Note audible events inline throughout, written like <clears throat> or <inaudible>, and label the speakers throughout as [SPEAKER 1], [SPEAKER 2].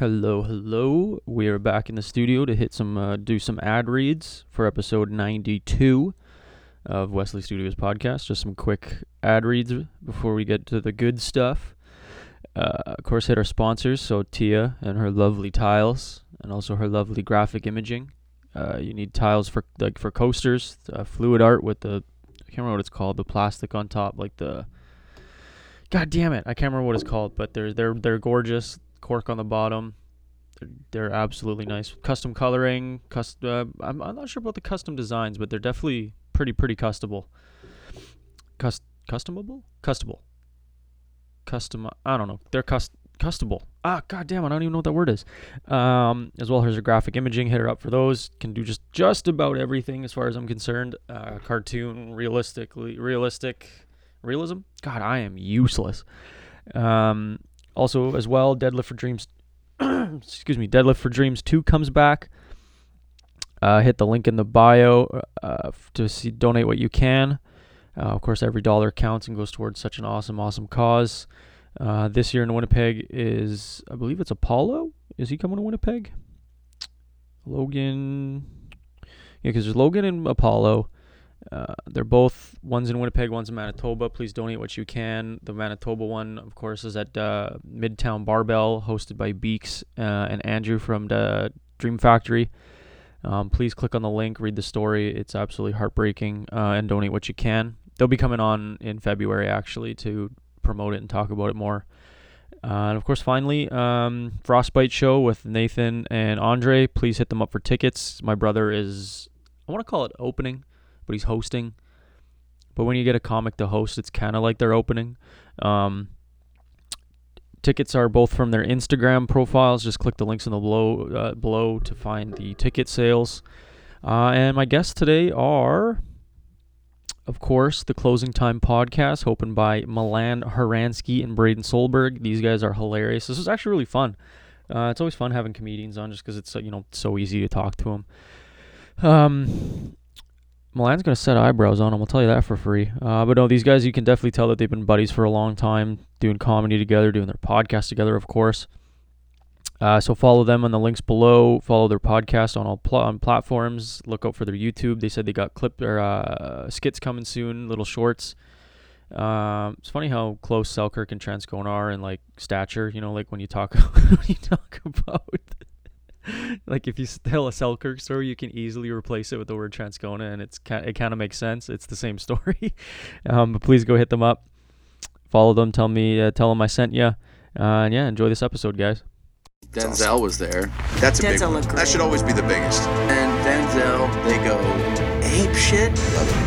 [SPEAKER 1] Hello, hello. We are back in the studio to hit some uh, do some ad reads for episode 92 of Wesley Studios podcast. Just some quick ad reads before we get to the good stuff. Uh, of course, hit our sponsors. So Tia and her lovely tiles, and also her lovely graphic imaging. Uh, you need tiles for like for coasters, uh, fluid art with the I can't remember what it's called, the plastic on top, like the. God damn it! I can't remember what it's called, but they're they're they're gorgeous. Cork on the bottom. They're, they're absolutely nice. Custom coloring. Custom. Uh, I'm I'm not sure about the custom designs, but they're definitely pretty pretty customable. Cust customable? Customable. Custom. I don't know. They're cust customable. Ah, goddamn! I don't even know what that word is. Um, as well as her graphic imaging. Hit her up for those. Can do just just about everything as far as I'm concerned. Uh, cartoon, realistically, realistic, realism. God, I am useless. Um, also, as well, Deadlift for Dreams. <clears throat> excuse me, Deadlift for Dreams Two comes back. Uh, hit the link in the bio uh, f- to see donate what you can. Uh, of course, every dollar counts and goes towards such an awesome, awesome cause. Uh, this year in Winnipeg is, I believe it's Apollo. Is he coming to Winnipeg? Logan. Yeah, because there's Logan and Apollo. Uh, they're both one's in Winnipeg, one's in Manitoba. Please donate what you can. The Manitoba one, of course, is at uh, Midtown Barbell, hosted by Beeks uh, and Andrew from the Dream Factory. Um, please click on the link, read the story. It's absolutely heartbreaking, uh, and donate what you can. They'll be coming on in February actually to promote it and talk about it more. Uh, and of course, finally, um, Frostbite Show with Nathan and Andre. Please hit them up for tickets. My brother is, I want to call it opening but he's hosting. But when you get a comic to host, it's kind of like they're opening. Um, tickets are both from their Instagram profiles. Just click the links in the below uh, below to find the ticket sales. Uh, and my guests today are, of course, the Closing Time podcast, opened by Milan Haransky and Braden Solberg. These guys are hilarious. This was actually really fun. Uh, it's always fun having comedians on, just because it's so- you know so easy to talk to them. Um, Milan's gonna set eyebrows on him. I'll tell you that for free. Uh, but no, these guys, you can definitely tell that they've been buddies for a long time, doing comedy together, doing their podcast together, of course. Uh, so follow them on the links below. Follow their podcast on all pl- on platforms. Look out for their YouTube. They said they got clip or uh, skits coming soon, little shorts. Um, it's funny how close Selkirk and Transcona are in like stature. You know, like when you talk <laughs> when you talk about like if you s- tell a Selkirk story, you can easily replace it with the word Transcona, and it's ki- it kind of makes sense. It's the same <laughs> story. um, but please go hit them up, follow them, tell me, uh, tell them I sent you, uh, and yeah, enjoy this episode, guys.
[SPEAKER 2] Denzel was there,
[SPEAKER 3] That's a big
[SPEAKER 4] Denzel
[SPEAKER 3] one.
[SPEAKER 4] looked great.
[SPEAKER 3] That should always be the biggest.
[SPEAKER 2] and Denzel, they go ape
[SPEAKER 5] <laughs>
[SPEAKER 2] shit.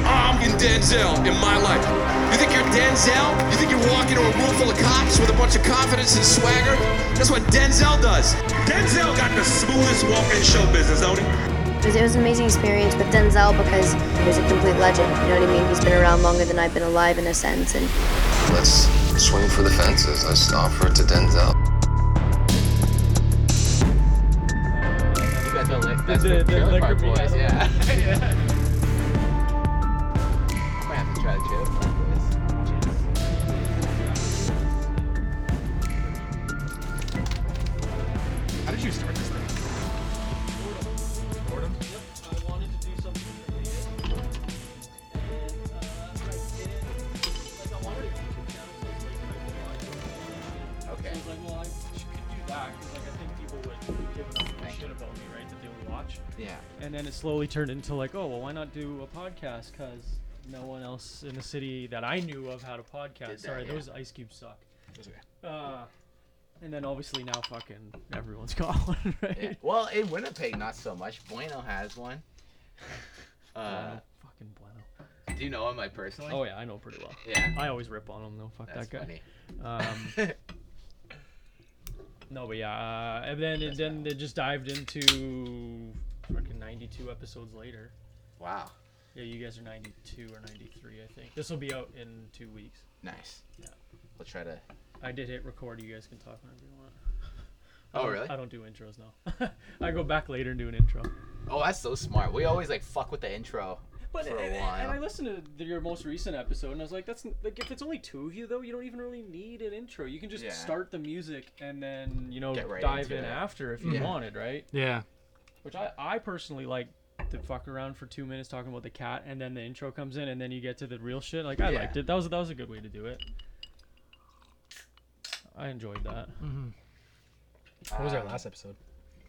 [SPEAKER 6] I'm in Denzel in my life. You think you're Denzel? You think you walk into a room full of cops with a bunch of confidence and swagger? That's what Denzel does.
[SPEAKER 7] Denzel got the smoothest walk in show business, don't he?
[SPEAKER 8] It was, it was an amazing experience with Denzel because he was a complete legend. You know what I mean? He's been around longer than I've been alive in a sense. And
[SPEAKER 9] Let's swing for the fences. Let's offer it to Denzel.
[SPEAKER 5] That's the, the, the liquor boys, yeah. I might have to try the Trailer Park Boys.
[SPEAKER 7] How did you start this thing?
[SPEAKER 5] Okay. Yeah.
[SPEAKER 1] And then it slowly turned into like, oh well, why not do a podcast? Because no one else in the city that I knew of had a podcast. Sorry, those Ice Cubes suck. Uh, and then obviously now fucking everyone's <laughs> got one, right?
[SPEAKER 5] yeah. <laughs> Well, in Winnipeg, not so much. Bueno has one. Uh,
[SPEAKER 1] Wow, fucking wow.
[SPEAKER 5] do you know him like personally?
[SPEAKER 1] Oh yeah, I know pretty well.
[SPEAKER 5] Yeah.
[SPEAKER 1] I always rip on him though. Fuck
[SPEAKER 5] That's
[SPEAKER 1] that guy.
[SPEAKER 5] funny.
[SPEAKER 1] Um, no, but yeah, uh, and then and then they just dived into fucking 92 episodes later.
[SPEAKER 5] wow.
[SPEAKER 1] Yeah, you guys are 92 or 93, I think. This will be out in two weeks.
[SPEAKER 5] Nice.
[SPEAKER 1] Yeah.
[SPEAKER 5] We'll try to.
[SPEAKER 1] I did hit record. You guys can talk whenever you want. I
[SPEAKER 5] <laughs> Oh
[SPEAKER 1] don't-
[SPEAKER 5] really?
[SPEAKER 1] I don't do intros <laughs> now. I go back later and do an intro.
[SPEAKER 5] Oh, that's so smart. We always like fuck with the intro.
[SPEAKER 1] But
[SPEAKER 5] for a
[SPEAKER 1] and,
[SPEAKER 5] while.
[SPEAKER 1] and I listened to th- your most recent episode, and I was like, "That's n- like if it's only two of you though, you don't even really need an intro. You can just
[SPEAKER 5] Yeah.
[SPEAKER 1] start the music and then you know
[SPEAKER 5] Get right
[SPEAKER 1] dive
[SPEAKER 5] into
[SPEAKER 1] in
[SPEAKER 5] it.
[SPEAKER 1] after if you
[SPEAKER 3] Yeah.
[SPEAKER 1] wanted, right?
[SPEAKER 3] Yeah.
[SPEAKER 1] Which I I personally like to fuck around for two minutes talking about the cat, and then the intro comes in, and then you get to the real shit. Like I
[SPEAKER 5] Yeah.
[SPEAKER 1] liked it. That was that was a good way to do it. I enjoyed that.
[SPEAKER 3] What was our last episode?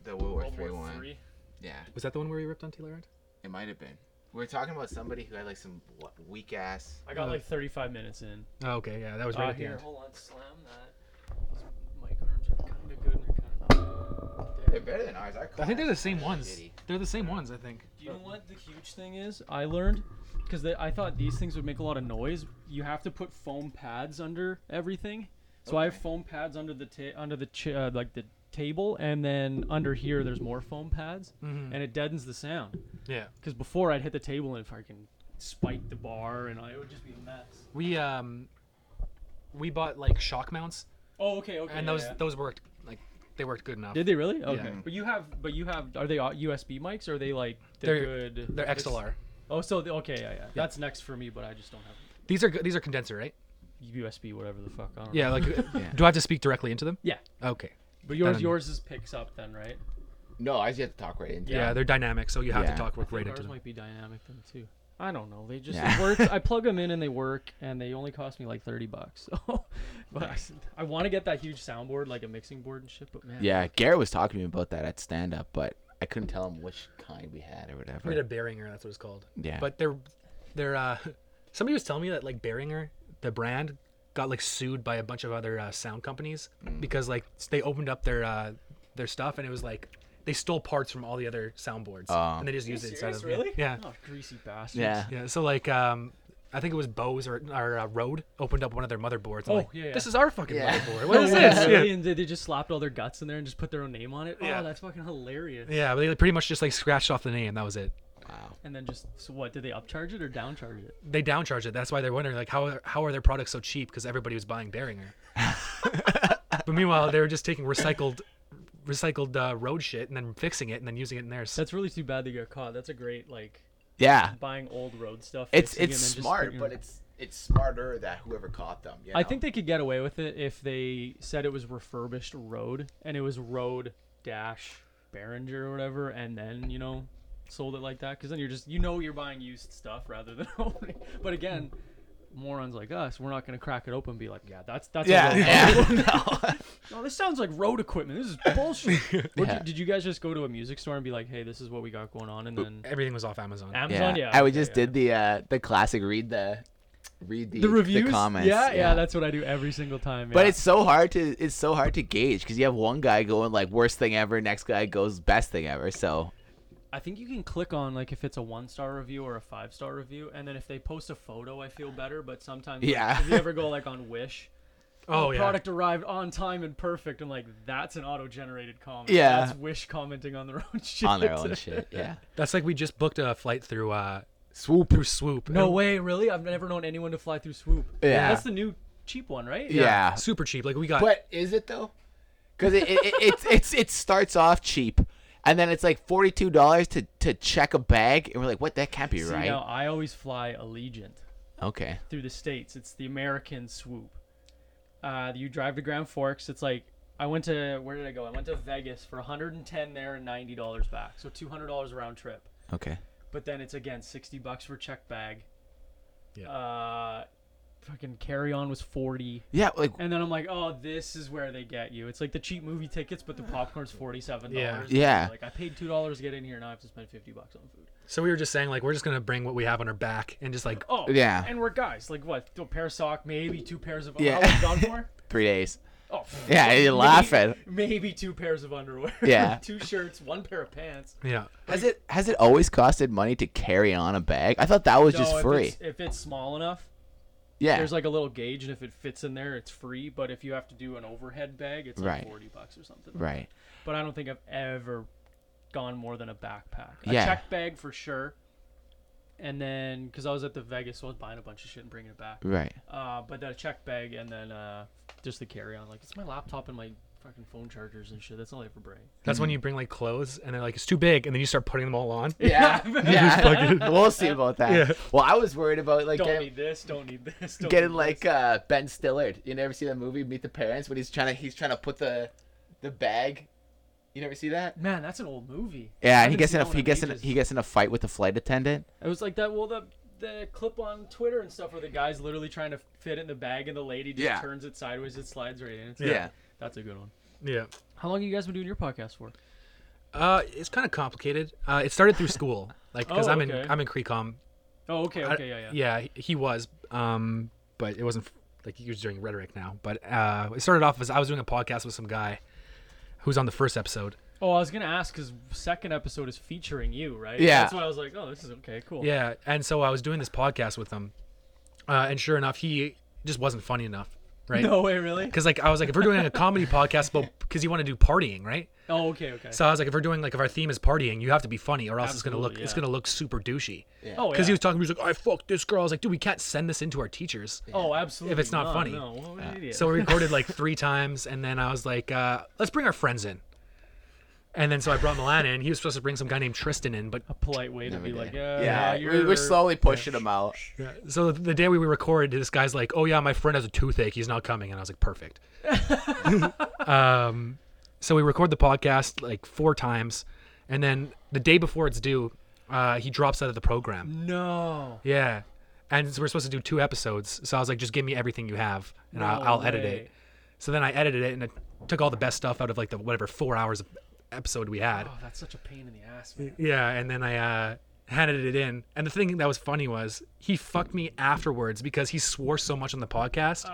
[SPEAKER 5] The World War Three one. Yeah,
[SPEAKER 3] Was that the one where we ripped on Taylor Rand?
[SPEAKER 5] it might have been. We were talking about somebody who had like some weak ass.
[SPEAKER 1] I got
[SPEAKER 3] Uh,
[SPEAKER 1] like 35 minutes in.
[SPEAKER 3] Oh, okay. Yeah, that was right
[SPEAKER 1] Uh,
[SPEAKER 3] at the
[SPEAKER 1] here,
[SPEAKER 3] end.
[SPEAKER 1] hold on, slam that. These mic arms are kind of good and they're kind of.
[SPEAKER 5] They're better than ours. Our
[SPEAKER 3] I think they're the same
[SPEAKER 5] class
[SPEAKER 3] ones.
[SPEAKER 5] is shitty.
[SPEAKER 3] They're the same ones, I think.
[SPEAKER 1] Do you know what the huge thing is? I learned because I thought these things would make a lot of noise. You have to put foam pads under everything. So I have
[SPEAKER 5] Okay.
[SPEAKER 1] foam pads under the ta- under the cha- uh, like the table, and then under here there's more foam pads,
[SPEAKER 3] Mm-hmm.
[SPEAKER 1] and it deadens the sound.
[SPEAKER 3] Yeah.
[SPEAKER 1] Because before I'd hit the table and fucking spike the bar, and I, it would just be a mess.
[SPEAKER 3] We um we bought like shock mounts
[SPEAKER 1] Oh, okay, okay.
[SPEAKER 3] and
[SPEAKER 1] yeah,
[SPEAKER 3] those
[SPEAKER 1] yeah.
[SPEAKER 3] those worked like they worked good enough.
[SPEAKER 1] Did they really? Okay.
[SPEAKER 3] Yeah.
[SPEAKER 1] But you have, but you have. Are they uh, au- USB mics? Or are they like the
[SPEAKER 3] They're-
[SPEAKER 1] good?
[SPEAKER 3] They're
[SPEAKER 1] it's-
[SPEAKER 3] XLR.
[SPEAKER 1] Oh, so the, okay, yeah, yeah. That's next for me, but I just don't have
[SPEAKER 3] These are go- these are condenser, right?
[SPEAKER 1] USB, whatever the fuck. I don't
[SPEAKER 3] Yeah,
[SPEAKER 1] Know.
[SPEAKER 3] like
[SPEAKER 1] <laughs>
[SPEAKER 3] do I have to speak directly into them?
[SPEAKER 1] Yeah.
[SPEAKER 3] Okay.
[SPEAKER 1] But yours,
[SPEAKER 3] Um,
[SPEAKER 1] yours is picks up then, right?
[SPEAKER 5] No, I just have to talk right into.
[SPEAKER 3] Yeah,
[SPEAKER 1] Yeah.
[SPEAKER 3] they're dynamic, so you have
[SPEAKER 5] Yeah.
[SPEAKER 3] to talk right into
[SPEAKER 1] Ours
[SPEAKER 3] them.
[SPEAKER 1] might be dynamic then too. I don't know. They
[SPEAKER 5] <laughs>
[SPEAKER 1] just
[SPEAKER 5] Yeah.
[SPEAKER 1] it works. I plug them in and they work, and they only cost me like thirty bucks. <laughs> So, but I s- I, want to get that huge soundboard, like a mixing board and shit. But man,
[SPEAKER 5] It. Yeah, Garrett was talking to me about that at stand up, but I couldn't tell him which kind we had or whatever.
[SPEAKER 3] We had a Behringer, that's what it's called.
[SPEAKER 5] Yeah.
[SPEAKER 3] But they're they're uh <laughs> somebody was telling me that like Behringer, the brand, got like sued by a bunch of other uh, sound companies
[SPEAKER 5] Mm.
[SPEAKER 3] because like s- they opened up their uh their stuff and it was like they stole parts from all the other soundboards
[SPEAKER 5] Oh.
[SPEAKER 3] and they just used it inside
[SPEAKER 1] serious,
[SPEAKER 3] of yeah.
[SPEAKER 1] really?
[SPEAKER 3] Yeah.
[SPEAKER 1] Oh, greasy bastards.
[SPEAKER 5] yeah.
[SPEAKER 3] Yeah. So like um I think it was Bose or, or uh, Rode opened up one of their motherboards. and,
[SPEAKER 1] Oh,
[SPEAKER 3] like,
[SPEAKER 1] yeah, yeah.
[SPEAKER 3] This is our fucking
[SPEAKER 5] Yeah.
[SPEAKER 1] <laughs>
[SPEAKER 3] motherboard. What is
[SPEAKER 1] Yeah,
[SPEAKER 3] this?
[SPEAKER 1] really?
[SPEAKER 3] Yeah.
[SPEAKER 1] And they, they just slapped all their guts in there and just put their own name on it.
[SPEAKER 3] Yeah.
[SPEAKER 1] Oh, that's fucking hilarious.
[SPEAKER 3] Yeah, but they pretty much just like scratched off the name. That was it.
[SPEAKER 5] Wow.
[SPEAKER 1] And then just so what? Did they upcharge it or downcharge it?
[SPEAKER 3] They downcharge it. That's why they're wondering like how how are their products so cheap? Because everybody was
[SPEAKER 5] <laughs>
[SPEAKER 3] buying Behringer. but meanwhile, they were just taking recycled recycled uh, road shit and then fixing it and then using it in theirs.
[SPEAKER 1] That's really too bad they got caught. That's a great like
[SPEAKER 5] Yeah.
[SPEAKER 1] buying old road stuff.
[SPEAKER 5] It's
[SPEAKER 1] fixing it
[SPEAKER 5] it's
[SPEAKER 1] and then just
[SPEAKER 5] smart,
[SPEAKER 1] putting-
[SPEAKER 5] but it's it's smarter that whoever caught them. You know?
[SPEAKER 1] I think they could get away with it if they said it was refurbished road and it was road dash Behringer or whatever, and then you know sold it like that. Because then you're just you know you're buying used stuff rather than <laughs> owning. But again. Morons like us, we're not gonna crack it open and be like, yeah, that's that's a
[SPEAKER 5] Yeah.
[SPEAKER 1] road <laughs>
[SPEAKER 5] yeah. <laughs>
[SPEAKER 1] No, this sounds like road equipment. This is bullshit. What
[SPEAKER 5] Yeah.
[SPEAKER 1] did, did you guys just go to a music store and be like, hey, this is what we got going on? And then
[SPEAKER 3] Everything was off Amazon.
[SPEAKER 1] Amazon, yeah.
[SPEAKER 5] I would
[SPEAKER 1] okay,
[SPEAKER 5] just
[SPEAKER 1] yeah.
[SPEAKER 5] did the uh the classic read the read the
[SPEAKER 1] the reviews.
[SPEAKER 5] the comments.
[SPEAKER 1] yeah, yeah, that's what I do every single time.
[SPEAKER 5] But
[SPEAKER 1] yeah.
[SPEAKER 5] it's so hard to it's so hard to gauge because you have one guy going like worst thing ever, next guy goes best thing ever. So
[SPEAKER 1] I think you can click on like if it's a one star review or a five star review, and then if they post a photo, I feel better. But sometimes, like,
[SPEAKER 5] Yeah.
[SPEAKER 1] if you
[SPEAKER 5] <laughs>
[SPEAKER 1] ever go like on Wish,
[SPEAKER 3] oh yeah.
[SPEAKER 1] product arrived on time and perfect, I'm like, that's an auto generated comment.
[SPEAKER 5] Yeah.
[SPEAKER 1] that's Wish commenting on their own <laughs> shit.
[SPEAKER 5] on their own
[SPEAKER 1] <laughs>
[SPEAKER 5] shit, yeah.
[SPEAKER 3] That's like we just booked a flight through uh
[SPEAKER 5] Swoop.
[SPEAKER 3] through Swoop.
[SPEAKER 1] No
[SPEAKER 3] And-
[SPEAKER 1] way, really? I've never known anyone to fly through Swoop.
[SPEAKER 5] Yeah.
[SPEAKER 1] that's the new cheap one, right?
[SPEAKER 5] Yeah.
[SPEAKER 3] Super cheap. Like we got
[SPEAKER 5] But is it though? Because it, it, it it's it's it starts off cheap, and then it's like forty two dollars to to check a bag, and we're like, what? That can't be
[SPEAKER 1] See,
[SPEAKER 5] right.
[SPEAKER 1] now I always fly Allegiant
[SPEAKER 5] Okay.
[SPEAKER 1] through the states. It's the American swoop. Uh, you drive to Grand Forks. It's like I went to where did I go? I went to Vegas for 110 there and 90 dollars back, so 200 dollars round trip.
[SPEAKER 5] Okay.
[SPEAKER 1] But then it's again 60 bucks for check bag.
[SPEAKER 3] Yeah.
[SPEAKER 1] Uh, fucking carry on was 40.
[SPEAKER 5] Yeah. Like.
[SPEAKER 1] And then I'm like, oh, this is where they get you. It's like the cheap movie tickets, but the
[SPEAKER 5] <sighs>
[SPEAKER 1] popcorn's forty-seven dollars.
[SPEAKER 5] Yeah.
[SPEAKER 1] Like I paid two dollars to get in here, and I have to spend fifty bucks on food.
[SPEAKER 3] So we were just saying like we're just gonna bring what we have on our back and just like
[SPEAKER 1] Oh,
[SPEAKER 5] Yeah.
[SPEAKER 1] And we're guys. Like what? A pair of sock, maybe two pairs of.
[SPEAKER 5] Yeah.
[SPEAKER 1] Yeah. How long for?
[SPEAKER 5] <laughs> Three days.
[SPEAKER 1] Oh,
[SPEAKER 5] Yeah, you're laughing.
[SPEAKER 1] Maybe two pairs of underwear.
[SPEAKER 5] Yeah.
[SPEAKER 1] <laughs> two shirts, one pair of pants.
[SPEAKER 3] yeah.
[SPEAKER 5] Has it has it always costed money to carry on a bag? I thought that was just
[SPEAKER 1] if
[SPEAKER 5] free.
[SPEAKER 1] It's, if it's small enough,
[SPEAKER 5] yeah.
[SPEAKER 1] there's like a little gauge, and if it fits in there, it's free. But if you have to do an overhead bag, it's like
[SPEAKER 5] Right.
[SPEAKER 1] forty bucks or something.
[SPEAKER 5] right.
[SPEAKER 1] But I don't think I've ever gone more than a backpack. A
[SPEAKER 5] Yeah.
[SPEAKER 1] check bag for sure. And then, because I was at the Vegas, so I was buying a bunch of shit and <laughs>
[SPEAKER 5] Mm.
[SPEAKER 1] bringing it back.
[SPEAKER 5] Right.
[SPEAKER 1] Uh, but that check bag and then uh, just the carry on. Like it's my laptop and my fucking phone chargers and shit. That's all I ever bring.
[SPEAKER 3] That's when you bring like clothes and they're like it's too big and then you start putting them
[SPEAKER 1] <laughs>
[SPEAKER 3] all on.
[SPEAKER 5] Yeah, yeah. <laughs> we'll see about that. Well, I was worried about like
[SPEAKER 1] Don't
[SPEAKER 5] getting,
[SPEAKER 1] need this. Don't need this. Don't
[SPEAKER 5] getting
[SPEAKER 1] need
[SPEAKER 5] like uh, Ben Stillard. You never see that movie Meet the Parents when he's trying to he's trying to put the the bag. You never see that?
[SPEAKER 1] this. man, that's an old movie. I
[SPEAKER 5] Yeah, and
[SPEAKER 1] haven't
[SPEAKER 5] he gets
[SPEAKER 1] seen
[SPEAKER 5] in a
[SPEAKER 1] that one
[SPEAKER 5] he gets in a,
[SPEAKER 1] ages.
[SPEAKER 5] he gets in a fight with the flight attendant.
[SPEAKER 1] It was like that. Well, the the clip on Twitter and stuff where the guy's literally trying to fit it in the bag and the lady just
[SPEAKER 5] Yeah.
[SPEAKER 1] turns it sideways. It slides right in. It's
[SPEAKER 5] Yeah.
[SPEAKER 1] That's a good one.
[SPEAKER 3] Yeah.
[SPEAKER 1] How long have you guys been doing your podcast for?
[SPEAKER 3] Uh, it's kind of complicated. Uh, it started through school, like because
[SPEAKER 1] Oh,
[SPEAKER 3] I'm in
[SPEAKER 1] okay.
[SPEAKER 3] I'm in Crecom.
[SPEAKER 1] Oh, okay,
[SPEAKER 3] I-
[SPEAKER 1] okay, yeah, yeah.
[SPEAKER 3] he- he was, um, but it wasn't f- like he was doing rhetoric now. But uh, it started off as I was doing a podcast with some guy who's on the first episode.
[SPEAKER 1] Oh, I was gonna ask because second episode is featuring you, right?
[SPEAKER 5] Yeah.
[SPEAKER 1] That's why I was like, oh, this is okay, cool.
[SPEAKER 3] Yeah, and so I was doing this podcast with him, uh, and sure enough, he just wasn't funny enough, right?
[SPEAKER 1] <laughs> No way, really?
[SPEAKER 3] Because like I was like, if
[SPEAKER 1] <laughs>
[SPEAKER 3] we're doing a comedy podcast, but because you want to do partying, right?
[SPEAKER 1] Oh, okay, okay.
[SPEAKER 3] So I was like, if we're doing like if our theme is partying, you have to be funny, or else it's gonna look
[SPEAKER 1] Absolutely,
[SPEAKER 3] it's
[SPEAKER 1] yeah.
[SPEAKER 3] gonna look super douchey.
[SPEAKER 1] oh, yeah.
[SPEAKER 3] Because he was talking, he was like, "I fucked this girl." I was like, "Dude, we can't send this into our teachers."
[SPEAKER 1] oh, absolutely.
[SPEAKER 3] if it's not
[SPEAKER 1] no,
[SPEAKER 3] funny.
[SPEAKER 1] No, what an idiot.
[SPEAKER 3] So we recorded like three times, and then I was like, uh, "Let's bring our friends in." And then so I brought Milan in. He was supposed to bring some guy named Tristan in, but
[SPEAKER 1] a polite way to be like, yeah,
[SPEAKER 5] Yeah, we-
[SPEAKER 1] you're
[SPEAKER 5] we're slowly pushing him out.
[SPEAKER 3] so the day we recorded, this guy's like, "Oh yeah, my friend has a toothache. He's not coming." And I was
[SPEAKER 1] <laughs>
[SPEAKER 3] like, "Perfect." um, so we record the podcast like four times, and then the day before it's due, uh, he drops out of the program.
[SPEAKER 1] No.
[SPEAKER 3] Yeah. And so we're supposed to do two episodes. So I was like, just give me everything you have and I'll,
[SPEAKER 1] No
[SPEAKER 3] I'll edit
[SPEAKER 1] way.
[SPEAKER 3] it. So then I edited it and it took all the best stuff out of like the whatever four hours of episode we had.
[SPEAKER 1] Oh, that's such a pain in the ass, man.
[SPEAKER 3] Yeah. And then I uh, handed it in. And the thing that was funny was he fucked me afterwards because he swore so much on the podcast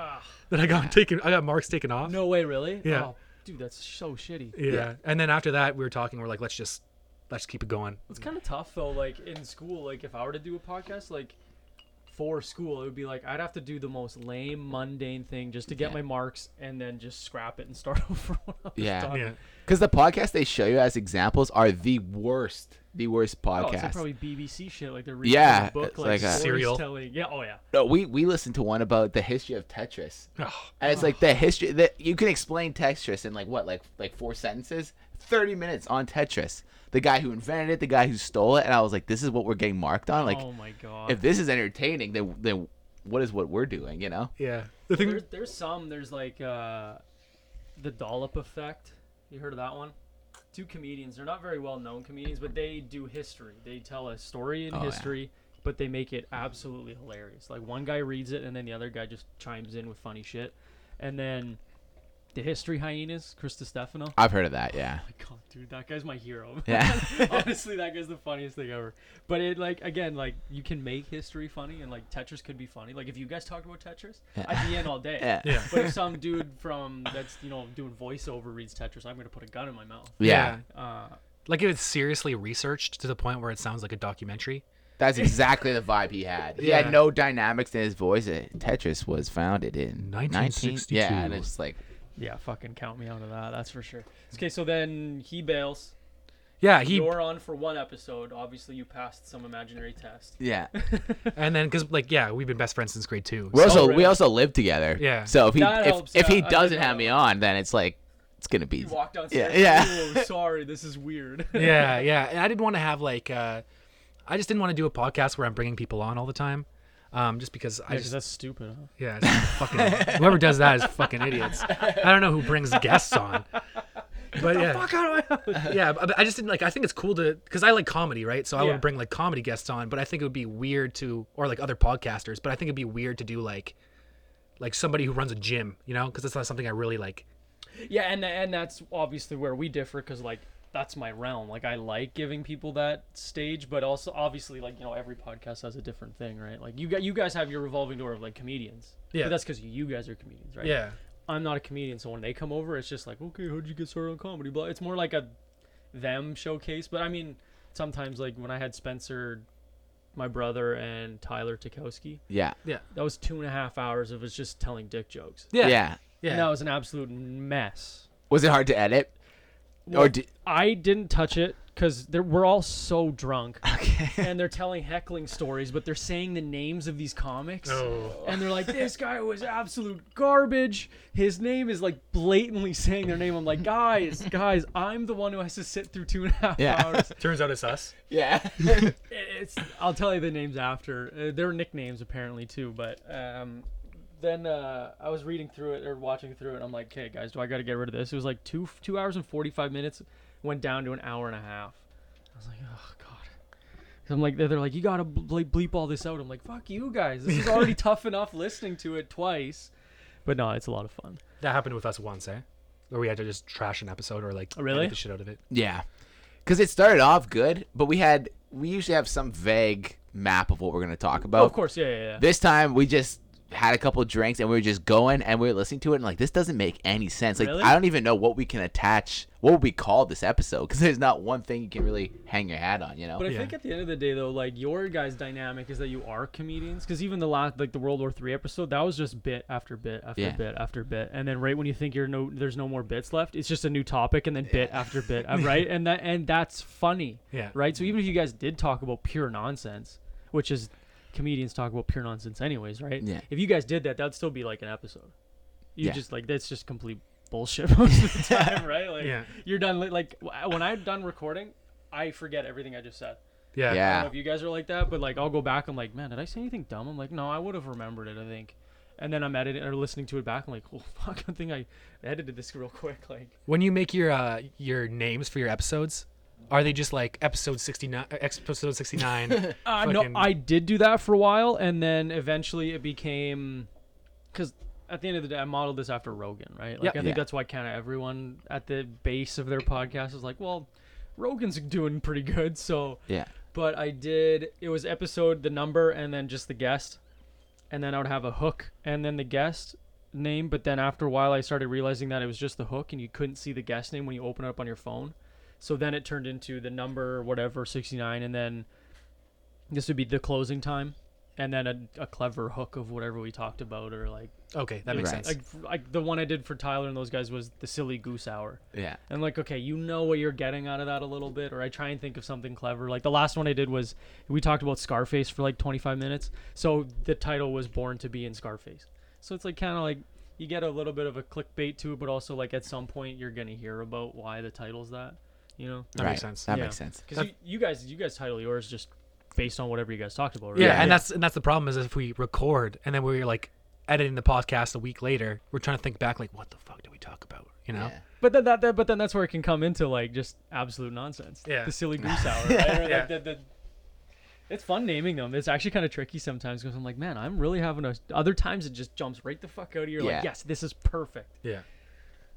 [SPEAKER 3] that I got taken, I got marks taken off.
[SPEAKER 1] Ah, No way, really?
[SPEAKER 3] Yeah.
[SPEAKER 1] Oh, dude, that's so shitty.
[SPEAKER 3] Yeah. And then after that, we were talking. We're like, let's just, let's keep it going.
[SPEAKER 1] It's kind of tough though. Like in school, like if I were to do a podcast, like for school, it would be like I'd have to do the most lame, mundane thing just to get my marks, and then just scrap it and start <laughs> over. Oh, when I was
[SPEAKER 5] Yeah.
[SPEAKER 1] done.
[SPEAKER 3] Yeah.
[SPEAKER 5] Because the podcasts they show you as examples are the worst, the worst
[SPEAKER 1] Oh, it's like
[SPEAKER 5] podcasts.
[SPEAKER 1] probably BBC shit. Like they're reading
[SPEAKER 5] Yeah,
[SPEAKER 1] a book,
[SPEAKER 5] it's
[SPEAKER 1] like,
[SPEAKER 5] like a-
[SPEAKER 3] Serial.
[SPEAKER 1] storytelling. Yeah. Oh yeah.
[SPEAKER 5] no, we we listened to one about the history of Tetris,
[SPEAKER 3] Oh,
[SPEAKER 5] and it's like the history that you can explain Tetris in like what, like like four sentences, thirty minutes on Tetris. The guy who invented it, the guy who stole it, and I was like, this is what we're getting marked on. Like,
[SPEAKER 1] oh my god.
[SPEAKER 5] if this is entertaining, then then what is what we're doing? You know?
[SPEAKER 3] yeah. The thing,
[SPEAKER 1] There's there's some there's like uh, the dollop effect. You heard of that one? Two comedians. They're not very well known comedians, but they do history. They tell a story in
[SPEAKER 5] yeah.
[SPEAKER 1] history, but they make it absolutely hilarious. Like one guy reads it, and then the other guy just chimes in with funny shit. And then the history hyenas, Chris Stefano.
[SPEAKER 5] I've heard of that. Yeah.
[SPEAKER 1] God, dude, that guy's my hero.
[SPEAKER 5] Yeah.
[SPEAKER 1] Honestly, that guy's the funniest thing ever. But it like again, like you can make history funny, and like Tetris could be funny. Like if you guys talked about Tetris, I'd be in all day.
[SPEAKER 5] Yeah.
[SPEAKER 3] Yeah.
[SPEAKER 1] <laughs> But if some dude from that's you know doing voiceover reads Tetris, I'm gonna put a gun in my mouth. Uh,
[SPEAKER 5] Yeah.
[SPEAKER 3] like if it's seriously researched to the point where it sounds like a documentary.
[SPEAKER 5] That's exactly the vibe he had. He
[SPEAKER 3] Yeah.
[SPEAKER 5] had no dynamics in his voice. Uh, Tetris was founded in 1962.
[SPEAKER 3] 1962.
[SPEAKER 5] Yeah, and it's like
[SPEAKER 1] Yeah, fucking count me out of that. That's for sure. Okay, so then he bails.
[SPEAKER 3] Yeah, he
[SPEAKER 1] You're on for one episode. Obviously, you passed some imaginary test.
[SPEAKER 5] yeah.
[SPEAKER 3] And then, because like, yeah, we've been best friends since grade two.
[SPEAKER 5] <laughs> We
[SPEAKER 3] So,
[SPEAKER 5] also we
[SPEAKER 1] really?
[SPEAKER 5] also live together.
[SPEAKER 3] Yeah.
[SPEAKER 5] So if he
[SPEAKER 1] That
[SPEAKER 5] if,
[SPEAKER 1] helps,
[SPEAKER 5] if
[SPEAKER 1] yeah.
[SPEAKER 5] he
[SPEAKER 1] I
[SPEAKER 5] doesn't
[SPEAKER 1] did
[SPEAKER 5] have
[SPEAKER 1] that
[SPEAKER 5] me on, then it's like it's gonna be
[SPEAKER 1] You walk downstairs.
[SPEAKER 5] yeah yeah.
[SPEAKER 1] "Oh, sorry, this is weird.
[SPEAKER 3] <laughs> yeah, yeah. And I didn't want to have like, uh, I just didn't want to do a podcast where I'm bringing people on all the time, um, just because
[SPEAKER 1] <laughs>
[SPEAKER 3] I just
[SPEAKER 1] that's stupid. Huh?
[SPEAKER 3] yeah, it's fucking whoever does that is fucking idiots. I don't know who brings guests on, but yeah, yeah. But I just didn't like. I think it's cool to because I like comedy, right? So I
[SPEAKER 1] Yeah.
[SPEAKER 3] would bring like comedy guests on, but I think it would be weird to or like other podcasters, but I think it'd be weird to do like, like somebody who runs a gym, you know, because that's not something I really like.
[SPEAKER 1] Yeah, and and that's obviously where we differ because like that's my realm. Like I like giving people that stage, but also obviously like you know every podcast has a different thing, right? Like you got you guys have your revolving door of like comedians.
[SPEAKER 3] Yeah.
[SPEAKER 1] but that's because you guys are comedians, right?
[SPEAKER 3] Yeah.
[SPEAKER 1] I'm not a comedian, so when they come over, it's just like okay, how'd you get started on comedy? Blah. It's more like a them showcase. But I mean, sometimes like when I had Spencer, my brother, and Tyler Tikowski,
[SPEAKER 5] yeah.
[SPEAKER 1] that was two and a half hours of us just telling dick jokes.
[SPEAKER 5] Yeah.
[SPEAKER 1] And that was an absolute mess.
[SPEAKER 5] Was it hard to edit? or did,
[SPEAKER 1] I didn't touch it because we're all so drunk
[SPEAKER 5] <laughs> Okay.
[SPEAKER 1] and they're telling heckling stories, but they're saying the names of these comics.
[SPEAKER 3] Oh.
[SPEAKER 1] And they're like, this guy was absolute garbage. His name is like blatantly saying their name. I'm like, <laughs> guys, guys, I'm the one who has to sit through two and a half
[SPEAKER 5] Yeah.
[SPEAKER 1] hours.
[SPEAKER 3] <laughs> Turns out it's us.
[SPEAKER 5] yeah.
[SPEAKER 1] It's, I'll tell you the names after. Uh, they're nicknames apparently too. But um, then uh, I was reading through it or watching through it. And I'm like, okay, guys, do I got to get rid of this? It was like two two hours and 45 minutes. Went down to an hour and a half. I was like, oh god. 'Cause I'm like, they're they're like, you gotta ble- bleep all this out. I'm like, fuck you guys. This is <laughs> already tough enough listening to it twice. But no, it's a lot of fun.
[SPEAKER 3] That happened with us once, eh? Where we had to just trash an episode or like
[SPEAKER 1] really?
[SPEAKER 3] edit the shit out of it.
[SPEAKER 5] <laughs> Yeah. Because it started off good, but we had we usually have some vague map of what we're gonna talk about.
[SPEAKER 1] Oh, of course, yeah, yeah, yeah.
[SPEAKER 5] This time we just had a couple drinks and we were just going and we were listening to it and like this doesn't make any sense. Like
[SPEAKER 1] Really?
[SPEAKER 5] I don't even know what we can attach. What would we call this episode? Because there's not one thing you can really hang your hat on. You know.
[SPEAKER 1] But I
[SPEAKER 3] Yeah.
[SPEAKER 1] think at the end of the day, though, like your guys' dynamic is that you are comedians. Because even the last, like the World War Three episode, that was just bit after bit after
[SPEAKER 5] Yeah.
[SPEAKER 1] bit after bit, and then right when you think you're no, there's no more bits left, it's just a new topic, and then bit after bit, uh,
[SPEAKER 3] <laughs>
[SPEAKER 1] right? And that and that's funny,
[SPEAKER 3] Yeah.
[SPEAKER 1] right? So even if you guys did talk about pure nonsense, which is comedians talk about pure nonsense anyways, right?
[SPEAKER 5] Yeah.
[SPEAKER 1] If you guys did that, that'd still be like an episode. You
[SPEAKER 5] Yeah.
[SPEAKER 1] just like that's just complete bullshit <laughs> most of
[SPEAKER 3] <laughs>
[SPEAKER 1] the time, right? Like
[SPEAKER 3] Yeah.
[SPEAKER 1] you're done. li- Like w- when I'm done recording, I forget everything I just said.
[SPEAKER 3] Yeah.
[SPEAKER 1] I don't know
[SPEAKER 5] yeah.
[SPEAKER 1] if you guys are like that, but like I'll go back. I'm like, man, did I say anything dumb? I'm like, no, I would have remembered it. I think. And then I'm editing or listening to it back. I'm like, oh <laughs> fuck, I think I edited this real quick. Like,
[SPEAKER 3] When you make your uh, your names for your episodes, are they just like episode sixty nine? Episode sixty <laughs> nine.
[SPEAKER 1] uh, no, I did do that for a while, and then eventually it became, because at the end of the day, I modeled this after Rogan, right? Like,
[SPEAKER 3] Yep.
[SPEAKER 1] I think
[SPEAKER 5] Yeah.
[SPEAKER 1] that's why kind of everyone at the base of their podcast is like, well, Rogan's doing pretty good, so
[SPEAKER 5] Yeah.
[SPEAKER 1] but I did. It was episode, the number, and then just the guest, and then I would have a hook, and then the guest name. But then after a while, I started realizing that it was just the hook, and you couldn't see the guest name when you open it up on your phone. So then it turned into the number, whatever, sixty nine, and then this would be the closing time, and then a, a clever hook of whatever we talked about, or like
[SPEAKER 3] Okay, that makes
[SPEAKER 5] Right.
[SPEAKER 3] sense.
[SPEAKER 1] like like the one I did for Tyler and those guys was the silly goose hour.
[SPEAKER 5] Yeah.
[SPEAKER 1] And like, okay, you know what you're getting out of that a little bit, or I try and think of something clever. Like the last one I did was we talked about Scarface for like 25 minutes, so the title was Born to Be in Scarface. So it's like kind of like you get a little bit of a clickbait to it, but also like at some point you're gonna hear about why the title's that, you know?
[SPEAKER 3] That
[SPEAKER 5] right.
[SPEAKER 3] makes sense.
[SPEAKER 5] That
[SPEAKER 1] Yeah.
[SPEAKER 5] makes sense.
[SPEAKER 1] Because you, you guys, you guys title yours just based on whatever you guys talked about, right?
[SPEAKER 3] Yeah, and that's and that's the problem is if we record and then we're like editing the podcast a week later, we're trying to think back like what the fuck did we talk about? You know?
[SPEAKER 1] But then that, that but then that's where it can come into like just absolute nonsense.
[SPEAKER 3] Yeah.
[SPEAKER 1] The silly
[SPEAKER 3] <laughs>
[SPEAKER 1] goose hour. Right? Or, like,
[SPEAKER 3] Yeah.
[SPEAKER 1] the- the- it's fun naming them. It's actually kind of tricky sometimes because I'm like, man, I'm really having a. Other times it just jumps right the fuck out of you. You're
[SPEAKER 5] Yeah.
[SPEAKER 1] like, yes, this is perfect.
[SPEAKER 3] Yeah.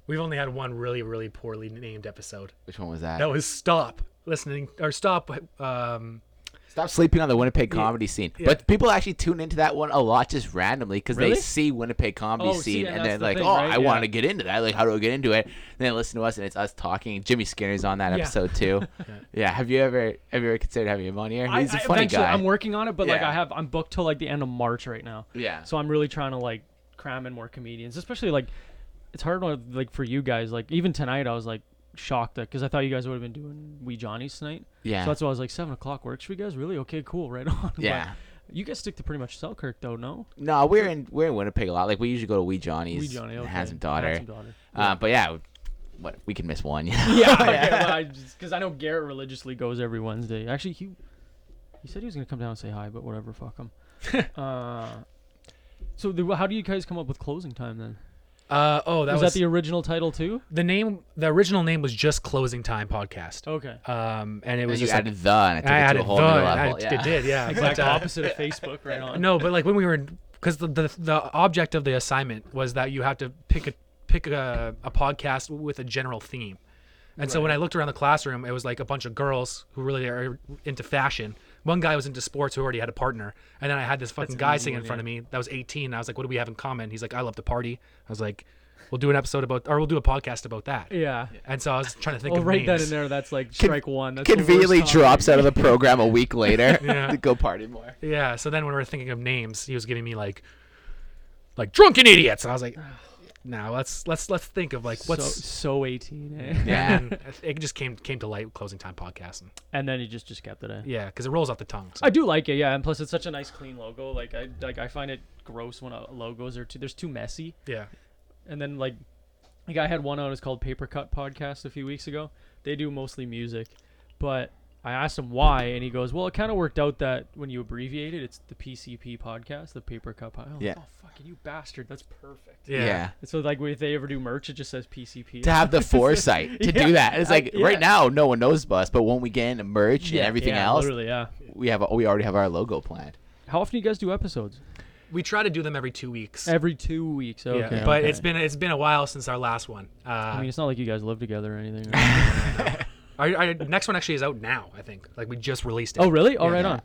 [SPEAKER 3] We've only had one really really poorly named episode.
[SPEAKER 5] Which one was that?
[SPEAKER 3] That was stop listening or stop um
[SPEAKER 5] Stop sleeping on the Winnipeg comedy scene.
[SPEAKER 3] yeah.
[SPEAKER 5] But people actually tune into that one a lot just randomly because
[SPEAKER 1] Really?
[SPEAKER 5] they see Winnipeg comedy
[SPEAKER 1] Oh, see,
[SPEAKER 5] scene
[SPEAKER 1] and
[SPEAKER 5] and
[SPEAKER 1] that's
[SPEAKER 5] they're
[SPEAKER 1] the
[SPEAKER 5] like,
[SPEAKER 1] thing,
[SPEAKER 5] oh,
[SPEAKER 1] right?
[SPEAKER 5] I
[SPEAKER 1] Yeah.
[SPEAKER 5] want to get into that. Like, how do I get into it? And then listen to us and it's us talking. Jimmy Skinner's on that
[SPEAKER 1] <laughs> Yeah.
[SPEAKER 5] episode too. yeah. Have you ever have you ever considered having him on here? He's
[SPEAKER 1] I-
[SPEAKER 5] a
[SPEAKER 1] I
[SPEAKER 5] funny
[SPEAKER 1] eventually-
[SPEAKER 5] guy.
[SPEAKER 1] I'm working on it, but like
[SPEAKER 5] Yeah.
[SPEAKER 1] I have, I'm booked till like the end of March right now.
[SPEAKER 5] Yeah.
[SPEAKER 1] So I'm really trying to like cram in more comedians, especially like it's hard on- like for you guys. Like even tonight, I was like shocked because I thought you guys would have been doing We Johnnies tonight.
[SPEAKER 5] Yeah.
[SPEAKER 1] So that's why I was like seven o'clock works for you guys. Really? Okay, cool. <laughs> Right on. But
[SPEAKER 5] Yeah.
[SPEAKER 1] you guys stick to pretty much Selkirk though, no?
[SPEAKER 5] no, we're in we're in Winnipeg a lot. Like we usually go to Wee Johnny's.
[SPEAKER 1] Wee Johnny. Okay.
[SPEAKER 5] Has daughter.
[SPEAKER 1] Handsome daughter.
[SPEAKER 5] Uh, but yeah, what we can miss one. <laughs> You
[SPEAKER 1] <laughs>
[SPEAKER 5] know?
[SPEAKER 1] yeah. Okay. Well, I because I know Garrett religiously goes every Wednesday. Actually, he he said he was gonna come down and say hi, but whatever. Fuck
[SPEAKER 5] <laughs>
[SPEAKER 1] him. uh, so the, how do you guys come up with closing time then?
[SPEAKER 3] uh oh that
[SPEAKER 1] Was
[SPEAKER 3] was,
[SPEAKER 1] that the original title too?
[SPEAKER 3] the name the original name was just closing time podcast.
[SPEAKER 1] Okay.
[SPEAKER 3] Um and it
[SPEAKER 5] And
[SPEAKER 3] was
[SPEAKER 5] you
[SPEAKER 3] just like,
[SPEAKER 5] added the and it took
[SPEAKER 3] I
[SPEAKER 5] it to
[SPEAKER 3] added
[SPEAKER 5] a
[SPEAKER 3] the
[SPEAKER 5] whole new
[SPEAKER 3] and
[SPEAKER 5] level.
[SPEAKER 3] I-
[SPEAKER 1] <laughs>
[SPEAKER 5] yeah.
[SPEAKER 3] it
[SPEAKER 5] <laughs>
[SPEAKER 3] did yeah but,
[SPEAKER 1] Exact
[SPEAKER 3] uh,
[SPEAKER 1] opposite of Facebook, right on.
[SPEAKER 3] <laughs> No, but like when we were, because the, the the object of the assignment was that you have to pick a pick a, a podcast with a general theme, and so when I looked around the classroom, it was like a bunch of girls who really are into fashion. One guy was into sports who already had a partner, and then I had this fucking guy sitting in front of me that was 18. And I was like, "What do we have in common?" He's like, "I love to party." I was like, "We'll do an episode about, or we'll do a podcast about that."
[SPEAKER 1] Yeah.
[SPEAKER 3] And so I was trying to think
[SPEAKER 1] Well,
[SPEAKER 3] of
[SPEAKER 1] right then
[SPEAKER 3] names.
[SPEAKER 1] and there, that's like strike one. That's the worst
[SPEAKER 5] Conveniently
[SPEAKER 1] topic.
[SPEAKER 5] drops
[SPEAKER 1] <laughs>
[SPEAKER 5] out of the program a week later
[SPEAKER 3] Yeah.
[SPEAKER 5] to go party more.
[SPEAKER 3] Yeah. So then when we were thinking of names, he was giving me like, like drunken idiots, and I was like, now let's let's let's think of like
[SPEAKER 1] What's so, <laughs>
[SPEAKER 3] what's <laughs>
[SPEAKER 1] so 18, eh?
[SPEAKER 5] Yeah.
[SPEAKER 3] and it just came came to light with closing time podcast and
[SPEAKER 1] And then he just just kept it. Eh?
[SPEAKER 3] yeah because it rolls off the tongue so.
[SPEAKER 1] I do like it, yeah. And plus, it's such a nice, clean logo. Like I like I find it gross when uh logos are too. There's too messy.
[SPEAKER 3] yeah
[SPEAKER 1] And then like, like I had one on. It's called Paper Cut Podcast a few weeks ago. They do mostly music, but I asked him why, and he goes, "Well, it kind of worked out that when you abbreviate it, it's the PCP podcast, the Paper Cut Podcast."
[SPEAKER 5] Yeah.
[SPEAKER 1] Oh, fucking you bastard! That's perfect.
[SPEAKER 3] yeah,
[SPEAKER 1] So like, if they ever do merch, it just says PCP. <laughs>
[SPEAKER 5] To have the foresight to
[SPEAKER 1] Yeah,
[SPEAKER 5] do that. It's
[SPEAKER 1] I-
[SPEAKER 5] like right
[SPEAKER 1] yeah.
[SPEAKER 5] now, no one knows about us, but when we get into merch and everything
[SPEAKER 1] yeah,
[SPEAKER 5] else,
[SPEAKER 1] Literally, yeah.
[SPEAKER 5] we have we already have our logo
[SPEAKER 1] <laughs>
[SPEAKER 5] planned.
[SPEAKER 1] How often do you guys do episodes?
[SPEAKER 3] we try to do them every two weeks
[SPEAKER 1] Every two weeks. Okay.
[SPEAKER 3] yeah but
[SPEAKER 1] okay.
[SPEAKER 3] it's been it's been a while since our last one uh
[SPEAKER 1] I mean, it's not like you guys live together or
[SPEAKER 5] <laughs>
[SPEAKER 1] anything. right?
[SPEAKER 3] our, our next one actually is out now i think like we just released it
[SPEAKER 1] oh, really? All right
[SPEAKER 5] Yeah.
[SPEAKER 1] on.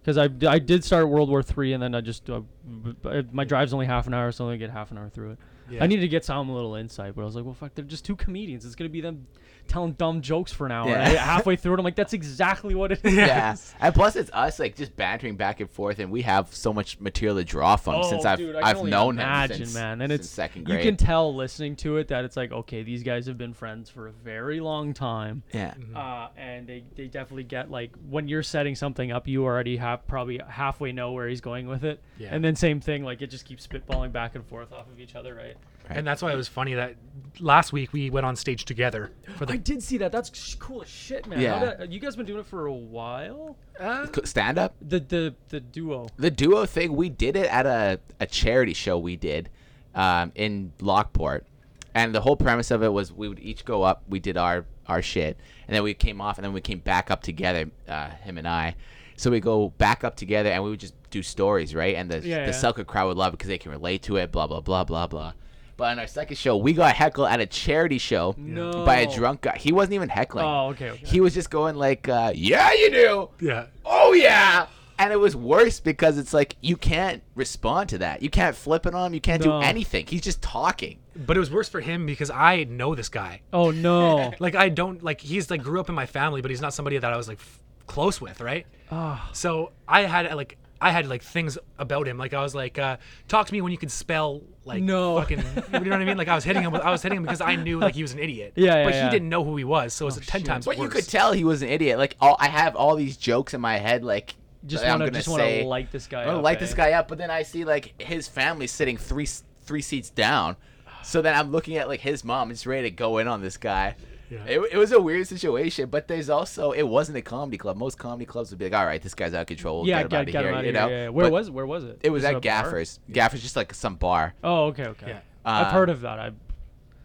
[SPEAKER 1] Because I, d- I did start World War Three and then I just uh, b- b- my drive's only half an hour, so I only get half an hour through it. I needed to get some little insight, but I was like, well, fuck, they're just two comedians. It's gonna be them telling dumb jokes for an hour. And I-
[SPEAKER 5] <laughs> Yeah.
[SPEAKER 1] halfway through it, I'm like, that's exactly what it is. <laughs>
[SPEAKER 5] Yeah, and plus it's us like just bantering back and forth, and we have so much material to draw from
[SPEAKER 1] Oh,
[SPEAKER 5] since I've
[SPEAKER 1] dude, I can
[SPEAKER 5] I've
[SPEAKER 1] only
[SPEAKER 5] known
[SPEAKER 1] imagine,
[SPEAKER 5] him since,
[SPEAKER 1] man. And
[SPEAKER 5] since
[SPEAKER 1] it's
[SPEAKER 5] second
[SPEAKER 1] You
[SPEAKER 5] grade.
[SPEAKER 1] can tell listening to it that it's like, okay, these guys have been friends for a very long time.
[SPEAKER 5] yeah,
[SPEAKER 1] uh, and they, they definitely get like when you're setting something up, you already have probably halfway know where he's going with it,
[SPEAKER 3] Yeah.
[SPEAKER 1] and then same thing like it just keeps spitballing back and forth off of each other, right?
[SPEAKER 3] and that's why it was funny that last week we went on stage together for the
[SPEAKER 1] I did see that. That's sh- cool as shit, man. How
[SPEAKER 5] Yeah.
[SPEAKER 1] did- you guys been doing it for a while.
[SPEAKER 5] stand up.
[SPEAKER 1] The the the duo.
[SPEAKER 5] the duo thing we did it at a, a charity show we did um, in lockport and the whole premise of it was we would each go up we did our our shit and then we came off and then we came back up together uh, him and i so we go back up together and we would just do stories right and the,
[SPEAKER 1] Yeah, yeah.
[SPEAKER 5] the selka crowd would love it because they can relate to it blah blah blah blah blah but on our second show we got heckled at a charity show
[SPEAKER 1] No.
[SPEAKER 5] by a drunk guy he wasn't even heckling
[SPEAKER 1] Oh, okay, okay.
[SPEAKER 5] he was just going like uh, yeah you do
[SPEAKER 3] yeah
[SPEAKER 5] oh yeah and it was worse because it's like you can't respond to that you can't flip it on him you can't
[SPEAKER 1] No.
[SPEAKER 5] do anything he's just talking
[SPEAKER 3] but it was worse for him because i know this guy
[SPEAKER 1] Oh
[SPEAKER 5] <laughs>
[SPEAKER 1] no.
[SPEAKER 3] like I don't like he's like grew up in my family, but he's not somebody that I was like f- close with, right?
[SPEAKER 1] Ah.
[SPEAKER 3] So I had like I had like things about him, like I was like, uh, talk to me when you can spell like
[SPEAKER 1] No.
[SPEAKER 3] <laughs> fucking, you know what I mean? Like I was hitting him, with, I was hitting him because I knew like he was an idiot.
[SPEAKER 1] Yeah,
[SPEAKER 3] but
[SPEAKER 1] yeah, Oh, yeah.
[SPEAKER 3] he didn't know who he was, so it was ten times
[SPEAKER 5] but
[SPEAKER 3] worse.
[SPEAKER 5] you could tell he was an idiot like all, i have all these jokes in my head like
[SPEAKER 1] Just
[SPEAKER 5] that I'm
[SPEAKER 1] wanna-
[SPEAKER 5] gonna
[SPEAKER 1] just wanna
[SPEAKER 5] say-
[SPEAKER 1] light this guy
[SPEAKER 5] i wanna
[SPEAKER 1] up,
[SPEAKER 5] light
[SPEAKER 1] eh?
[SPEAKER 5] this guy up but then i see like his family sitting three s- three seats down so then i'm looking at like his mom just ready to go in on this guy it, it was a weird situation, but there's also it wasn't a comedy club. Most comedy clubs would be like, "All right, this guy's out of control.
[SPEAKER 1] yeah,
[SPEAKER 5] get him out of here."
[SPEAKER 1] outta
[SPEAKER 5] you know,
[SPEAKER 1] yeah, yeah. Where
[SPEAKER 5] But
[SPEAKER 1] was where was it?
[SPEAKER 5] It was
[SPEAKER 1] at
[SPEAKER 5] at Gaffer's. Gaffer's just like some bar.
[SPEAKER 1] Oh, okay, okay.
[SPEAKER 3] Yeah.
[SPEAKER 1] I've
[SPEAKER 5] Uh,
[SPEAKER 1] heard of that. I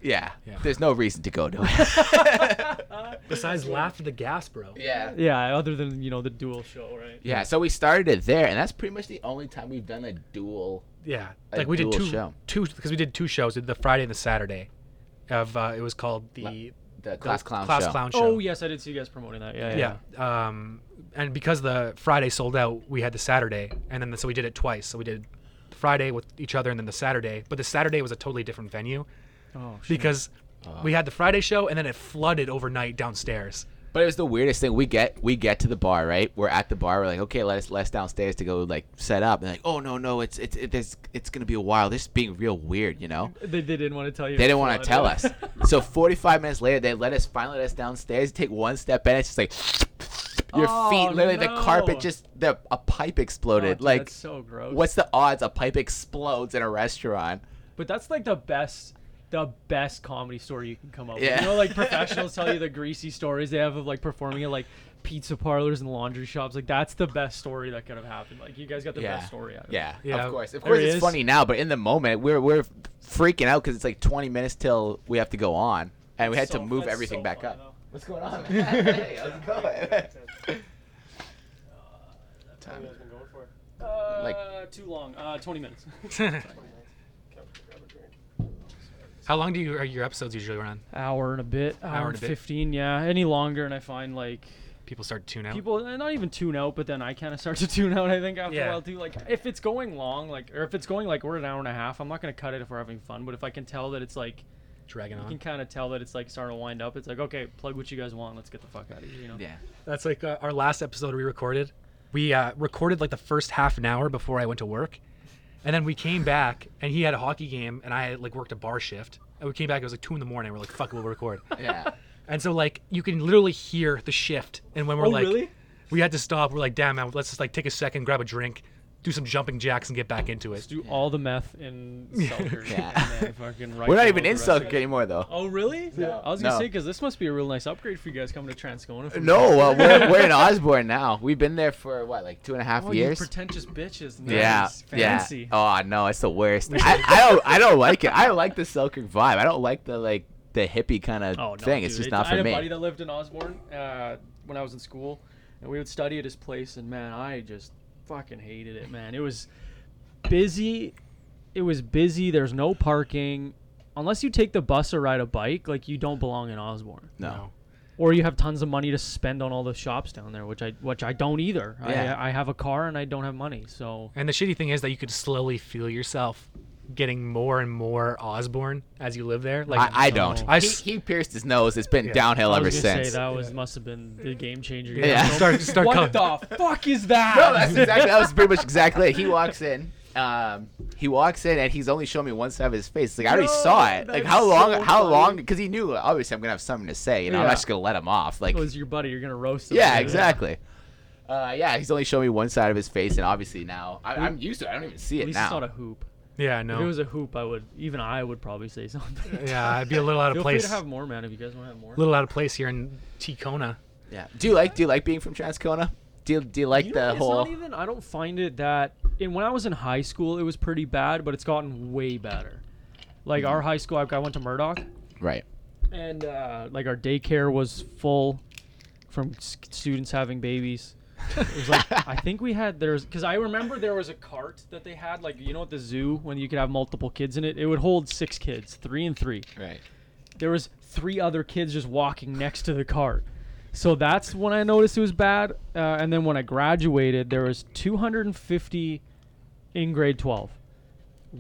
[SPEAKER 5] Yeah. There's no reason to go to it. <laughs>
[SPEAKER 3] Besides, laugh at the gas, bro.
[SPEAKER 5] yeah.
[SPEAKER 1] yeah. Other than you know the dual show, right?
[SPEAKER 5] Yeah. So we started it there, and that's pretty much the only time we've done a duel.
[SPEAKER 3] Yeah,
[SPEAKER 5] A
[SPEAKER 3] like we did
[SPEAKER 5] dual
[SPEAKER 3] two,
[SPEAKER 5] show.
[SPEAKER 3] two because we did two shows, we did the Friday and the Saturday, of uh, it was called the
[SPEAKER 5] The class clown
[SPEAKER 3] class
[SPEAKER 5] show.
[SPEAKER 3] clown show.
[SPEAKER 1] Oh yes, I did see you guys promoting that. Yeah, yeah.
[SPEAKER 3] Yeah. Um, and because the Friday sold out, we had the Saturday, and then the, so we did it twice. So we did the Friday with each other, and then the Saturday. But the Saturday was a totally different venue
[SPEAKER 1] Oh, shit.
[SPEAKER 3] because we had the Friday show, and then it flooded overnight downstairs. <laughs>
[SPEAKER 5] But it was the weirdest thing. We get we get to the bar, right? We're at the bar. We're like, okay, let us let us downstairs to go like set up. And like, oh no no, it's it's it, there's, it's gonna be a while. This is being real weird, you know.
[SPEAKER 1] They, they didn't want to tell you.
[SPEAKER 5] They
[SPEAKER 1] it
[SPEAKER 5] didn't
[SPEAKER 1] was
[SPEAKER 5] want to
[SPEAKER 1] flooded. <laughs>
[SPEAKER 5] tell us. So 45 minutes later, they let us finally let us downstairs. Take one step in, it's
[SPEAKER 1] <laughs>
[SPEAKER 5] just like your
[SPEAKER 1] Oh,
[SPEAKER 5] feet, literally
[SPEAKER 1] no.
[SPEAKER 5] the carpet just the a pipe
[SPEAKER 1] Oh,
[SPEAKER 5] exploded.
[SPEAKER 1] dude,
[SPEAKER 5] like,
[SPEAKER 1] that's so gross.
[SPEAKER 5] what's the odds a pipe explodes in a restaurant?
[SPEAKER 1] But that's like the best, the best comedy story you can come up with.
[SPEAKER 5] Yeah.
[SPEAKER 1] You know, like professionals
[SPEAKER 5] <laughs>
[SPEAKER 1] tell you the greasy stories they have of like performing at like pizza parlors and laundry shops. Like that's the best story that could have happened. Like you guys got the
[SPEAKER 5] Yeah.
[SPEAKER 1] best story out of
[SPEAKER 5] Yeah,
[SPEAKER 3] Yeah,
[SPEAKER 5] of course. Of
[SPEAKER 1] there
[SPEAKER 5] course,
[SPEAKER 1] he
[SPEAKER 5] it's
[SPEAKER 1] is.
[SPEAKER 5] funny now, but in the moment, we're we're freaking out because it's like 20 minutes till we have to go on, and we had
[SPEAKER 1] it.
[SPEAKER 5] to move everything back up. What's going <laughs> on? man? hey, how's it <laughs> going? Time.
[SPEAKER 1] Uh,
[SPEAKER 5] Like-
[SPEAKER 1] too long. Uh, twenty minutes.
[SPEAKER 3] How long do you are your episodes usually run?
[SPEAKER 1] hour and a bit. Hour,
[SPEAKER 3] Hour
[SPEAKER 1] and
[SPEAKER 3] and a bit.
[SPEAKER 1] fifteen. Yeah. Any longer, and I find like
[SPEAKER 3] People start to tune out.
[SPEAKER 1] people eh, not even tune out, but then I kind of start to <laughs> tune out. I think after a
[SPEAKER 3] Yeah.
[SPEAKER 1] while too. Like if it's going long, like or if it's going like we're an hour and a half, I'm not gonna cut it if we're having fun. But if I can tell that it's like
[SPEAKER 3] dragging
[SPEAKER 5] Uh-huh.
[SPEAKER 1] you can
[SPEAKER 3] on.
[SPEAKER 1] kind of tell that it's like starting to wind up. It's like okay, plug what you guys want. Let's get the fuck out of here. You know.
[SPEAKER 5] Yeah.
[SPEAKER 3] That's like uh, our last episode we recorded. We uh, recorded like the first half an hour before I went to work, And then we came back, and he had a hockey game, and I had like worked a bar shift. And we came back. It was like two in the morning. We're like, "Fuck, it, we'll
[SPEAKER 1] <laughs>
[SPEAKER 3] record."
[SPEAKER 5] Yeah.
[SPEAKER 3] And so like you can literally hear the shift. And when we're
[SPEAKER 1] Oh,
[SPEAKER 3] like,
[SPEAKER 1] really?
[SPEAKER 3] we had to stop. We're like, "Damn, man, let's just like take a second, grab a drink, do some jumping jacks, and get back into it."
[SPEAKER 1] Do all the meth
[SPEAKER 5] <laughs>
[SPEAKER 1] in Selkirk.
[SPEAKER 5] Yeah.
[SPEAKER 1] and then fucking
[SPEAKER 5] We're not
[SPEAKER 1] rifle
[SPEAKER 5] even
[SPEAKER 1] the
[SPEAKER 5] in
[SPEAKER 1] rest of
[SPEAKER 5] Selkirk
[SPEAKER 1] it.
[SPEAKER 5] anymore, though.
[SPEAKER 1] <laughs> Oh really? I was gonna
[SPEAKER 5] No.
[SPEAKER 1] say because this must be a real nice upgrade for you guys coming to Transcona. From
[SPEAKER 5] No, uh, we're, we're in Osborne now. We've been there for what, like two and a half
[SPEAKER 1] Oh, you
[SPEAKER 5] years.
[SPEAKER 1] pretentious bitches.
[SPEAKER 5] yeah,
[SPEAKER 1] Nice. Fancy.
[SPEAKER 5] yeah. Oh no, it's the worst. I,
[SPEAKER 1] <laughs>
[SPEAKER 5] I don't, I don't like it. I don't like the Selkirk vibe. I don't like the like the hippie kind of
[SPEAKER 1] Oh no,
[SPEAKER 5] thing. It's
[SPEAKER 1] dude,
[SPEAKER 5] just
[SPEAKER 1] it-
[SPEAKER 5] not
[SPEAKER 1] I
[SPEAKER 5] for
[SPEAKER 1] had a
[SPEAKER 5] me.
[SPEAKER 1] buddy that lived in Osborne uh, when I was in school, and we would study at his place. And man, I just fucking hated it. Man, it was busy. It was busy. There's no parking. Unless you take the bus or ride a bike, like you don't belong in Osborne,
[SPEAKER 5] no.
[SPEAKER 1] or you have tons of money to spend on all the shops down there, which I which I don't either.
[SPEAKER 5] Yeah.
[SPEAKER 1] I, I have a car and I don't have money, so
[SPEAKER 3] And the shitty thing is that you could slowly feel yourself getting more and more Osborne as you live there. Like
[SPEAKER 5] I, I don't.
[SPEAKER 3] I
[SPEAKER 5] he,
[SPEAKER 3] s-
[SPEAKER 5] he pierced his nose. It's been downhill
[SPEAKER 1] I
[SPEAKER 5] ever
[SPEAKER 1] was gonna
[SPEAKER 5] since.
[SPEAKER 1] say that was must have been the game changer.
[SPEAKER 3] Yeah. Start- start
[SPEAKER 1] what
[SPEAKER 3] co-
[SPEAKER 1] the fuck is that?
[SPEAKER 5] <laughs> No, that's exactly. That was pretty
[SPEAKER 1] <laughs>
[SPEAKER 5] much exactly it. He walks in. Um, he walks in and he's only shown me one side of his face. Like I already
[SPEAKER 1] No,
[SPEAKER 5] saw it. Like
[SPEAKER 1] that's
[SPEAKER 5] how long?
[SPEAKER 1] so
[SPEAKER 5] how long?
[SPEAKER 1] funny.
[SPEAKER 5] Because he knew obviously I'm gonna have something to say. You know, I'm
[SPEAKER 1] Yeah.
[SPEAKER 5] not just gonna let him off. Like
[SPEAKER 1] It was your buddy. You're gonna roast him.
[SPEAKER 5] <laughs> yeah, exactly. Uh, yeah, he's only shown me one side of his face, and obviously now I, I'm used to it. I don't even see
[SPEAKER 1] At
[SPEAKER 5] it
[SPEAKER 1] least
[SPEAKER 5] now.
[SPEAKER 1] it's not a hoop.
[SPEAKER 3] yeah,
[SPEAKER 1] If it
[SPEAKER 3] no.
[SPEAKER 1] was a hoop, I would even I would probably say <laughs> something.
[SPEAKER 3] Yeah, I'd be a little out of
[SPEAKER 1] Feel
[SPEAKER 3] place.
[SPEAKER 1] free to have more, man. If you guys want to have more.
[SPEAKER 3] little out of place here in Ticona.
[SPEAKER 5] Yeah. Do you like? Do you like being from Transcona? Do you, Do you like
[SPEAKER 1] You know
[SPEAKER 5] the
[SPEAKER 1] what, it's
[SPEAKER 5] whole?
[SPEAKER 1] not even. I don't find it that. And when I was in high school, it was pretty bad, but it's gotten way better. Like our high school, I I went to Murdoch,
[SPEAKER 5] Right.
[SPEAKER 1] and uh, like our daycare was full from s- students having babies. It was like I think we had there's because I remember there was a cart that they had like you know at the zoo when you could have multiple kids in it. It would hold six kids, three and three.
[SPEAKER 5] Right.
[SPEAKER 1] there was three other kids just walking next to the cart. So that's when I noticed it was bad. Uh, and then when I graduated, there was 250 in grade 12.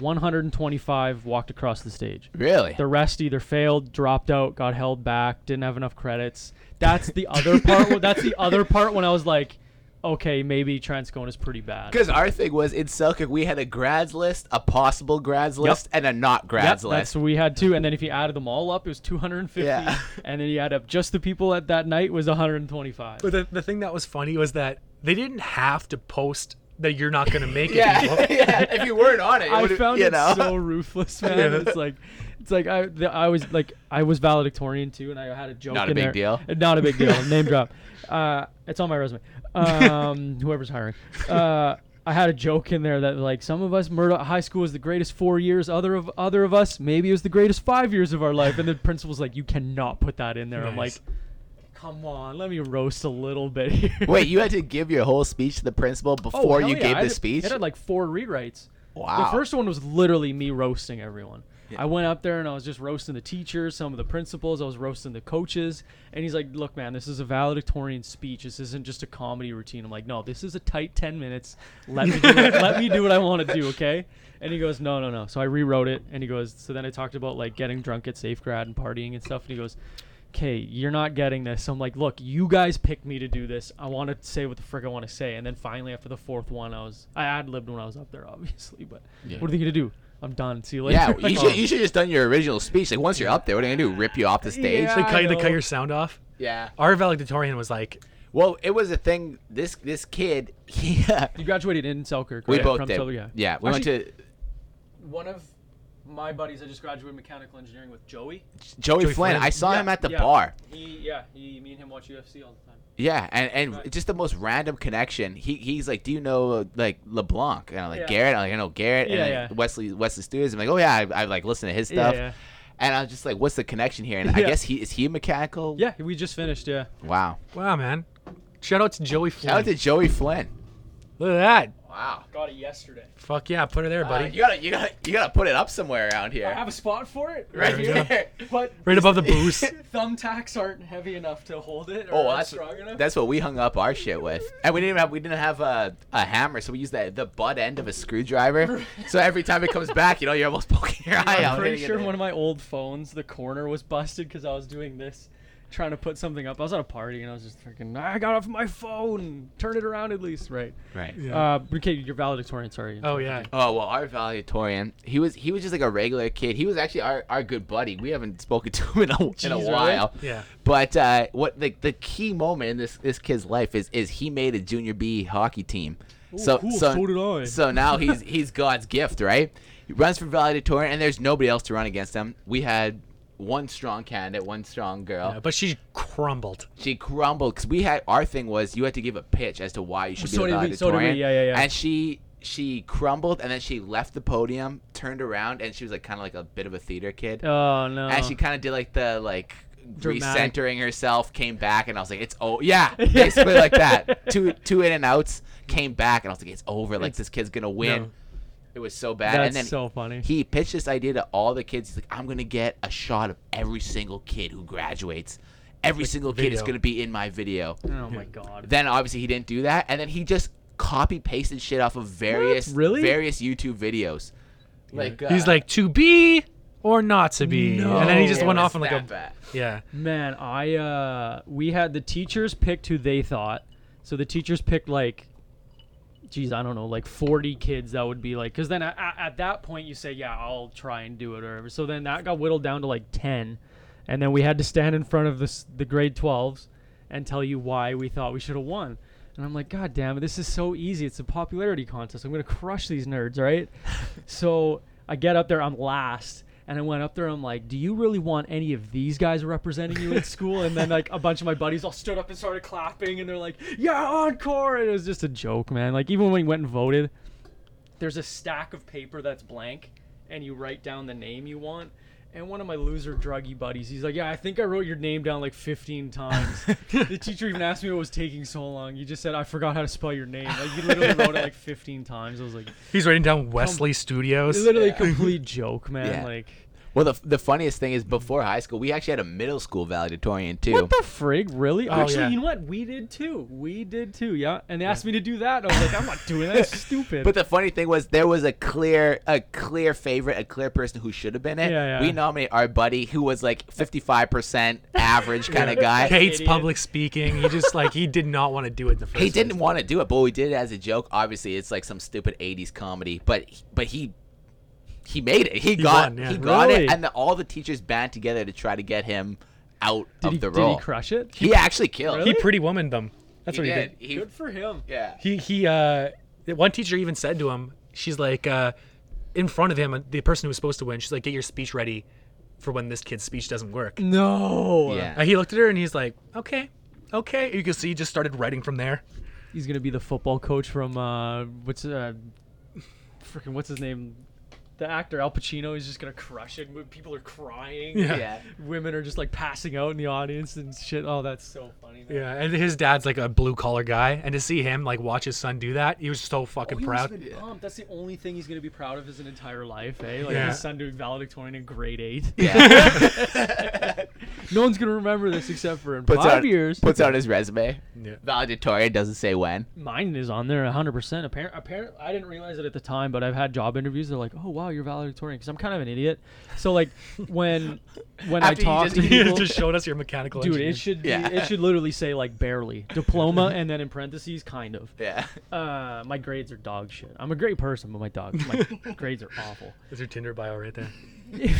[SPEAKER 1] 125 walked across the stage.
[SPEAKER 5] Really.
[SPEAKER 1] The rest either failed, dropped out, got held back, didn't have enough credits. That's the other part. wh- That's the other part when I was like, okay, maybe Transcone is pretty bad.
[SPEAKER 5] Because our thing was in Selkirk, we had a grads list, a possible grads list, and a not
[SPEAKER 1] Yep,
[SPEAKER 5] grads list.
[SPEAKER 1] <laughs> that's what we had too. And then if you added them all up, it was 250.
[SPEAKER 5] Yeah.
[SPEAKER 1] And then you add up just the people at that night was 125.
[SPEAKER 3] But the, the thing that was funny was that they didn't have to post that you're not gonna make
[SPEAKER 5] <laughs>
[SPEAKER 3] it. <laughs>
[SPEAKER 5] yeah,
[SPEAKER 3] people.
[SPEAKER 5] yeah. If you weren't on it, it
[SPEAKER 1] I
[SPEAKER 5] would've-
[SPEAKER 1] found
[SPEAKER 5] you
[SPEAKER 1] it
[SPEAKER 5] know.
[SPEAKER 1] so ruthless, man.
[SPEAKER 3] Yeah.
[SPEAKER 1] It's like, it's like I, the, I was like, I was valedictorian too, and I had a joke.
[SPEAKER 5] Not a
[SPEAKER 1] in
[SPEAKER 5] big
[SPEAKER 1] there. Uh,
[SPEAKER 5] deal.
[SPEAKER 1] Not a big deal.
[SPEAKER 5] <laughs>
[SPEAKER 1] Name drop. Uh, it's on my resume.
[SPEAKER 5] <laughs>
[SPEAKER 1] Um, whoever's hiring. Uh, I had a joke in there that like some of us Murdoch High School was the greatest four years. Other of other of us maybe it was the greatest five years of our life. And the principal's like, you cannot put that in there. I'm like,
[SPEAKER 3] Nice.
[SPEAKER 1] come on, let me roast a little bit here.
[SPEAKER 5] <laughs> Wait, you had to give your whole speech to the principal before
[SPEAKER 1] Oh, hell
[SPEAKER 5] you
[SPEAKER 1] yeah,
[SPEAKER 5] gave
[SPEAKER 1] I
[SPEAKER 5] the
[SPEAKER 1] did-
[SPEAKER 5] speech.
[SPEAKER 1] It had like four rewrites.
[SPEAKER 5] Wow.
[SPEAKER 1] The first one was literally me roasting everyone. I went up there and I was just roasting the teachers, some of the principals, I was roasting the coaches, and he's like, "Look, man, this is a valedictorian speech. This isn't just a comedy routine." I'm like, "No, this is a tight 10 minutes. Let me do what,
[SPEAKER 5] <laughs>
[SPEAKER 1] let me do what I want to do, okay?" And he goes, "No, no, no." So I rewrote it, and he goes, "So then I talked about like getting drunk at Safegrad and partying and stuff." And he goes, okay, you're not getting this. I'm like, look, you guys picked me to do this. I want to say what the frick I want to say. And then finally, after the fourth one, I was I ad libbed when I was up there, <laughs> obviously. But what are they gonna do? I'm done. See you later.
[SPEAKER 5] yeah,
[SPEAKER 1] <laughs> Like,
[SPEAKER 5] you should you should just done your original speech. Like once you're up there, what are they gonna do? Rip you off the stage?
[SPEAKER 1] Yeah.
[SPEAKER 3] They cut, they
[SPEAKER 1] I know.
[SPEAKER 3] cut your sound off.
[SPEAKER 5] Yeah.
[SPEAKER 3] Our valedictorian was like,
[SPEAKER 5] Well, it was a thing. This this kid, <laughs> he,
[SPEAKER 1] you graduated in Selkirk.
[SPEAKER 5] we
[SPEAKER 1] right?
[SPEAKER 5] both
[SPEAKER 1] From
[SPEAKER 5] did.
[SPEAKER 1] Selkirk,
[SPEAKER 5] yeah, we
[SPEAKER 1] Actually,
[SPEAKER 5] went to
[SPEAKER 1] one of my buddies. I just graduated mechanical engineering with Joey.
[SPEAKER 5] Joey,
[SPEAKER 3] Joey
[SPEAKER 5] Flynn.
[SPEAKER 3] Flynn.
[SPEAKER 5] I saw
[SPEAKER 1] Yeah,
[SPEAKER 5] him at the
[SPEAKER 1] yeah.
[SPEAKER 5] bar.
[SPEAKER 1] He yeah he me and him watch UFC all the time.
[SPEAKER 5] Yeah, and, and just the most random connection. He he's like, "Do you know like LeBlanc?" And I'm like,
[SPEAKER 1] Yeah.
[SPEAKER 5] "Garrett." I'm like, "I know Garrett." and
[SPEAKER 1] Yeah,
[SPEAKER 5] like,
[SPEAKER 1] yeah.
[SPEAKER 5] Wesley Wesley Studios. I'm like, "Oh yeah, I, I like listen to his
[SPEAKER 1] Yeah,
[SPEAKER 5] stuff."
[SPEAKER 1] yeah.
[SPEAKER 5] And I was just like, "What's the connection here?" And
[SPEAKER 1] <laughs>
[SPEAKER 5] I
[SPEAKER 1] Yeah.
[SPEAKER 5] guess he is he a mechanical?
[SPEAKER 1] Yeah, we just finished. Yeah.
[SPEAKER 5] Wow.
[SPEAKER 3] "Wow, man! Shout out to Joey Flynn.
[SPEAKER 5] Shout out to Joey Flynn.
[SPEAKER 3] Look at that!
[SPEAKER 5] Wow.
[SPEAKER 1] Got it yesterday.
[SPEAKER 3] Fuck yeah, put her there, buddy.
[SPEAKER 5] Uh, you gotta you gotta you gotta put it up somewhere around here.
[SPEAKER 1] I have a spot for it
[SPEAKER 5] right
[SPEAKER 1] here,
[SPEAKER 5] here.
[SPEAKER 1] but
[SPEAKER 3] right above
[SPEAKER 1] <laughs>
[SPEAKER 3] the booze.
[SPEAKER 1] thumbtacks aren't heavy enough to hold it. Or
[SPEAKER 5] Oh, well,
[SPEAKER 1] aren't
[SPEAKER 5] that's
[SPEAKER 1] strong enough.
[SPEAKER 5] that's what we hung up our shit with, and we didn't have we didn't have a, a hammer, so we used the the butt end of
[SPEAKER 1] <laughs>
[SPEAKER 5] a screwdriver. so every time it comes back, you know, you're almost poking your eye out.
[SPEAKER 1] I'm pretty
[SPEAKER 5] hitting it
[SPEAKER 1] sure
[SPEAKER 5] in.
[SPEAKER 1] one of my old phones, the corner was busted because I was doing this. trying to put something up. I was at a party and I was just freaking. I got off my phone. Turn it around at least, right?
[SPEAKER 5] Right.
[SPEAKER 1] Uh, but okay, you're valedictorian. Sorry.
[SPEAKER 3] Oh yeah.
[SPEAKER 5] Oh well, our valedictorian, he was he was just like a regular kid. He was actually our, our good buddy. We haven't spoken to him in a, in a
[SPEAKER 1] really?
[SPEAKER 5] while.
[SPEAKER 3] Yeah.
[SPEAKER 5] But uh, what the the key moment in this this kid's life is is he made a junior B hockey team. so
[SPEAKER 1] cool,
[SPEAKER 5] so
[SPEAKER 1] so did I.
[SPEAKER 5] so now he's he's God's gift, right? He runs for valedictorian, and there's nobody else to run against him. We had one strong candidate, one strong girl.
[SPEAKER 3] Yeah, But she crumbled.
[SPEAKER 5] She crumbled because we had our thing was you had to give a pitch as to why you should be
[SPEAKER 1] So
[SPEAKER 5] the
[SPEAKER 1] did we- so did we,
[SPEAKER 5] valedictorian.
[SPEAKER 1] yeah, yeah, yeah.
[SPEAKER 5] And she she crumbled and then she left the podium, turned around, and she was like kind of like a bit of a theater kid.
[SPEAKER 1] Oh no.
[SPEAKER 5] and she kind of did like the like
[SPEAKER 1] Dramatic.
[SPEAKER 5] recentering herself, came back, and I was like, it's oh
[SPEAKER 3] <laughs>
[SPEAKER 5] yeah, basically like that. Two two in and outs, came back, and I was like, it's over. Like this kid's gonna win.
[SPEAKER 1] No.
[SPEAKER 5] It was so bad.
[SPEAKER 1] That's
[SPEAKER 5] and then
[SPEAKER 1] so funny.
[SPEAKER 5] he pitched this idea to all the kids. He's like, I'm gonna get a shot of every single kid who graduates. Every single kid is
[SPEAKER 3] video.
[SPEAKER 5] gonna be in my video.
[SPEAKER 1] oh my god.
[SPEAKER 5] Then obviously he didn't do that, and then he just copy pasted shit off of various
[SPEAKER 1] Really?
[SPEAKER 5] various YouTube videos. Like uh,
[SPEAKER 3] He's like to be or not to be, and then he just
[SPEAKER 5] it
[SPEAKER 3] went
[SPEAKER 5] was
[SPEAKER 3] off on like a
[SPEAKER 5] that bad.
[SPEAKER 3] yeah.
[SPEAKER 1] Man, I uh we had the teachers picked who they thought. So the teachers picked like geez, I don't know, like 40 kids that would be like cuz then at, at that point you say, yeah, I'll try and do it or whatever. So then that got whittled down to like 10. And then we had to stand in front of this the grade 12s and tell you why we thought we should have won. And I'm like, God damn it, this is so easy. It's a popularity contest. I'm gonna crush these nerds, right? so I get up there, I'm last, and I went up there, I'm like, Do you really want any of these guys representing you in school? And then like a bunch of my buddies all stood up and started clapping and they're like, Yeah, encore and it was just a joke, man. Like even when we went and voted, there's a stack of paper that's blank and you write down the name you want. And one of my loser druggy buddies, he's like, Yeah, I think I wrote your name down like 15 times. the teacher even asked me what was taking so long. You just said, I forgot how to spell your name. Like, you literally wrote it like 15 times. I was like,
[SPEAKER 3] He's writing down Wesley Studios.
[SPEAKER 1] literally complete joke, man.
[SPEAKER 5] Yeah.
[SPEAKER 1] Like,
[SPEAKER 5] Well, the, the funniest thing is before high school, we actually had a middle school valedictorian too.
[SPEAKER 1] What the frig? Really?
[SPEAKER 5] Oh,
[SPEAKER 1] Actually,
[SPEAKER 3] yeah.
[SPEAKER 1] you know what? We did too. We did too. Yeah. And they asked me to do that. And I was like, I'm not doing that.
[SPEAKER 5] <laughs>
[SPEAKER 1] That's stupid.
[SPEAKER 5] but the funny thing was there was a clear a clear favorite, a clear person who should have been it.
[SPEAKER 1] Yeah, yeah.
[SPEAKER 5] We nominated our buddy who was like 55%
[SPEAKER 1] <laughs>
[SPEAKER 5] average kind of guy.
[SPEAKER 3] hates
[SPEAKER 1] Idiot.
[SPEAKER 3] public speaking. He just like he did not want to do it in the first.
[SPEAKER 5] He didn't want to do it, but we did it as a joke. Obviously, it's like some stupid '80s comedy, but but he he made it. He, got
[SPEAKER 3] won, yeah.
[SPEAKER 5] he got
[SPEAKER 1] Really?
[SPEAKER 5] it, and the, all the teachers band together to try to get him out
[SPEAKER 1] did,
[SPEAKER 5] of
[SPEAKER 1] he,
[SPEAKER 5] the
[SPEAKER 1] did
[SPEAKER 5] role.
[SPEAKER 1] he crush it?
[SPEAKER 5] He actually killed.
[SPEAKER 1] Really?
[SPEAKER 3] He pretty woman them. That's what he did.
[SPEAKER 5] He,
[SPEAKER 1] Good for him.
[SPEAKER 5] yeah.
[SPEAKER 3] He he. Uh, one teacher even said to him, she's like, uh, in front of him, the person who was supposed to win, she's like, get your speech ready for when this kid's speech doesn't work.
[SPEAKER 1] No.
[SPEAKER 5] Yeah.
[SPEAKER 3] And he looked at her and he's like, okay, okay. You can see he just started writing from there.
[SPEAKER 1] He's going to be the football coach from, uh, what's, uh, freaking, what's his name? The actor Al Pacino is just gonna crush it. People are crying.
[SPEAKER 5] Yeah.
[SPEAKER 1] Women are just like passing out in the audience and shit. Oh, that's so funny. man.
[SPEAKER 3] Yeah, and his dad's like a blue collar guy, and to see him like watch his son do that, he was so fucking
[SPEAKER 1] Oh, He must've
[SPEAKER 3] proud. <laughs>
[SPEAKER 1] been pumped. That's the only thing he's gonna be proud of his entire life, eh? Like
[SPEAKER 3] Yeah.
[SPEAKER 1] his son doing valedictorian in grade eight.
[SPEAKER 5] Yeah.
[SPEAKER 1] <laughs> no one's gonna remember this except for in
[SPEAKER 5] puts
[SPEAKER 1] five
[SPEAKER 5] out,
[SPEAKER 1] years.
[SPEAKER 5] Puts out his resume.
[SPEAKER 3] Yeah.
[SPEAKER 5] Valedictorian doesn't say when.
[SPEAKER 1] Mine is on there 100. percent Apparent, apparent. I didn't realize it at the time, but I've had job interviews. They're like, "Oh wow, you're valedictorian," because I'm kind of an idiot. So like,
[SPEAKER 5] <laughs>
[SPEAKER 1] when when I
[SPEAKER 5] After you
[SPEAKER 1] talk
[SPEAKER 5] just-
[SPEAKER 1] to
[SPEAKER 5] <laughs> you
[SPEAKER 1] people,
[SPEAKER 3] just showed us your mechanical.
[SPEAKER 1] dude,
[SPEAKER 3] engineer.
[SPEAKER 1] it should be,
[SPEAKER 5] Yeah.
[SPEAKER 1] it should literally say like barely
[SPEAKER 5] <laughs>
[SPEAKER 1] diploma and then in parentheses kind of.
[SPEAKER 5] Yeah.
[SPEAKER 1] Uh, my grades are dog shit. I'm a great person, but my dog
[SPEAKER 5] <laughs>
[SPEAKER 1] my grades are awful.
[SPEAKER 3] That's your Tinder bio right there.
[SPEAKER 1] <laughs>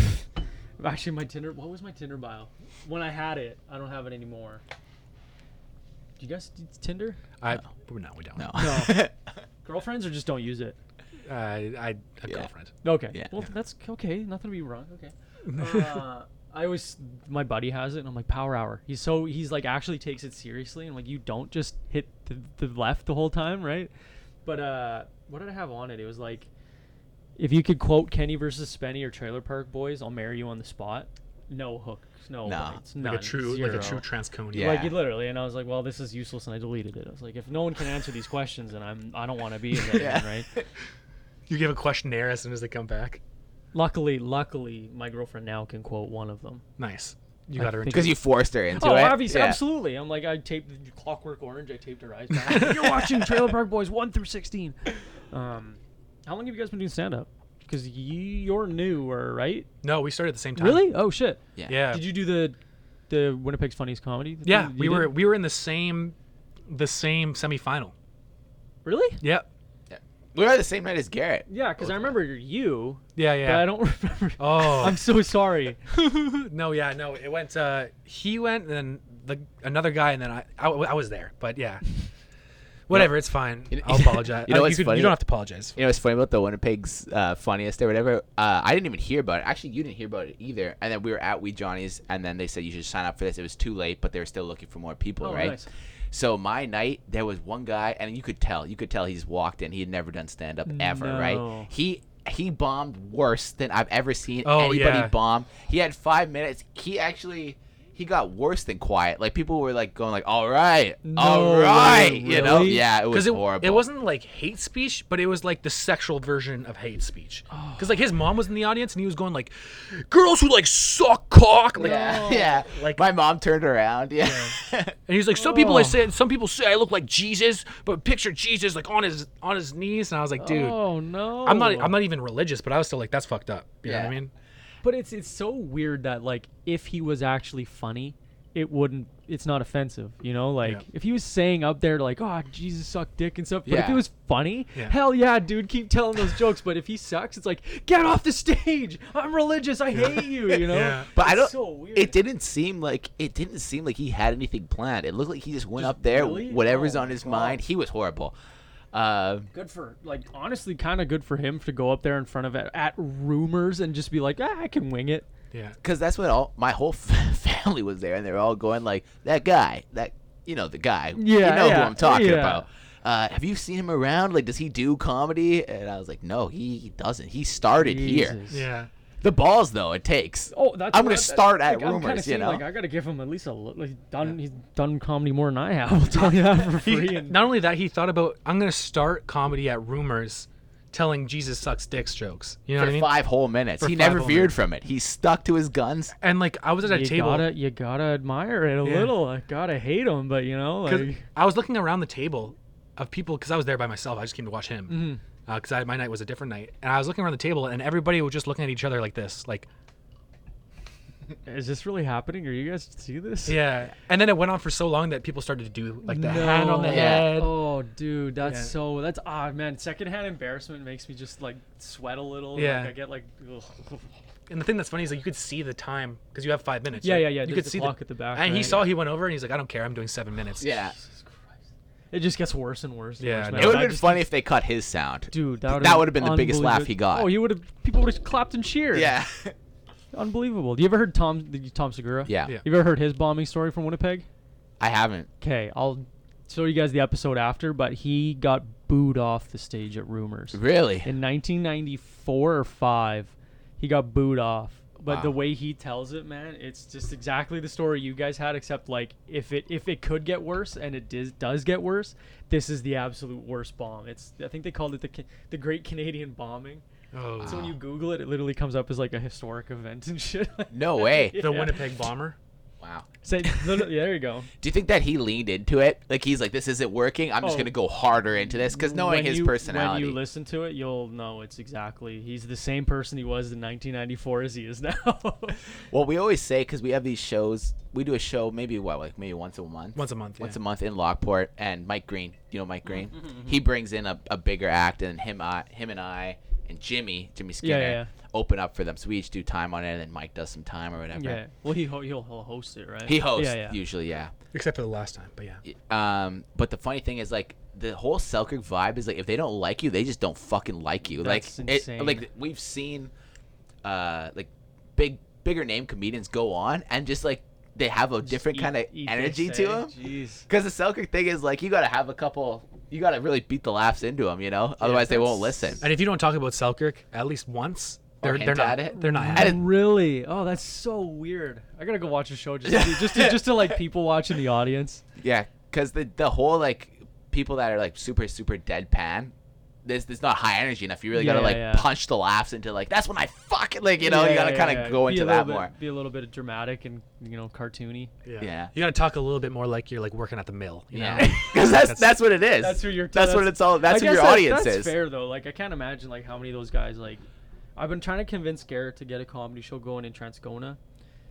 [SPEAKER 1] Actually, my Tinder. What was my Tinder bio? When I had it, I don't have it anymore. Do you guys do Tinder?
[SPEAKER 3] I no, we don't.
[SPEAKER 5] No. <laughs>
[SPEAKER 1] No. Girlfriends or just don't use it.
[SPEAKER 3] Uh, I a girlfriend.
[SPEAKER 1] Okay.
[SPEAKER 5] Yeah.
[SPEAKER 1] Well, that's okay. Nothing to be wrong.
[SPEAKER 5] <laughs>
[SPEAKER 1] Okay. Uh, I always my buddy has it, and I'm like Power Hour. He's so he's like actually takes it seriously, and like you don't just hit the, the left the whole time, right? But uh, what did I have on it? It was like if you could quote Kenny versus Spenny or Trailer Park Boys, I'll marry you on the spot. No hooks, no
[SPEAKER 5] No.
[SPEAKER 1] bites,
[SPEAKER 3] Like a
[SPEAKER 1] none,
[SPEAKER 3] true, like
[SPEAKER 1] zero.
[SPEAKER 3] a true transconian.
[SPEAKER 5] Yeah.
[SPEAKER 1] Like it literally, and I was like, "Well, this is useless," and I deleted it. I was like, "If no one can answer these questions, then I'm I don't want to be
[SPEAKER 5] <laughs>
[SPEAKER 1] in that
[SPEAKER 5] Yeah.
[SPEAKER 1] again, right?"
[SPEAKER 3] You give a questionnaire as soon as they come back.
[SPEAKER 1] Luckily, luckily, my girlfriend now can quote one of them.
[SPEAKER 3] Nice. You
[SPEAKER 1] I
[SPEAKER 3] got her
[SPEAKER 1] think-
[SPEAKER 3] into.
[SPEAKER 5] Because you forced her into
[SPEAKER 1] oh,
[SPEAKER 5] it.
[SPEAKER 1] obviously,
[SPEAKER 5] Yeah.
[SPEAKER 1] absolutely. I'm like, I taped the Clockwork Orange. I taped her eyes. Back. You're watching Trailer Park Boys one through sixteen. Um, how long have you guys been doing stand up? Because you're newer, right?
[SPEAKER 3] No, we started at the same time.
[SPEAKER 1] Really? Oh shit.
[SPEAKER 5] Yeah.
[SPEAKER 3] Yeah.
[SPEAKER 1] Did you do the the Winnipeg's Funniest Comedy? that
[SPEAKER 3] Yeah,
[SPEAKER 1] you-
[SPEAKER 3] we
[SPEAKER 1] you
[SPEAKER 3] were
[SPEAKER 1] did?
[SPEAKER 3] we were in the same the same semifinal.
[SPEAKER 1] really.
[SPEAKER 3] Yeah.
[SPEAKER 5] We were the same night as Garrett.
[SPEAKER 1] Yeah, because I remember you,
[SPEAKER 3] Yeah,
[SPEAKER 1] but
[SPEAKER 3] yeah.
[SPEAKER 1] I don't <laughs> remember.
[SPEAKER 3] Oh.
[SPEAKER 1] I'm so sorry.
[SPEAKER 3] no, yeah, no. It went uh he went and then the another guy and then I I, w- I was there, but
[SPEAKER 5] <laughs>
[SPEAKER 3] yeah. Whatever, it's fine.
[SPEAKER 5] You know-
[SPEAKER 3] I'll apologize.
[SPEAKER 5] <laughs> you know
[SPEAKER 3] Uh,
[SPEAKER 5] what's
[SPEAKER 3] you, could-
[SPEAKER 5] funny?
[SPEAKER 3] you don't have to apologize.
[SPEAKER 5] You know what's funny about the Winnipeg's uh, funniest or whatever? Uh, I didn't even hear about it. Actually, you didn't hear about it either. And then we were at We Johnny's, and then they said you should sign up for this. It was too late, but they were still looking for more people,
[SPEAKER 1] Oh,
[SPEAKER 5] right?
[SPEAKER 1] nice.
[SPEAKER 5] So my night, there was one guy, and you could tell, you could tell he's walked in. He had never done stand up ever,
[SPEAKER 1] No.
[SPEAKER 5] right? He he bombed worse than I've ever seen
[SPEAKER 3] Oh,
[SPEAKER 5] anybody
[SPEAKER 3] yeah.
[SPEAKER 5] bomb. He had five minutes. He actually. He got worse than quiet. Like people were like going like, "All right, all
[SPEAKER 1] way,
[SPEAKER 5] right," you know?
[SPEAKER 1] really?
[SPEAKER 5] Yeah, it was
[SPEAKER 3] it,
[SPEAKER 5] horrible.
[SPEAKER 3] it wasn't like hate speech, but it was like the sexual version of hate speech. Because like his mom was in the audience and he was going like, "Girls who like suck cock," like,
[SPEAKER 1] Oh.
[SPEAKER 5] Yeah, <laughs> yeah.
[SPEAKER 3] Like-
[SPEAKER 5] my mom turned around. Yeah,
[SPEAKER 3] and he's like, "Some people I say, some people say I look like Jesus, but picture Jesus like on his on his knees." And I was like, "Dude,
[SPEAKER 1] oh no.
[SPEAKER 3] I'm not I'm not even religious, but I was still like, that's fucked up." You know
[SPEAKER 5] Yeah.
[SPEAKER 3] what I mean?
[SPEAKER 1] But it's it's so weird that like if he was actually funny, it wouldn't. It's not offensive, you know. Like
[SPEAKER 3] Yeah.
[SPEAKER 1] if he was saying up there like, "Oh, Jesus sucked dick" and stuff. But if
[SPEAKER 5] Yeah.
[SPEAKER 1] it was funny,
[SPEAKER 3] Yeah.
[SPEAKER 1] hell yeah, dude, keep telling those jokes. But if he sucks, it's like, get off the stage. I'm religious. I hate you. You know.
[SPEAKER 3] Yeah.
[SPEAKER 5] but I
[SPEAKER 1] It's
[SPEAKER 5] don't.
[SPEAKER 1] so weird.
[SPEAKER 5] It didn't seem like it didn't seem like he had anything planned. It looked like he just went up there,
[SPEAKER 1] really?
[SPEAKER 5] whatever's
[SPEAKER 1] Oh
[SPEAKER 5] on
[SPEAKER 1] my
[SPEAKER 5] his mind. He was horrible. Uh,
[SPEAKER 1] Good for like honestly, kind of good for him to go up there in front of at, at rumors and just be like, ah, I can wing it.
[SPEAKER 3] Yeah.
[SPEAKER 5] Cause that's when all my whole <laughs> f- family was there, and they were all going like, "That guy, that you know, the guy, you
[SPEAKER 1] Yeah,
[SPEAKER 5] know who
[SPEAKER 1] yeah,
[SPEAKER 5] I'm talking
[SPEAKER 1] yeah.
[SPEAKER 5] about." Uh, have you seen him around? Like, does he do comedy? And I was like, no, he, he doesn't. He started here.
[SPEAKER 1] Jesus.
[SPEAKER 3] Yeah.
[SPEAKER 5] The balls, though, it takes.
[SPEAKER 1] Oh, that's
[SPEAKER 5] I'm
[SPEAKER 1] what
[SPEAKER 5] gonna
[SPEAKER 1] I-
[SPEAKER 5] start
[SPEAKER 1] like,
[SPEAKER 5] at
[SPEAKER 1] I'm kinda
[SPEAKER 5] rumors, you
[SPEAKER 1] seeing,
[SPEAKER 5] know.
[SPEAKER 1] Like I gotta give him at least a little. He's done. He's done comedy more than I have. <laughs> I'll tell you that
[SPEAKER 5] <laughs>
[SPEAKER 1] for free. And
[SPEAKER 3] Not only that, he thought about I'm gonna start comedy at rumors, telling Jesus sucks dicks jokes. You know
[SPEAKER 5] for
[SPEAKER 3] what I mean?
[SPEAKER 5] five whole minutes.
[SPEAKER 3] For
[SPEAKER 5] he
[SPEAKER 3] five
[SPEAKER 5] never
[SPEAKER 3] whole
[SPEAKER 5] veered
[SPEAKER 3] minutes.
[SPEAKER 5] from it. He stuck to his guns.
[SPEAKER 3] And like I was at a
[SPEAKER 1] you
[SPEAKER 3] table.
[SPEAKER 1] gotta you gotta admire it a
[SPEAKER 3] Yeah.
[SPEAKER 1] little. I gotta hate him, but you know,
[SPEAKER 3] Cause
[SPEAKER 1] like
[SPEAKER 3] I was looking around the table of people because I was there by myself. I just came to watch him
[SPEAKER 1] Mm-hmm.
[SPEAKER 3] because I my night was a different night, and I was looking around the table, and everybody was just looking at each other like this, like
[SPEAKER 1] is this really happening? Are you guys see this?
[SPEAKER 3] <laughs> yeah. And then it went on for so long that people started to do like the hand on the
[SPEAKER 1] No.
[SPEAKER 3] head.
[SPEAKER 1] Oh, dude, that's
[SPEAKER 3] Yeah.
[SPEAKER 1] so that's ah man. Secondhand embarrassment makes me just like sweat a little.
[SPEAKER 3] Yeah.
[SPEAKER 1] like, I get like. ugh.
[SPEAKER 3] And the thing that's funny is like you could see the time because you have five minutes.
[SPEAKER 1] Yeah,
[SPEAKER 3] right?
[SPEAKER 1] yeah, yeah,
[SPEAKER 3] You
[SPEAKER 1] there's
[SPEAKER 3] could
[SPEAKER 1] the
[SPEAKER 3] see
[SPEAKER 1] clock at the back,
[SPEAKER 3] And he
[SPEAKER 1] right?
[SPEAKER 3] saw he went over, and he's like, I don't care. I'm doing seven minutes.
[SPEAKER 5] Yeah.
[SPEAKER 1] It just gets worse and worse. And
[SPEAKER 3] Yeah,
[SPEAKER 1] worse,
[SPEAKER 3] I
[SPEAKER 1] man.
[SPEAKER 3] know.
[SPEAKER 5] It would
[SPEAKER 1] I
[SPEAKER 5] have been
[SPEAKER 1] just-
[SPEAKER 5] funny if they cut his sound.
[SPEAKER 1] Dude,
[SPEAKER 5] Th-
[SPEAKER 1] that,
[SPEAKER 5] would have been the biggest laugh
[SPEAKER 1] unbelievable.
[SPEAKER 5] he got.
[SPEAKER 1] Oh, you would have people would have clapped and cheered.
[SPEAKER 5] yeah.
[SPEAKER 1] unbelievable. You ever heard Tom the- Tom Segura?
[SPEAKER 5] yeah.
[SPEAKER 3] Yeah.
[SPEAKER 1] You ever heard his bombing story from Winnipeg?
[SPEAKER 5] I haven't.
[SPEAKER 1] Okay, I'll show you guys the episode after, but he got booed off the stage at Rumors.
[SPEAKER 5] Really?
[SPEAKER 1] In 1994 or 5, he got booed off. But the
[SPEAKER 5] Wow.
[SPEAKER 1] way he tells it, man, it's just exactly the story you guys had except like if it if it could get worse and it dis- does get worse, this is the absolute worst bomb. It's I think they called it the Ca- the Great Canadian Bombing.
[SPEAKER 3] Oh.
[SPEAKER 1] So when you google it, it literally comes up as like a historic event and <laughs> shit.
[SPEAKER 5] No
[SPEAKER 1] <laughs>
[SPEAKER 5] way.
[SPEAKER 3] The Winnipeg bomber.
[SPEAKER 5] Wow.
[SPEAKER 1] Say, no, no, yeah, there you go.
[SPEAKER 5] Do you think that he leaned into it? Like he's like, this isn't working. I'm just
[SPEAKER 1] Oh.
[SPEAKER 5] gonna go harder into this because knowing
[SPEAKER 1] when
[SPEAKER 5] his
[SPEAKER 1] you-
[SPEAKER 5] personality.
[SPEAKER 1] When you listen to it, you'll know it's exactly he's the same person he was in 1994 as he is now. <laughs>
[SPEAKER 5] Well, we always say because we have these shows. We do a show maybe what like maybe once a month.
[SPEAKER 3] Once a month,
[SPEAKER 5] Once
[SPEAKER 3] yeah.
[SPEAKER 5] a month in Lockport, and Mike Green. You know
[SPEAKER 1] Mm-hmm.
[SPEAKER 5] Mike Green. He brings in a, a bigger act, and him I, him and I and Jimmy Jimmy Skinner
[SPEAKER 1] yeah.
[SPEAKER 5] open up for them. So we each do time on it, and then Mike does some time or whatever.
[SPEAKER 1] yeah. Well, he ho- he'll, he'll host it, right?
[SPEAKER 5] He hosts
[SPEAKER 1] Yeah, yeah.
[SPEAKER 5] usually, yeah.
[SPEAKER 3] Except for the last time, but yeah.
[SPEAKER 5] Um, but the funny thing is like the whole Selkirk vibe is like if they don't like you, they just don't fucking like you.
[SPEAKER 1] That's
[SPEAKER 5] like
[SPEAKER 1] insane.
[SPEAKER 5] it like we've seen uh like big bigger name comedians go on and just like they have a different
[SPEAKER 1] Eat-
[SPEAKER 5] kind of
[SPEAKER 1] eat
[SPEAKER 5] energy
[SPEAKER 1] this,
[SPEAKER 5] to
[SPEAKER 1] eh?
[SPEAKER 5] them.
[SPEAKER 1] Jeez.
[SPEAKER 5] Because the Selkirk thing is like you gotta have a couple, you gotta really beat the laughs into them, you know. Otherwise they won't listen.
[SPEAKER 3] And if you don't talk about Selkirk at least once,
[SPEAKER 5] Or hint
[SPEAKER 3] they're they're not
[SPEAKER 5] at it. Mm-hmm.
[SPEAKER 3] they're not.
[SPEAKER 5] I
[SPEAKER 3] happy.
[SPEAKER 5] didn't-
[SPEAKER 1] Really? Oh, that's so weird. I gotta go watch a show just to, just to, just to like people watch in the audience.
[SPEAKER 5] Yeah, because the the whole like people that are like super super deadpan, there's there's not high energy enough. You really gotta
[SPEAKER 1] Yeah,
[SPEAKER 5] like
[SPEAKER 1] yeah.
[SPEAKER 5] punch the laughs into like that's when I fucking like <laughs> you know
[SPEAKER 1] Yeah,
[SPEAKER 5] you gotta
[SPEAKER 1] yeah,
[SPEAKER 5] kind of
[SPEAKER 1] yeah. Be
[SPEAKER 5] go
[SPEAKER 1] a
[SPEAKER 5] into
[SPEAKER 1] little
[SPEAKER 5] that
[SPEAKER 1] bit-
[SPEAKER 5] more.
[SPEAKER 1] Be a little bit dramatic and you know cartoony.
[SPEAKER 5] Yeah.
[SPEAKER 3] You gotta talk a little bit more like you're like working at the mill. You
[SPEAKER 5] Yeah,
[SPEAKER 3] Know?
[SPEAKER 1] <laughs>
[SPEAKER 5] because that's that's what it is.
[SPEAKER 1] That's who your
[SPEAKER 5] That's, what it's all. That's
[SPEAKER 1] I
[SPEAKER 5] who your
[SPEAKER 1] guess that-
[SPEAKER 5] audience
[SPEAKER 1] that's
[SPEAKER 5] is.
[SPEAKER 1] fair though. Like I can't imagine like how many of those guys like. I've been trying to convince Garrett to get a comedy show going in Transcona,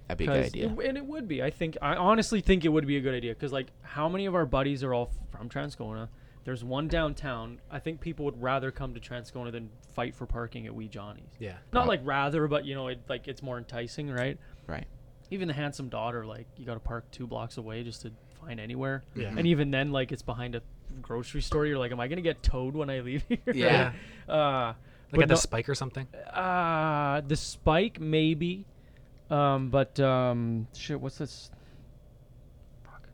[SPEAKER 5] That'd be a
[SPEAKER 1] 'Cause-
[SPEAKER 5] good idea.
[SPEAKER 1] and it would be. I think I honestly think it would be a good idea because like how many of our buddies are all from Transcona? There's one downtown. I think people would rather come to Transcona than fight for parking at Wee Johnny's.
[SPEAKER 3] Yeah. Uh,
[SPEAKER 1] Not like rather, but you know, it like it's more enticing, right?
[SPEAKER 5] Right.
[SPEAKER 1] Even the handsome daughter, like you got to park two blocks away just to find anywhere.
[SPEAKER 3] Yeah.
[SPEAKER 1] And even then, like it's behind a grocery store. You're like, am I gonna get towed when I leave <laughs> here?
[SPEAKER 5] Yeah.
[SPEAKER 1] uh,
[SPEAKER 3] Like
[SPEAKER 1] but
[SPEAKER 3] at the
[SPEAKER 1] no-
[SPEAKER 3] spike or something.
[SPEAKER 1] uh, the spike maybe, um, but um, shit. What's this? Fuck.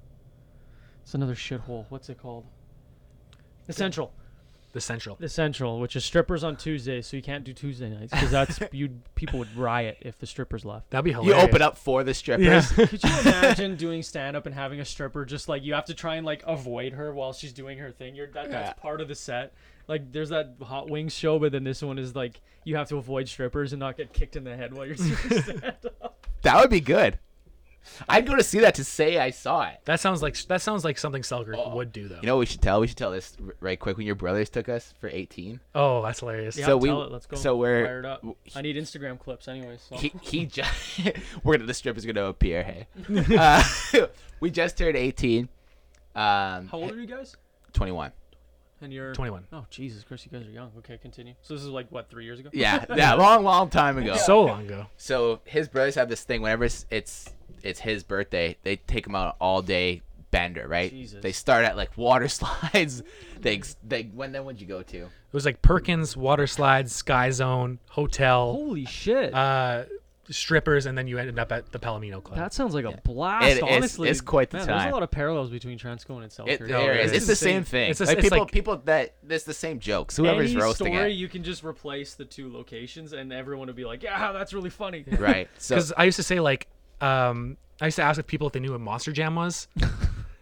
[SPEAKER 1] It's another shithole. What's it called? The Central.
[SPEAKER 3] The central.
[SPEAKER 1] The Central, which is strippers on Tuesday, so you can't do Tuesday nights because <laughs> that's you. People would riot if the strippers left.
[SPEAKER 3] That'd be
[SPEAKER 5] You
[SPEAKER 3] hilarious.
[SPEAKER 5] open up for the strippers.
[SPEAKER 1] <laughs> Could you imagine doing stand up and having a stripper just like you have to try and like avoid her while she's doing her thing? You're that, that's
[SPEAKER 5] Yeah.
[SPEAKER 1] part of the set. Like there's that hot wings show, but then this one is like you have to avoid strippers and not get kicked in the head while you're
[SPEAKER 5] <laughs>
[SPEAKER 1] doing stand up.
[SPEAKER 5] That would
[SPEAKER 1] <laughs>
[SPEAKER 5] be good. I'd go to see that to say I saw it.
[SPEAKER 3] That sounds like that sounds like something Selkirk
[SPEAKER 1] Oh.
[SPEAKER 3] would do though.
[SPEAKER 5] You know what we should tell? We should tell this r- right quick when your brothers took us for 18.
[SPEAKER 3] oh, that's hilarious.
[SPEAKER 1] Yeah,
[SPEAKER 5] So
[SPEAKER 1] so
[SPEAKER 5] we-
[SPEAKER 1] tell it. Let's go.
[SPEAKER 5] so we're-
[SPEAKER 1] fired up.
[SPEAKER 5] w-
[SPEAKER 1] I need Instagram clips anyway. So
[SPEAKER 5] He he just <laughs> we're gonna the stripper's gonna appear, hey. <laughs> Uh, we just turned 18.
[SPEAKER 1] how
[SPEAKER 5] Um
[SPEAKER 1] old are you guys?
[SPEAKER 3] <laughs>
[SPEAKER 5] 21.
[SPEAKER 1] And you're
[SPEAKER 3] 21.
[SPEAKER 1] Oh Jesus Christ, you guys are young. Okay, continue. So this is like what three years ago?
[SPEAKER 5] Yeah, yeah, long long time ago.
[SPEAKER 3] So long ago.
[SPEAKER 5] So his brothers have this thing. Whenever it's it's, it's his birthday, they take him out all day bender, right?
[SPEAKER 1] Jesus.
[SPEAKER 5] They start at like water <laughs> slides. they they when then what'd you go to?
[SPEAKER 3] It was like Perkins, water slides, Sky Zone, hotel,
[SPEAKER 1] Holy shit.
[SPEAKER 3] uh, strippers, and then you ended up at the Palomino Club.
[SPEAKER 1] that sounds like a blast.
[SPEAKER 5] It- it's-
[SPEAKER 1] honestly,
[SPEAKER 5] it's quite the
[SPEAKER 1] Man,
[SPEAKER 5] time.
[SPEAKER 1] There's a lot of parallels between Transco and Selkirk.
[SPEAKER 5] It, there
[SPEAKER 3] it
[SPEAKER 5] it is.
[SPEAKER 3] is.
[SPEAKER 5] It's the same thing.
[SPEAKER 3] It's the-
[SPEAKER 5] like
[SPEAKER 3] it's
[SPEAKER 5] people
[SPEAKER 3] like-
[SPEAKER 5] people that it's the same jokes. Whoever's
[SPEAKER 1] Any
[SPEAKER 5] roasting
[SPEAKER 1] story,
[SPEAKER 5] it.
[SPEAKER 1] you can just replace the two locations, and everyone would be like, "Yeah, that's really funny."
[SPEAKER 5] Right.
[SPEAKER 3] <laughs>
[SPEAKER 5] So
[SPEAKER 3] Because I used to say like, um, I used to ask if people if they knew what Monster Jam was,
[SPEAKER 1] <laughs>
[SPEAKER 3] and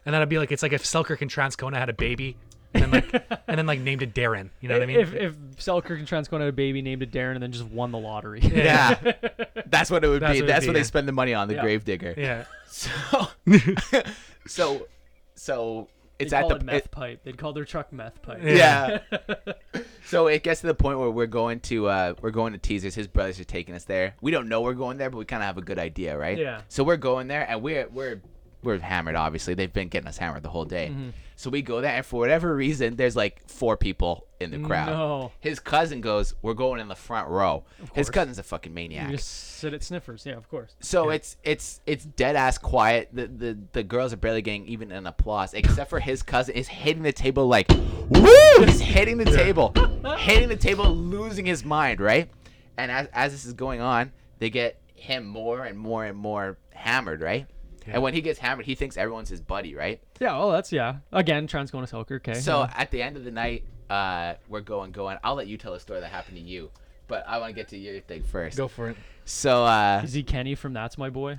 [SPEAKER 3] then I'd be like, it's like if Selkirk and Transcona had a baby, and then
[SPEAKER 1] <laughs>
[SPEAKER 3] like, and then like named it Darren. You know what I mean?
[SPEAKER 1] If if Selkirk and Transco had a baby named it Darren and then just won the lottery.
[SPEAKER 3] <laughs>
[SPEAKER 5] yeah, that's what it would
[SPEAKER 3] That's
[SPEAKER 5] be.
[SPEAKER 3] what it would
[SPEAKER 5] that's
[SPEAKER 3] be,
[SPEAKER 5] what they
[SPEAKER 3] yeah.
[SPEAKER 5] spend the money on the gravedigger.
[SPEAKER 3] yeah.
[SPEAKER 5] So, so, so it's
[SPEAKER 1] They'd
[SPEAKER 5] at
[SPEAKER 1] call
[SPEAKER 5] the
[SPEAKER 1] it meth
[SPEAKER 5] it-
[SPEAKER 1] pipe. They'd call their truck meth pipe.
[SPEAKER 5] yeah.
[SPEAKER 1] <laughs>
[SPEAKER 5] so it gets to the point where we're going to uh, we're going to teasers. His brothers are taking us there. We don't know we're going there, but we kind of have a good idea, right?
[SPEAKER 1] Yeah.
[SPEAKER 5] So we're going there, and we're we're we're hammered. Obviously, they've been getting us hammered the whole day.
[SPEAKER 1] Mm-hmm.
[SPEAKER 5] So we go there, and for whatever reason, there's like four people in the crowd.
[SPEAKER 1] No.
[SPEAKER 5] His cousin goes, "We're going in the front row." His cousin's a fucking maniac.
[SPEAKER 1] You just sit at Sniffers. Yeah, of course.
[SPEAKER 5] So it's it's it's dead ass quiet. The, the the girls are barely getting even an applause, except for his cousin is hitting the table like, woo! He's hitting the table, hitting the table, losing his mind, right? And as as this is going on, they get him more and more and more hammered, right? And when he gets hammered, he thinks everyone's his buddy, right?
[SPEAKER 1] Yeah, well, that's yeah. Again, Transco and Selkirk. Okay.
[SPEAKER 5] So at the end of the night, uh, we're going going. I'll let you tell a story that happened to you, but I want to get to your thing first.
[SPEAKER 3] Go for it.
[SPEAKER 5] So uh,
[SPEAKER 1] is he Kenny from That's My Boy?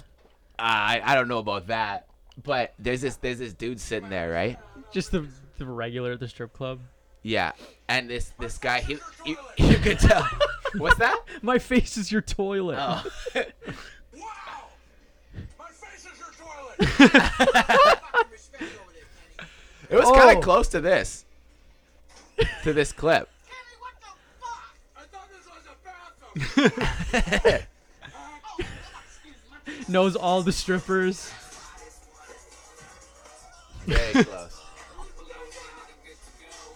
[SPEAKER 5] I I don't know about that, but there's this there's this dude sitting there, right?
[SPEAKER 1] Just the the regular at the strip club.
[SPEAKER 5] Yeah, and this this guy he <laughs> you, you could tell. What's that?
[SPEAKER 1] My face is your toilet.
[SPEAKER 5] Oh.
[SPEAKER 6] Wow! My face is your toilet!
[SPEAKER 5] It was kind
[SPEAKER 1] Oh.
[SPEAKER 5] of close to this, to this clip.
[SPEAKER 1] <laughs> Knows all the strippers.
[SPEAKER 5] Very close.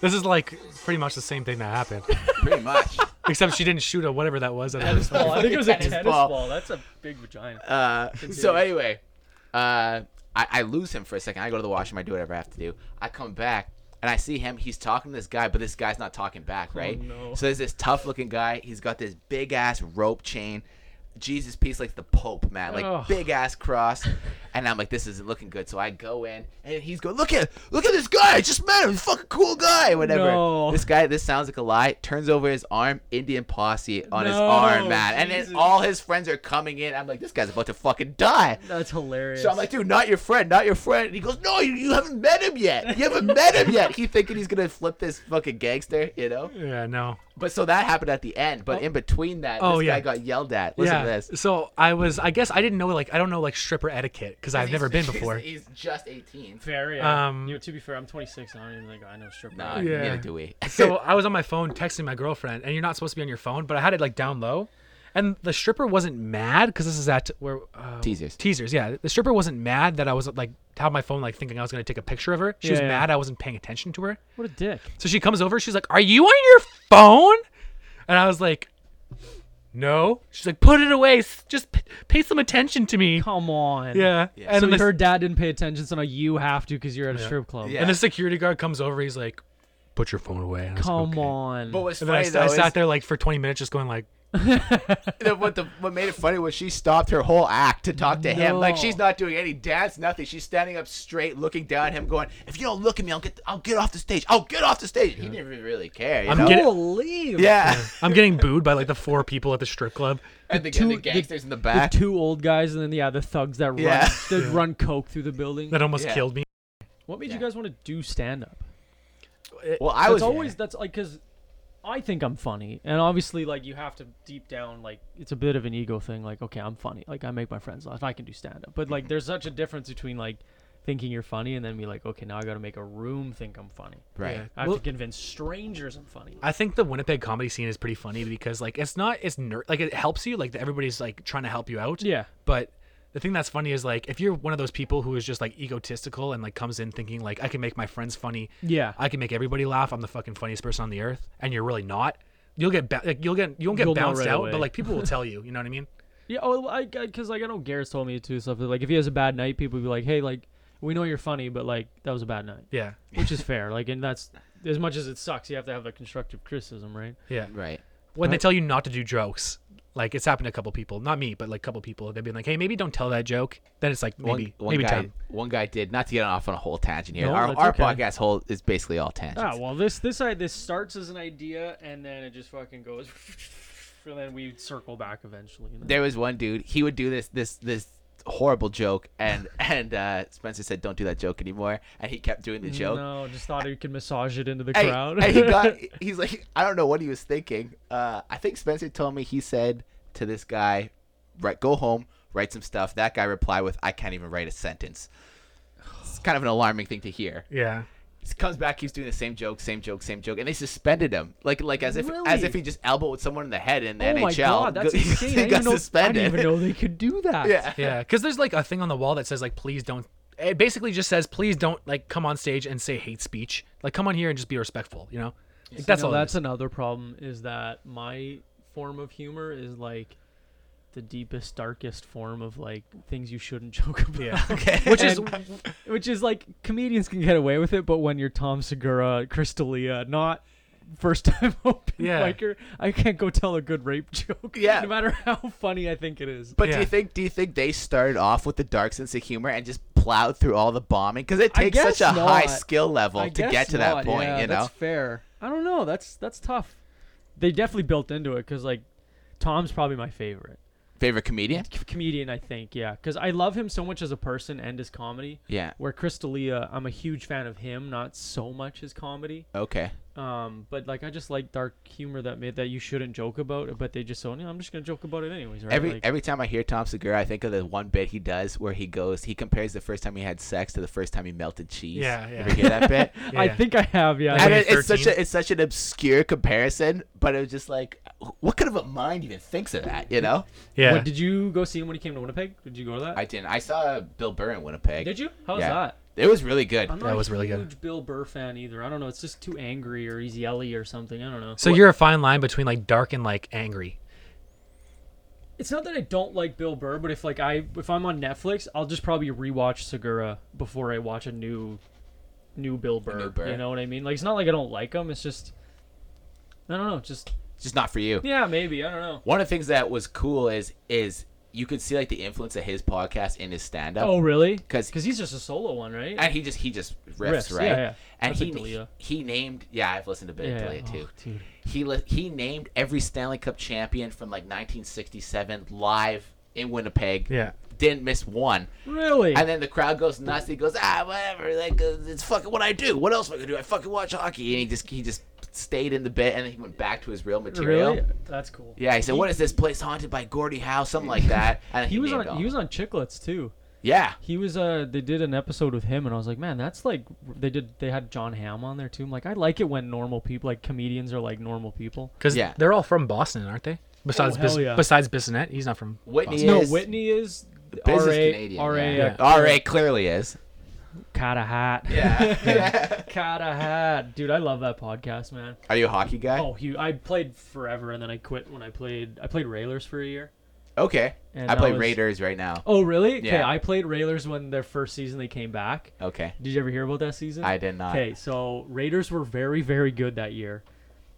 [SPEAKER 3] This is like pretty much the same thing
[SPEAKER 1] <laughs>
[SPEAKER 3] that happened,
[SPEAKER 5] Pretty much.
[SPEAKER 3] except she didn't shoot a whatever that was. I don't know.
[SPEAKER 1] Oh, I think it was a
[SPEAKER 5] Tennis
[SPEAKER 1] tennis,
[SPEAKER 5] ball.
[SPEAKER 1] ball. That's a big vagina.
[SPEAKER 5] Uh, so anyway, uh, I, I lose him for a second. I go to the washroom. I do whatever I have to do. I come back and I see him. He's talking to this guy, but this guy's not talking back, right?
[SPEAKER 1] Oh, no.
[SPEAKER 5] So there's this tough looking guy. He's got this big ass rope chain. Jesus piece like the Pope, man, like
[SPEAKER 1] Ugh.
[SPEAKER 5] big ass cross. And I'm like, this isn't looking good. So I go in and he's going, look at, look at this guy. I just met him. He's a fucking cool guy. Whatever.
[SPEAKER 1] No.
[SPEAKER 5] This guy, this sounds like a lie. Turns over his arm, Indian posse on his
[SPEAKER 1] No,
[SPEAKER 5] arm, man. And then
[SPEAKER 1] Jesus.
[SPEAKER 5] all all his friends are coming in. I'm like, this guy's about to fucking die.
[SPEAKER 1] That's hilarious.
[SPEAKER 5] So I'm like, dude, not your friend, not your friend. And he goes, no, you, you haven't met him yet. You haven't met him yet. He thinking he's gonna flip this fucking gangster, you know.
[SPEAKER 3] Yeah, no.
[SPEAKER 5] But so that happened at the end. But in between that,
[SPEAKER 3] Oh,
[SPEAKER 5] this
[SPEAKER 3] yeah.
[SPEAKER 5] guy got yelled at. Listen
[SPEAKER 3] yeah.
[SPEAKER 5] to this.
[SPEAKER 3] So I was, I guess I didn't know like I don't know like stripper etiquette because I've
[SPEAKER 5] <laughs>
[SPEAKER 3] never been
[SPEAKER 5] He's-
[SPEAKER 3] before.
[SPEAKER 5] He's, just 18.
[SPEAKER 1] fair. Yeah.
[SPEAKER 3] Um,
[SPEAKER 1] you know, to be fair, I'm 26. I don't even think I know stripper.
[SPEAKER 5] Nah,
[SPEAKER 1] etiquette.
[SPEAKER 3] Yeah.
[SPEAKER 5] uh, neither do we.
[SPEAKER 3] so I was on my phone texting my girlfriend, and you're not supposed to be on your phone, but I had it like down low, And the stripper wasn't mad because this is at where uh,
[SPEAKER 5] Teasers.
[SPEAKER 3] Teasers, yeah. The stripper wasn't mad that I was like had my phone like thinking I was gonna take a picture of her. She was
[SPEAKER 1] Yeah, yeah.
[SPEAKER 3] mad I wasn't paying attention to her.
[SPEAKER 1] What a dick.
[SPEAKER 3] So she comes over. She's like, "Are you on your phone?" And I was like, "No." She's like, "Put it away. s- Just p- pay some attention to me."
[SPEAKER 1] Come on.
[SPEAKER 3] Yeah. And
[SPEAKER 1] And so
[SPEAKER 3] then the,
[SPEAKER 1] her dad didn't pay attention, so now you have to because you're at a strip club.
[SPEAKER 5] Yeah.
[SPEAKER 3] and the security guard comes over. He's like, "Put your phone away." And I was like,
[SPEAKER 1] Come
[SPEAKER 3] "Okay."
[SPEAKER 1] on.
[SPEAKER 5] But what's
[SPEAKER 3] And then I,
[SPEAKER 5] funny
[SPEAKER 3] s- I
[SPEAKER 5] though
[SPEAKER 3] sat
[SPEAKER 5] is
[SPEAKER 3] there like for 20 minutes, just going like,
[SPEAKER 5] the, what the what made it funny was she stopped her whole act to talk to him. Like
[SPEAKER 1] No.
[SPEAKER 5] she's not doing any dance, nothing. She's standing up straight, looking down at him, going, "If you don't look at me, I'll get I'll get off the stage. I'll get off the stage." He didn't even really care. You
[SPEAKER 3] "I'm
[SPEAKER 5] know?
[SPEAKER 3] getting,
[SPEAKER 1] Believe.
[SPEAKER 5] yeah.
[SPEAKER 3] I'm getting booed by like the four people at the strip club."
[SPEAKER 5] <laughs> And the,
[SPEAKER 1] two-
[SPEAKER 5] and the gangsters in the back.
[SPEAKER 1] The two old guys and then yeah, the thugs that
[SPEAKER 5] Yeah.
[SPEAKER 1] run <laughs> that run coke through the building.
[SPEAKER 3] That almost
[SPEAKER 5] Yeah.
[SPEAKER 3] killed me.
[SPEAKER 1] What made you guys want to do stand up?
[SPEAKER 5] well, I
[SPEAKER 1] That's
[SPEAKER 5] was
[SPEAKER 1] always that's like because I think I'm funny, and obviously like you have to deep down like it's a bit of an ego thing. Like okay, I'm funny. Like I make my friends laugh. I can do stand up. But
[SPEAKER 3] Mm-hmm.
[SPEAKER 1] like there's such a difference between like thinking you're funny and then be like okay now I got to make a room think I'm funny.
[SPEAKER 5] right.
[SPEAKER 1] I have
[SPEAKER 3] Well-
[SPEAKER 1] to convince strangers I'm funny.
[SPEAKER 3] I think the Winnipeg comedy scene is pretty funny because like it's not it's ner- like it helps you like everybody's like trying to help you out.
[SPEAKER 1] Yeah.
[SPEAKER 3] But the thing that's funny is like if you're one of those people who is just like egotistical and like comes in thinking like I can make my friends funny.
[SPEAKER 1] Yeah.
[SPEAKER 3] I can make everybody laugh. I'm the fucking funniest person on the earth, and you're really not. You'll get ba- like you'll get you won't get
[SPEAKER 1] You'll know
[SPEAKER 3] bounced
[SPEAKER 1] right
[SPEAKER 3] out,
[SPEAKER 1] away.
[SPEAKER 3] but like
[SPEAKER 1] <laughs>
[SPEAKER 3] people will tell you. You know what I mean?
[SPEAKER 1] Yeah, oh, well, I because like I know Garrett's told me too stuff that like if he has a bad night, people be like, hey, like we know you're funny, but like that was a bad night,
[SPEAKER 3] Yeah.
[SPEAKER 1] which is fair. Like, and that's as much as it sucks, you have to have the constructive criticism, right?
[SPEAKER 3] Yeah.
[SPEAKER 5] Right.
[SPEAKER 3] When they tell you not to do jokes. Like it's happened to a couple people, not me, but like a couple people. They've been like, "Hey, maybe don't tell that joke." Then it's like maybe
[SPEAKER 5] one, one
[SPEAKER 3] maybe
[SPEAKER 5] guy,
[SPEAKER 3] time.
[SPEAKER 5] one guy did not to get off on a whole tangent here.
[SPEAKER 1] No,
[SPEAKER 5] our
[SPEAKER 1] that's
[SPEAKER 5] our
[SPEAKER 1] okay.
[SPEAKER 5] podcast whole is basically all tangents. <laughs>
[SPEAKER 1] Ah, well, this this I this starts as an idea and then it just fucking goes, <laughs> and then we circle back eventually. you know?
[SPEAKER 5] there was one dude he would do this this this horrible joke and and uh spencer said don't do that joke anymore and he kept doing the joke
[SPEAKER 1] No, just thought you could massage it into the
[SPEAKER 5] and,
[SPEAKER 1] crowd.
[SPEAKER 5] and
[SPEAKER 1] <laughs>
[SPEAKER 5] he got he's like i don't know what he was thinking uh i think spencer told me he said to this guy right go home write some stuff that guy replied with i can't even write a sentence it's kind of an alarming thing to hear
[SPEAKER 3] Yeah.
[SPEAKER 5] he comes back keeps doing the same joke same joke same joke and they suspended him like like as if as
[SPEAKER 1] Really?
[SPEAKER 5] if he just elbowed someone in the head in the
[SPEAKER 1] oh
[SPEAKER 5] nhl
[SPEAKER 1] my god, that's
[SPEAKER 5] <laughs> He
[SPEAKER 1] insane! I didn't,
[SPEAKER 5] got
[SPEAKER 1] even know, I
[SPEAKER 5] suspended
[SPEAKER 1] didn't
[SPEAKER 5] <laughs>
[SPEAKER 1] even know they could do that.
[SPEAKER 5] yeah
[SPEAKER 3] Yeah, because there's like a thing on the wall that says like, please don't. It basically just says, please don't like come on stage and say hate speech. Like, come on here and just be respectful. You know, like, <laughs> that's
[SPEAKER 1] You know,
[SPEAKER 3] all.
[SPEAKER 1] that's
[SPEAKER 3] That's
[SPEAKER 1] another problem is that my form of humor is like the deepest, darkest form of like things you shouldn't <laughs> joke about.
[SPEAKER 3] Yeah.
[SPEAKER 1] which is which is like comedians can get away with it, but when you're Tom Segura, Crystalia, not first time <laughs> open
[SPEAKER 3] Yeah.
[SPEAKER 1] micer, I can't go tell a good rape joke.
[SPEAKER 5] Yeah.
[SPEAKER 1] no matter how funny I think it is.
[SPEAKER 5] But do
[SPEAKER 3] Yeah.
[SPEAKER 5] you think do you think they started off with the dark sense of humor and just plowed through all the bombing? Because it
[SPEAKER 1] I
[SPEAKER 5] takes such
[SPEAKER 1] guess
[SPEAKER 5] a high
[SPEAKER 1] not.
[SPEAKER 5] skill level
[SPEAKER 1] I
[SPEAKER 5] to get
[SPEAKER 1] guess
[SPEAKER 5] to
[SPEAKER 1] not,
[SPEAKER 5] that point,
[SPEAKER 1] yeah,
[SPEAKER 5] you know.
[SPEAKER 1] that's fair. I don't know. That's that's tough. They definitely built into it because like Tom's probably my favorite.
[SPEAKER 5] Favorite comedian?
[SPEAKER 1] c- comedian, I think, yeah, because I love him so much as a person and his comedy.
[SPEAKER 5] Yeah.
[SPEAKER 1] Where Crystalia, I'm a huge fan of him, not so much his comedy.
[SPEAKER 5] Okay.
[SPEAKER 1] Um, but like I just like dark humor that made that you shouldn't joke about, but they just so yeah, I'm just gonna joke about it anyways, right?
[SPEAKER 5] Every
[SPEAKER 1] Like-
[SPEAKER 5] every time I hear Tom Segura, I think of the one bit he does where he goes, he compares the first time he had sex to the first time he melted cheese.
[SPEAKER 3] Yeah,
[SPEAKER 5] You
[SPEAKER 3] yeah.
[SPEAKER 5] Ever hear
[SPEAKER 1] <laughs>
[SPEAKER 5] that bit?
[SPEAKER 1] I
[SPEAKER 3] yeah.
[SPEAKER 1] think I have, yeah.
[SPEAKER 5] And
[SPEAKER 3] when
[SPEAKER 5] it,
[SPEAKER 3] he's
[SPEAKER 5] it's such
[SPEAKER 3] 13.
[SPEAKER 5] a it's such an obscure comparison, but it was just like, what kind of a mind even thinks of that? You know?
[SPEAKER 3] yeah.
[SPEAKER 1] What, did you go see him when he came to Winnipeg? Did you go to that?
[SPEAKER 5] I didn't. I saw Bill Burr in Winnipeg.
[SPEAKER 1] Did you? How was
[SPEAKER 5] yeah.
[SPEAKER 1] that?
[SPEAKER 5] It was really good.
[SPEAKER 1] I'm not
[SPEAKER 3] That
[SPEAKER 1] a
[SPEAKER 3] was really good.
[SPEAKER 1] huge Bill Burr fan either. I don't know. It's just too angry or he's yelly or something. I don't know.
[SPEAKER 3] so you're a fine line between like dark and like angry.
[SPEAKER 1] it's not that I don't like Bill Burr, but if like I if I'm on Netflix, I'll just probably rewatch Segura before I watch a new new Bill Burr.
[SPEAKER 5] Burr.
[SPEAKER 1] You know what I mean? Like it's not like I don't like him. It's just I don't know. Just
[SPEAKER 5] Just not for you.
[SPEAKER 1] yeah, maybe I don't know.
[SPEAKER 5] one of the things that was cool is is you could see like the influence of his podcast in his stand up
[SPEAKER 1] Oh really?
[SPEAKER 5] 'Cause-
[SPEAKER 1] because he's just a solo one, right?
[SPEAKER 5] and he just he just riffs,
[SPEAKER 1] Riffs,
[SPEAKER 5] right
[SPEAKER 1] yeah, yeah.
[SPEAKER 5] and
[SPEAKER 1] That's
[SPEAKER 5] he,
[SPEAKER 1] like D'Elia.
[SPEAKER 5] he named yeah I've listened to a bit
[SPEAKER 1] Yeah,
[SPEAKER 5] of
[SPEAKER 1] yeah.
[SPEAKER 5] Delia too
[SPEAKER 1] Oh, dude.
[SPEAKER 5] he li- he named every Stanley Cup champion from like 1967 live in Winnipeg
[SPEAKER 3] Yeah.
[SPEAKER 5] didn't miss one
[SPEAKER 1] really?
[SPEAKER 5] and then the crowd goes nuts he goes ah whatever like uh, it's fucking what I do what else am I gonna do I fucking watch hockey and he just he just stayed in the bit and then he went back to his real material
[SPEAKER 1] really? That's cool.
[SPEAKER 5] yeah he said what is this place haunted by Gordie Howe something like
[SPEAKER 1] <laughs>
[SPEAKER 5] that and
[SPEAKER 1] He was
[SPEAKER 5] named
[SPEAKER 1] on
[SPEAKER 5] all-
[SPEAKER 1] he was on Chicklets too.
[SPEAKER 5] yeah
[SPEAKER 1] He was uh they did an episode with him and I was like, man, that's like they did they had John Hamm on there too. I'm like, I like it when normal people like comedians are like normal people.
[SPEAKER 3] Because
[SPEAKER 5] Yeah.
[SPEAKER 3] they're all from Boston, aren't they? Besides,
[SPEAKER 4] hell
[SPEAKER 3] Bis-
[SPEAKER 4] yeah.
[SPEAKER 3] besides Bissonette, he's not from.
[SPEAKER 5] Whitney
[SPEAKER 4] No,
[SPEAKER 5] is
[SPEAKER 4] Whitney is RA,
[SPEAKER 5] Biz is Canadian,
[SPEAKER 4] RA,
[SPEAKER 5] yeah. Oh.
[SPEAKER 4] uh,
[SPEAKER 5] RA clearly is.
[SPEAKER 1] Kinda hot. <laughs>
[SPEAKER 5] Yeah.
[SPEAKER 1] Kinda hot. Dude, I love that podcast, man.
[SPEAKER 5] Are you a hockey guy?
[SPEAKER 1] Oh, Hugh, I played forever and then I quit when I played. I played Railers for a year.
[SPEAKER 5] Okay.
[SPEAKER 1] And
[SPEAKER 5] I
[SPEAKER 1] that
[SPEAKER 5] play
[SPEAKER 1] was-
[SPEAKER 5] Raiders right now.
[SPEAKER 1] Oh, really? Okay,
[SPEAKER 5] Yeah.
[SPEAKER 1] I played Railers when their first season they came back.
[SPEAKER 5] Okay.
[SPEAKER 1] Did you ever hear about that season?
[SPEAKER 5] I did not.
[SPEAKER 1] Okay, so Raiders were very, very good that year.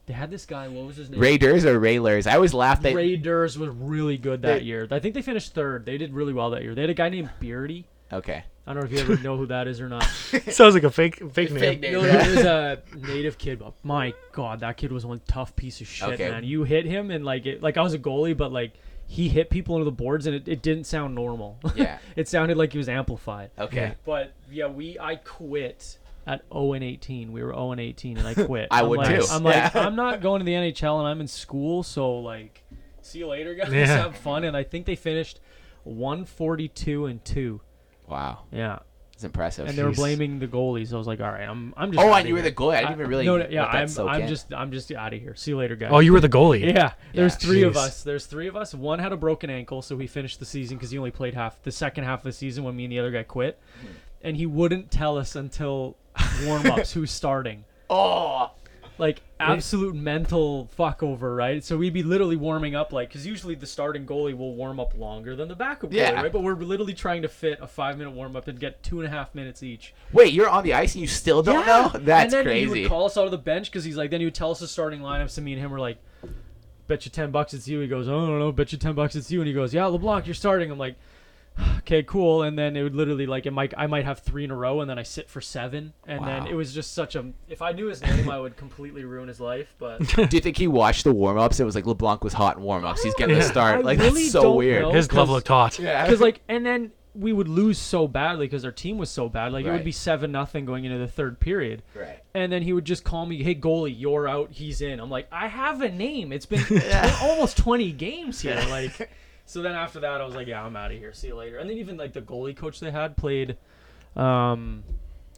[SPEAKER 1] They had this guy. What was his name?
[SPEAKER 5] Raiders or Railers? I always laugh that.
[SPEAKER 1] Raiders was really good that
[SPEAKER 5] They-
[SPEAKER 1] year. I think they finished third. They did really well that year. They had a guy named Beardy.
[SPEAKER 5] okay.
[SPEAKER 1] I don't know if you ever
[SPEAKER 5] <laughs>
[SPEAKER 1] know who that is or not.
[SPEAKER 3] <laughs> Sounds like a fake fake name.
[SPEAKER 1] No, he was a native kid. But my God, that kid was one tough piece of shit,
[SPEAKER 5] Okay.
[SPEAKER 1] man. You hit him and like it, like I was a goalie, but like he hit people into the boards and it, it didn't sound normal.
[SPEAKER 5] Yeah.
[SPEAKER 1] <laughs> it sounded like he was amplified.
[SPEAKER 5] Okay.
[SPEAKER 1] But yeah, we I quit at 0 and 18. We were 0 and 18,
[SPEAKER 5] <laughs>
[SPEAKER 1] and I quit.
[SPEAKER 5] I
[SPEAKER 1] I'm
[SPEAKER 5] would
[SPEAKER 1] like,
[SPEAKER 5] too.
[SPEAKER 1] I'm like,
[SPEAKER 5] Yeah.
[SPEAKER 1] I'm not going to the NHL, and I'm in school, so like, see you later, guys.
[SPEAKER 3] Yeah.
[SPEAKER 1] Have fun. And I think they finished 142 and two.
[SPEAKER 5] Wow.
[SPEAKER 1] Yeah,
[SPEAKER 5] It's impressive.
[SPEAKER 1] and they were blaming the goalies. I was like, all right, I'm I'm just.
[SPEAKER 5] Oh,
[SPEAKER 1] outta
[SPEAKER 5] and you were
[SPEAKER 1] here."
[SPEAKER 5] the goalie. I didn't even really.
[SPEAKER 1] No, no, yeah,
[SPEAKER 5] let that
[SPEAKER 1] I'm
[SPEAKER 5] soak
[SPEAKER 1] I'm
[SPEAKER 5] in.
[SPEAKER 1] just I'm just out of here. See you later, guys.
[SPEAKER 3] Oh, you were the goalie.
[SPEAKER 1] Yeah, there's
[SPEAKER 5] Yeah.
[SPEAKER 1] three of
[SPEAKER 3] Jeez.
[SPEAKER 1] us. There's three of us. One had a broken ankle, so he finished the season because he only played half the second half of the season when me and the other guy quit.
[SPEAKER 5] Mm-hmm.
[SPEAKER 1] And he wouldn't tell us until warm ups who's starting.
[SPEAKER 5] <laughs> Oh.
[SPEAKER 1] Like absolute mental fuckover, right? So we'd be literally warming up, like, because usually the starting goalie will warm up longer than the backup goalie,
[SPEAKER 5] Yeah.
[SPEAKER 1] right? But we're literally trying to fit a five minute warm up and get two and a half minutes each.
[SPEAKER 5] Wait, you're on the ice and you still don't know? That's
[SPEAKER 1] and then He
[SPEAKER 5] crazy.
[SPEAKER 1] would call us out of the bench because he's like, then he would tell us the starting lineups, and me and him were like, "Bet you ten bucks it's you." He goes, "Oh no, no, bet you ten bucks it's you," and he goes, "Yeah, LeBlanc, you're starting." I'm like, <sighs> "Okay, cool." And then it would literally like, it might I might have three in a row, and then I sit for seven, and
[SPEAKER 5] Wow.
[SPEAKER 1] then it was just such a. If I knew his name, I would completely ruin his life. But
[SPEAKER 5] <laughs> Do you think he watched the warm ups? It was like LeBlanc was hot in warm ups. He's getting the
[SPEAKER 1] <laughs>
[SPEAKER 3] Yeah.
[SPEAKER 1] I
[SPEAKER 5] start. Like,
[SPEAKER 1] really
[SPEAKER 5] that's so
[SPEAKER 1] don't
[SPEAKER 5] weird.
[SPEAKER 1] know.
[SPEAKER 3] His glove
[SPEAKER 1] Because-
[SPEAKER 3] looked hot.
[SPEAKER 5] Yeah.
[SPEAKER 1] because
[SPEAKER 5] <laughs>
[SPEAKER 1] like, and then we would lose so badly because our team was so bad. Like it
[SPEAKER 5] Right.
[SPEAKER 1] would be seven nothing going into the third period.
[SPEAKER 5] Right.
[SPEAKER 1] And then he would just call me, "Hey goalie, you're out. He's in." I'm like, "I have a name. It's
[SPEAKER 5] <laughs>
[SPEAKER 1] been tw- almost 20 games here." Like, so then after that, I was like, "Yeah, I'm out of here. See you later." And then even like the goalie coach they had played, um,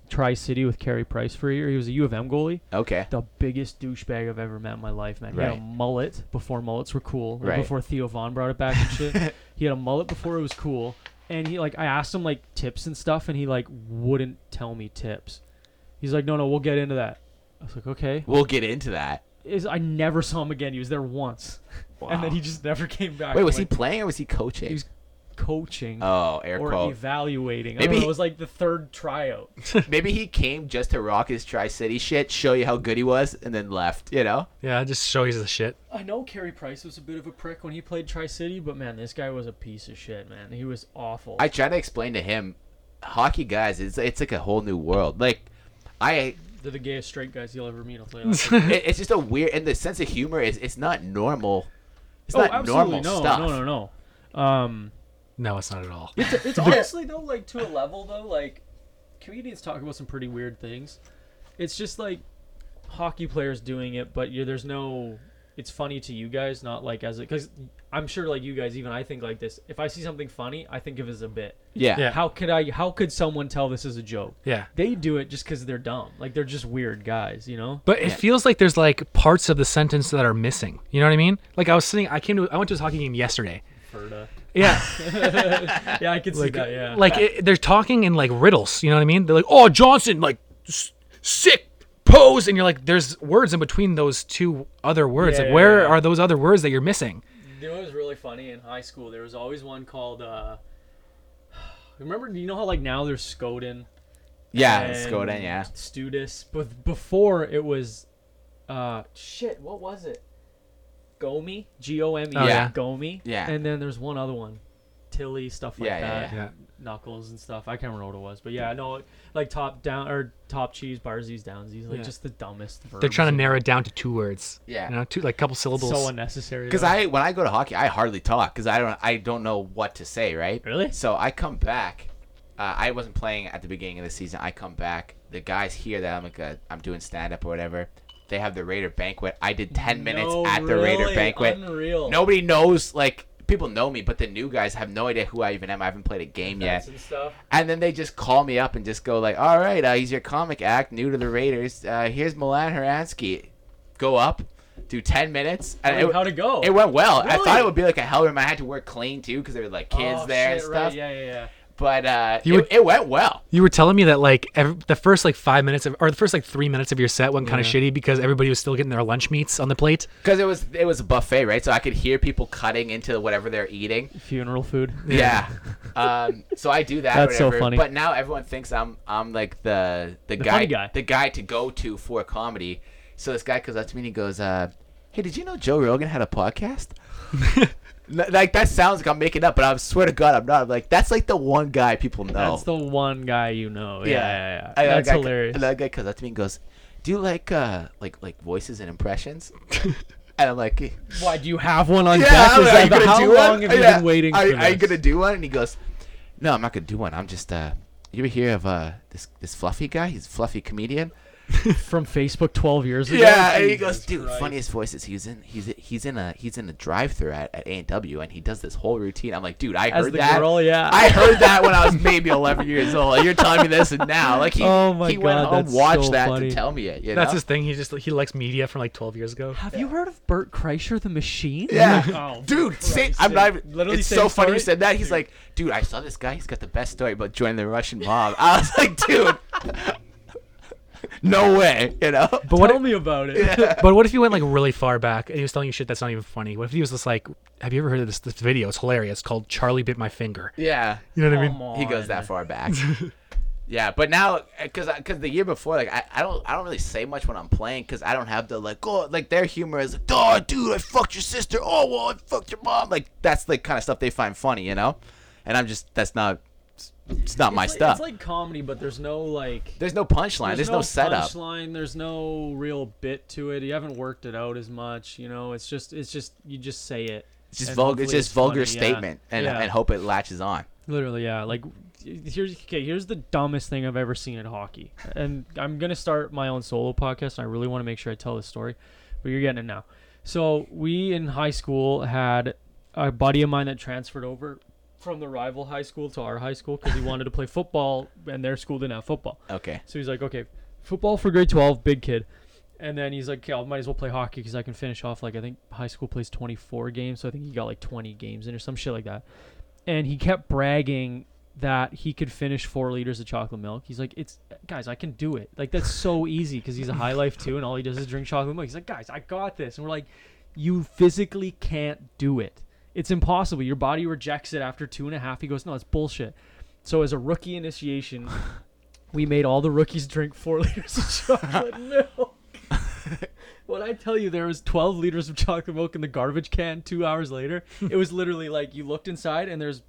[SPEAKER 1] Tri City with Carey Price for a year. He was a U of M goalie
[SPEAKER 5] Okay.
[SPEAKER 1] the biggest douchebag I've ever met in my life, man. He had
[SPEAKER 5] Right.
[SPEAKER 1] a mullet before mullets were cool. like
[SPEAKER 5] Right.
[SPEAKER 1] Before Theo Von brought it back and shit.
[SPEAKER 5] <laughs>
[SPEAKER 1] he had a mullet before it was cool. And he like I asked him like tips and stuff and he like wouldn't tell me tips. He's like, No, no, we'll get into that. I was like, Okay.
[SPEAKER 5] We'll get into that.
[SPEAKER 1] Is I never saw him again. He was there once. <laughs> And
[SPEAKER 5] Wow.
[SPEAKER 1] then he just never came back.
[SPEAKER 5] Wait, was he
[SPEAKER 1] Like,
[SPEAKER 5] playing or was he coaching?
[SPEAKER 1] He was coaching
[SPEAKER 5] oh, air
[SPEAKER 1] or
[SPEAKER 5] quote.
[SPEAKER 1] evaluating. I
[SPEAKER 5] Maybe
[SPEAKER 1] don't know,
[SPEAKER 5] he-
[SPEAKER 1] it was like the third
[SPEAKER 5] <laughs>
[SPEAKER 1] tryout.
[SPEAKER 5] Maybe he came just to rock his Tri City shit, show you how good he was, and then left, you know?
[SPEAKER 3] Yeah, just show he's the shit. <laughs>
[SPEAKER 1] I know Carey Price was a bit of a prick when he played Tri City, but man, this guy was a piece of shit, man. He was awful.
[SPEAKER 5] I try to explain to him, hockey guys, it's, it's like a whole new world. Like, I
[SPEAKER 1] They're the gayest straight guys you'll ever meet. I'll tell you that.
[SPEAKER 5] it, it's just a weird and the sense of humor is it's not normal. It's not normal
[SPEAKER 1] Oh, no,
[SPEAKER 5] stuff.
[SPEAKER 1] No, no, no. Um,
[SPEAKER 3] No, it's not at all.
[SPEAKER 1] it's, it's honestly though, like to a level though, like comedians talk about some pretty weird things. It's just like hockey players doing it, but you're, there's no. It's funny to you guys, not like as because I'm sure like you guys, even I think like this. If I see something funny, I think of it as a bit.
[SPEAKER 5] Yeah.
[SPEAKER 3] Yeah.
[SPEAKER 1] How could I? How could someone tell this is a joke?
[SPEAKER 3] Yeah.
[SPEAKER 1] they do it just because they're dumb. Like they're just weird guys, you know.
[SPEAKER 3] But it feels like there's like parts of the sentence that are missing. You know what I mean? Like I was sitting, I came to, I went to his hockey game yesterday.
[SPEAKER 1] <laughs>
[SPEAKER 3] Yeah,
[SPEAKER 1] Yeah, I could see that. Yeah,
[SPEAKER 3] like it, they're talking in like riddles. You know what I mean? They're like, oh Johnson, like s- sick pose, and you're like, there's words in between those two other words.
[SPEAKER 1] Yeah,
[SPEAKER 3] like
[SPEAKER 1] yeah,
[SPEAKER 3] where
[SPEAKER 1] yeah.
[SPEAKER 3] are those other words that you're missing?
[SPEAKER 1] you know what was really funny in high school? There was always one called. uh <sighs> Remember, you know how like now there's Skoden,
[SPEAKER 5] Yeah,
[SPEAKER 1] and
[SPEAKER 5] let's go then, yeah.
[SPEAKER 1] Studis, but before it was, uh, shit, what was it? Gomi, G O M E,
[SPEAKER 3] Oh, yeah.
[SPEAKER 1] Gomi,
[SPEAKER 5] Yeah.
[SPEAKER 1] and then there's one other one, Tilly, stuff like
[SPEAKER 5] Yeah, yeah,
[SPEAKER 1] that.
[SPEAKER 5] yeah.
[SPEAKER 1] knuckles and stuff. I can't remember what it was, but yeah, no, like top down or top cheese, barzies, downsies, like
[SPEAKER 3] Yeah.
[SPEAKER 1] just the dumbest. Verbs.
[SPEAKER 3] They're trying to narrow it down to two words.
[SPEAKER 5] Yeah.
[SPEAKER 3] you know, two like couple syllables.
[SPEAKER 1] so unnecessary.
[SPEAKER 5] Because
[SPEAKER 1] though.
[SPEAKER 5] I when I go to hockey, I hardly talk because I don't I don't know what to say, right?
[SPEAKER 1] Really?
[SPEAKER 5] So I come back. Uh, I wasn't playing at the beginning of the season. I come back. The guys here that I'm like uh, I'm doing stand up or whatever. They have the Raider banquet. I did ten minutes
[SPEAKER 1] No,
[SPEAKER 5] at the Raider
[SPEAKER 1] really?
[SPEAKER 5] banquet.
[SPEAKER 1] Unreal.
[SPEAKER 5] Nobody knows like people know me, but the new guys have no idea who I even am. I haven't played a game yet.
[SPEAKER 1] and stuff.
[SPEAKER 5] And then they just call me up and just go like, "All right, uh, he's your comic act, new to the Raiders. Uh, here's Milan Haransky. Go up, do 10 minutes. And
[SPEAKER 1] How'd- how'd it go?
[SPEAKER 5] It went well. I thought
[SPEAKER 1] Really?
[SPEAKER 5] it would be like a hell room. I had to work clean too because there were like kids
[SPEAKER 1] Oh,
[SPEAKER 5] there and
[SPEAKER 1] shit,
[SPEAKER 5] stuff.
[SPEAKER 1] right, Yeah, yeah, yeah.
[SPEAKER 5] But uh,
[SPEAKER 3] You
[SPEAKER 5] it,
[SPEAKER 3] would-
[SPEAKER 5] it went well.
[SPEAKER 3] You were telling me that like ev the first like five minutes of or the first like three minutes of your set went kind of shitty because everybody was still getting their lunch meats on the plate.
[SPEAKER 5] Because it was it was a buffet, right? So I could hear people cutting into whatever they're eating.
[SPEAKER 1] Funeral food.
[SPEAKER 5] Yeah. <laughs> um, so I do that.
[SPEAKER 1] That's so
[SPEAKER 5] whenever-
[SPEAKER 1] funny.
[SPEAKER 5] But now everyone thinks I'm I'm like the the, guy,
[SPEAKER 1] funny guy.
[SPEAKER 5] the guy to go to for comedy. So this guy comes up to me and he goes, uh, "Hey, did you know Joe Rogan had
[SPEAKER 1] <laughs>
[SPEAKER 5] a podcast?" N- like that sounds like I'm making up, but I swear to God, I'm not. I'm like that's like the one guy people
[SPEAKER 1] <laughs>
[SPEAKER 5] know.
[SPEAKER 1] That's the one guy you know. Yeah, yeah, yeah.
[SPEAKER 5] Another
[SPEAKER 1] That's
[SPEAKER 5] guy co-
[SPEAKER 1] hilarious.
[SPEAKER 5] Another guy comes up to me and goes, "Do you like uh like like voices and
[SPEAKER 1] <laughs>
[SPEAKER 5] impressions?" and I'm like,
[SPEAKER 1] Why do you have one on
[SPEAKER 5] yeah,
[SPEAKER 1] deck?
[SPEAKER 5] I'm
[SPEAKER 1] Is that
[SPEAKER 5] like,
[SPEAKER 1] the-
[SPEAKER 5] "Are you gonna
[SPEAKER 1] how
[SPEAKER 5] do
[SPEAKER 1] long
[SPEAKER 5] one?
[SPEAKER 1] have you
[SPEAKER 5] Yeah,
[SPEAKER 1] been waiting
[SPEAKER 5] are,
[SPEAKER 1] for
[SPEAKER 5] Are you
[SPEAKER 1] this?
[SPEAKER 5] gonna do one? And he goes, "No, I'm not gonna do one. I'm just uh, you ever hear of uh this this fluffy guy? He's a fluffy comedian.
[SPEAKER 1] From Facebook 12 years ago.
[SPEAKER 5] Yeah, and he
[SPEAKER 1] Jesus
[SPEAKER 5] goes, dude,
[SPEAKER 1] Christ.
[SPEAKER 5] funniest voices. He's in he's he's in a he's in a drive-through at at A and W, and he does this whole routine. I'm like, dude, I
[SPEAKER 1] As
[SPEAKER 5] heard
[SPEAKER 1] the
[SPEAKER 5] that.
[SPEAKER 1] girl, yeah.
[SPEAKER 5] I heard that when I was maybe 11 years old. You're telling me this and now, like
[SPEAKER 1] <laughs>
[SPEAKER 5] he
[SPEAKER 1] Oh my
[SPEAKER 5] he went
[SPEAKER 1] God,
[SPEAKER 5] home
[SPEAKER 1] that's
[SPEAKER 5] watched
[SPEAKER 1] so
[SPEAKER 5] that
[SPEAKER 1] funny.
[SPEAKER 5] to tell me it. You know?
[SPEAKER 3] That's his thing. He just he likes media from like 12
[SPEAKER 1] <laughs>
[SPEAKER 3] years ago. <laughs>
[SPEAKER 1] Have you heard of Bert Kreischer, the machine?
[SPEAKER 5] Yeah,
[SPEAKER 1] Oh,
[SPEAKER 5] <laughs> dude. Say,
[SPEAKER 1] Christ's
[SPEAKER 5] I'm not.
[SPEAKER 1] sake.
[SPEAKER 5] Even,
[SPEAKER 1] Literally
[SPEAKER 5] it's
[SPEAKER 1] same
[SPEAKER 5] so funny you
[SPEAKER 1] story?
[SPEAKER 5] said that. He's like, dude, I saw this guy. He's got the best story about joining the Russian mob. <laughs> I was like, dude, <laughs> no way.
[SPEAKER 1] <laughs>
[SPEAKER 5] You know.
[SPEAKER 3] But
[SPEAKER 1] Tell
[SPEAKER 3] what,
[SPEAKER 1] me about it.
[SPEAKER 3] but what if you went like really far back and he was telling you shit that's not even funny? What if he was just like, "Have you ever heard of this, this video? It's hilarious. It's called Charlie bit my finger."
[SPEAKER 5] Yeah.
[SPEAKER 3] You know what I mean?
[SPEAKER 1] Come on.
[SPEAKER 5] He goes that far
[SPEAKER 1] <laughs>
[SPEAKER 5] back. yeah, but now, cause I- cause the year before, like I, I don't I don't really say much when I'm playing, cause I don't have the like oh like their humor is like oh dude I fucked your sister oh well I fucked your mom like that's like kind of stuff they find funny you know, and I'm just that's not it's not my
[SPEAKER 1] it's
[SPEAKER 5] stuff.
[SPEAKER 1] Like, it's like comedy, but there's no like.
[SPEAKER 5] there's no punchline. There's, no, setup.
[SPEAKER 1] Punchline. There's no real bit to it. You haven't worked it out as much. You know, it's just, it's just, you just say it.
[SPEAKER 5] It's just
[SPEAKER 1] and
[SPEAKER 5] vulgar. It's
[SPEAKER 1] hopefully
[SPEAKER 5] just vulgar
[SPEAKER 1] funny, yeah.
[SPEAKER 5] statement, and
[SPEAKER 1] Yeah.
[SPEAKER 5] and hope it latches on.
[SPEAKER 1] Literally, yeah. Like here's okay, here's the dumbest thing I've ever seen in hockey. And I'm gonna start my own solo podcast and I really want to make sure I tell this story, but you're getting it now. So we in high school had a buddy of mine that transferred over from the rival high school to our high school because he wanted to play football and their school didn't have football.
[SPEAKER 5] Okay.
[SPEAKER 1] So he's like, okay, football for grade 12, big kid. And then he's like, okay, I might as well play hockey because I can finish off, like, I think high school plays 24 games. So I think he got like 20 games in or some shit like that. And he kept bragging that he could finish four liters of chocolate milk. He's like, it's, guys, I can do it. Like, that's so easy because he's a high life too. And all he does is drink chocolate milk. He's like, guys, I got this. And we're like, you physically can't do it. It's impossible. Your body rejects it after two and a half. He goes, no, it's bullshit. So as a rookie initiation, we made all the rookies drink four <laughs> liters of chocolate milk. when I tell you there was 12 liters of chocolate milk in the garbage can two hours later, it was literally like you looked inside and there's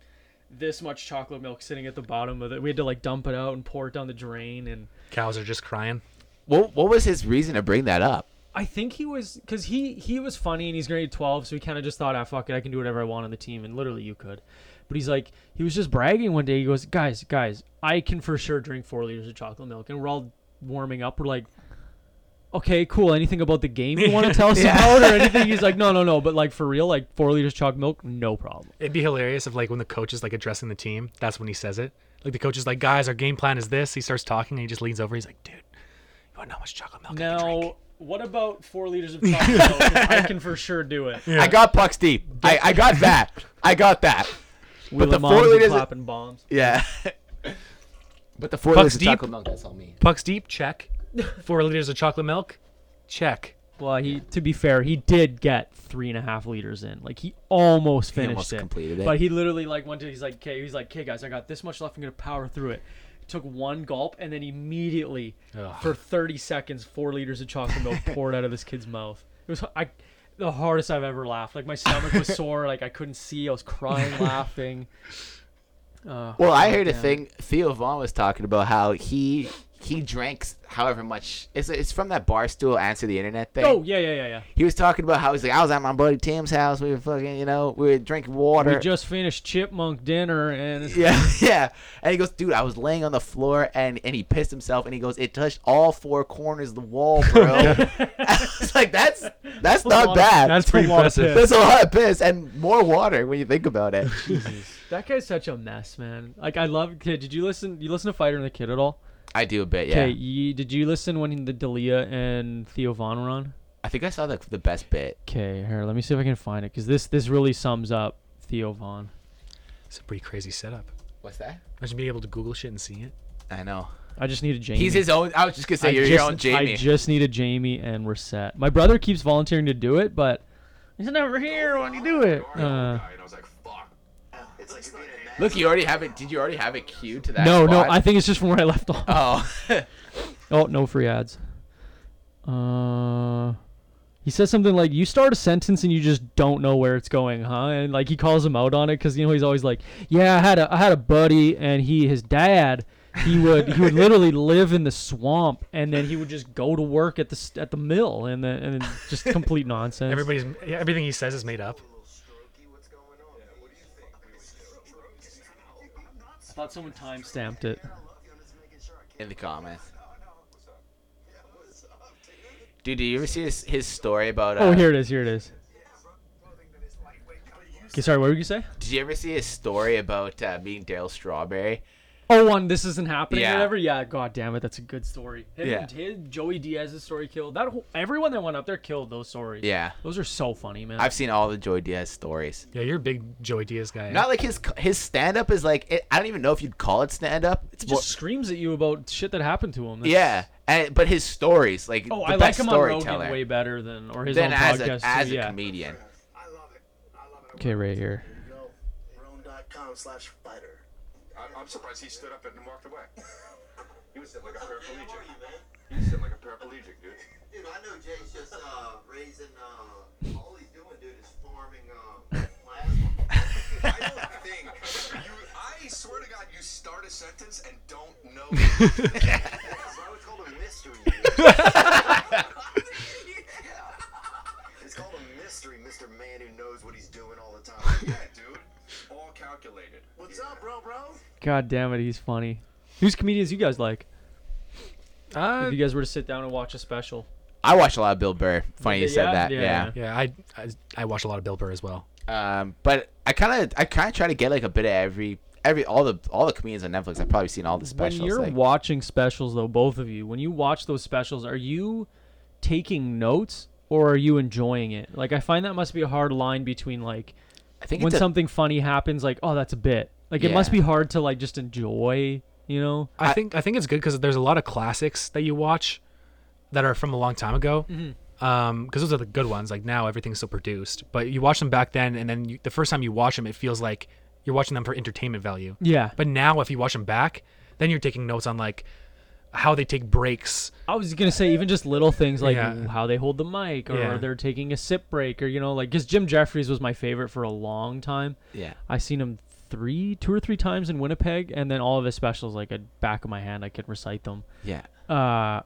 [SPEAKER 1] this much chocolate milk sitting at the bottom of it. We had to like dump it out and pour it down the drain. And
[SPEAKER 3] Cows are just crying.
[SPEAKER 5] What what was his reason to bring that up?
[SPEAKER 1] I think he was because he he was funny and he's grade 12, so he kind of just thought, ah, fuck it, I can do whatever I want on the team. And literally, you could. But he's like, he was just bragging one day. He goes, guys, guys, I can for sure drink four liters of chocolate milk. And we're all warming up. We're like, okay, cool. Anything about the game you
[SPEAKER 5] <laughs>
[SPEAKER 1] want to tell us about or anything? He's like, no, no, no. But like for real, like four liters of chocolate milk, no problem.
[SPEAKER 3] It'd be hilarious if like when the coach is like addressing the team, that's when he says it. Like the coach is like, "Guys, our game plan is this." He starts talking and he just leans over. He's like, "Dude, you want to know how much chocolate milk I can drink?"
[SPEAKER 1] Now, what about four liters <laughs> of chocolate milk? I can for sure do it.
[SPEAKER 5] I got pucks deep. I, I got
[SPEAKER 1] <laughs>
[SPEAKER 5] that. I got that.
[SPEAKER 1] We
[SPEAKER 5] the four liters-
[SPEAKER 1] clapping bombs.
[SPEAKER 5] Yeah. <laughs> but the four
[SPEAKER 3] Pucks
[SPEAKER 5] liters of
[SPEAKER 3] deep?
[SPEAKER 5] chocolate milk. That's all me.
[SPEAKER 3] Pucks deep, check. <laughs> Four liters of chocolate milk, check.
[SPEAKER 1] Well, he to be fair, he did get three and a half liters in. Like he almost finished
[SPEAKER 5] almost
[SPEAKER 1] it,
[SPEAKER 5] completed it.
[SPEAKER 1] But he literally like went to he's like, okay, he's like, okay, guys, I got this much left. I'm gonna power through it. Took one gulp and then immediately, for 30 seconds, four liters of chocolate
[SPEAKER 5] <laughs>
[SPEAKER 1] milk poured out of this kid's mouth. It was I, the hardest I've ever laughed. Like my stomach
[SPEAKER 5] <laughs>
[SPEAKER 1] was sore. Like I couldn't see. I was crying, laughing.
[SPEAKER 5] Well, I heard a thing. Theo Vaughn was talking about how he he drank s- however much. It's it's from that barstool answer the internet thing.
[SPEAKER 1] Oh yeah, yeah, yeah, yeah.
[SPEAKER 5] He was talking about how he's like, I was at my buddy Tim's house. We were fucking, you know, we were drinking water.
[SPEAKER 1] We just finished chipmunk dinner and it's
[SPEAKER 5] <laughs> Yeah, yeah. And he goes, dude, I was laying on the floor and and he pissed himself and he goes, it touched all four corners of the
[SPEAKER 1] <laughs>
[SPEAKER 5] wall, bro. <laughs> it's like that's that's
[SPEAKER 1] a lot
[SPEAKER 5] not
[SPEAKER 1] of-
[SPEAKER 5] bad.
[SPEAKER 3] That's pretty
[SPEAKER 1] a lot of
[SPEAKER 3] impressive.
[SPEAKER 1] piss.
[SPEAKER 5] that's a lot of piss and more water when you think
[SPEAKER 1] <laughs>
[SPEAKER 5] about it.
[SPEAKER 1] That guy's such a mess, man. Like I love kid. Did you listen? You listen to Fighter and the Kid at all?
[SPEAKER 5] I do a bit, yeah.
[SPEAKER 1] Okay. You, did you listen when the Dalia and Theo Von were on?
[SPEAKER 5] I think I saw the the best bit.
[SPEAKER 1] Okay, here, let me see if I can find it because this this really sums up Theo Vaughn.
[SPEAKER 3] It's a pretty crazy setup.
[SPEAKER 5] What's that?
[SPEAKER 3] Imagine being able to Google shit and see it.
[SPEAKER 5] I know.
[SPEAKER 1] I just needed Jamie.
[SPEAKER 5] He's his own. I was just gonna say
[SPEAKER 1] I
[SPEAKER 5] you're
[SPEAKER 1] just,
[SPEAKER 5] your own Jamie.
[SPEAKER 1] I just needed Jamie, and we're set. My brother keeps volunteering to do it, but he's never here when you do it. Uh,
[SPEAKER 5] Look, you already have it. Did you already have it queued to that?
[SPEAKER 1] no, no,
[SPEAKER 5] spot?
[SPEAKER 1] I think it's just from where I left off.
[SPEAKER 5] <laughs> Oh, <laughs>
[SPEAKER 1] Oh, no free ads. Uh, he says something like, "You start a sentence and you just don't know where it's going, huh?" And like he calls him out on it because you know he's always like, "Yeah, I had a I had a buddy and he his dad." He would he would literally live in the swamp and then he would just go to work at the s- at the mill and then and then just complete nonsense.
[SPEAKER 3] Everybody's yeah, everything he says is made up.
[SPEAKER 1] I thought someone time stamped it.
[SPEAKER 5] in the comments. Dude, did you ever see his, his story about? Uh,
[SPEAKER 1] Oh, here it is. Here it is. Okay, sorry. What were you gonna say?
[SPEAKER 5] Did you ever see his story about uh, meeting Daryl Strawberry?
[SPEAKER 1] Oh, on this isn't happening
[SPEAKER 5] Yeah.
[SPEAKER 1] or whatever. Yeah, god damn it, that's a good story. Him,
[SPEAKER 5] Yeah.
[SPEAKER 1] his- Joey Diaz's story killed that. Whole, everyone that went up there killed those stories.
[SPEAKER 5] Yeah,
[SPEAKER 1] those are so funny, man.
[SPEAKER 5] I've seen all the Joy Diaz stories.
[SPEAKER 3] Yeah, you're a big Joey Diaz guy. eh?
[SPEAKER 5] Not like his his stand up is like it, I don't even know if you'd call it stand up. It's
[SPEAKER 1] he
[SPEAKER 5] more,
[SPEAKER 1] just screams at you about shit that happened to him. That's-
[SPEAKER 5] yeah, and, but his stories like
[SPEAKER 1] Oh,
[SPEAKER 5] the
[SPEAKER 1] I like
[SPEAKER 5] best
[SPEAKER 1] him on Rogan
[SPEAKER 5] storyteller.
[SPEAKER 1] way better than or his
[SPEAKER 5] Then
[SPEAKER 1] own
[SPEAKER 5] as
[SPEAKER 1] podcast.
[SPEAKER 5] a as
[SPEAKER 1] too,
[SPEAKER 5] a
[SPEAKER 1] yeah.
[SPEAKER 5] comedian,
[SPEAKER 1] Okay, right here.
[SPEAKER 2] Roan.com slash fighter.
[SPEAKER 6] I'm surprised he stood up and walked away. He was sitting like a paraplegic. He was sitting like a paraplegic, dude.
[SPEAKER 4] Dude, I know Jay's just uh, raising. Uh, all he's doing, dude, is farming
[SPEAKER 6] <laughs>
[SPEAKER 4] uh, plasma.
[SPEAKER 6] I don't think you. I swear to God, you start a sentence and don't know. That's
[SPEAKER 4] That's why we call it a mystery.
[SPEAKER 6] It's called a mystery, Mr. Man who knows what he's doing all the time. Yeah, dude. All calculated.
[SPEAKER 4] What's up, bro, bro?
[SPEAKER 1] God damn it, he's funny. Whose comedians you guys like?
[SPEAKER 3] Uh,
[SPEAKER 1] If you guys were to sit down and watch a special,
[SPEAKER 5] I watch a lot of Bill Burr. Funny you
[SPEAKER 1] Yeah,
[SPEAKER 5] said that.
[SPEAKER 1] yeah,
[SPEAKER 5] yeah.
[SPEAKER 3] yeah, I, I I watch a lot of Bill Burr as well.
[SPEAKER 5] Um, but I kind of I kind of try to get like a bit of every every all the all the comedians on Netflix. I've probably seen all the specials.
[SPEAKER 1] When you're
[SPEAKER 5] like-
[SPEAKER 1] watching specials, though, both of you, when you watch those specials, are you taking notes or are you enjoying it? Like, I find that must be a hard line between like
[SPEAKER 5] I think
[SPEAKER 1] when
[SPEAKER 5] it's a-
[SPEAKER 1] something funny happens, like oh that's a bit. Like it must be
[SPEAKER 5] Yeah.
[SPEAKER 1] hard to like just enjoy, you know?
[SPEAKER 3] I, think I think it's good because there's a lot of classics that you watch that are from a long time ago. Because
[SPEAKER 1] Mm-hmm.
[SPEAKER 3] those are the good ones. Like now, everything's so produced, but you watch them back then, and then you, the first time you watch them, it feels like you're watching them for entertainment value.
[SPEAKER 1] Yeah. But
[SPEAKER 3] But now, if you watch them back, then you're taking notes on like how they take breaks.
[SPEAKER 1] I was gonna say even just little things like
[SPEAKER 3] Yeah.
[SPEAKER 1] how they hold the mic or
[SPEAKER 3] Yeah.
[SPEAKER 1] they're taking a sip break or you know like because Jim Jeffries was my favorite for a long time.
[SPEAKER 5] yeah.
[SPEAKER 1] I seen him three, two or three times in Winnipeg, and then all of his specials like a back of my hand, I could recite them.
[SPEAKER 5] Yeah.
[SPEAKER 1] Uh,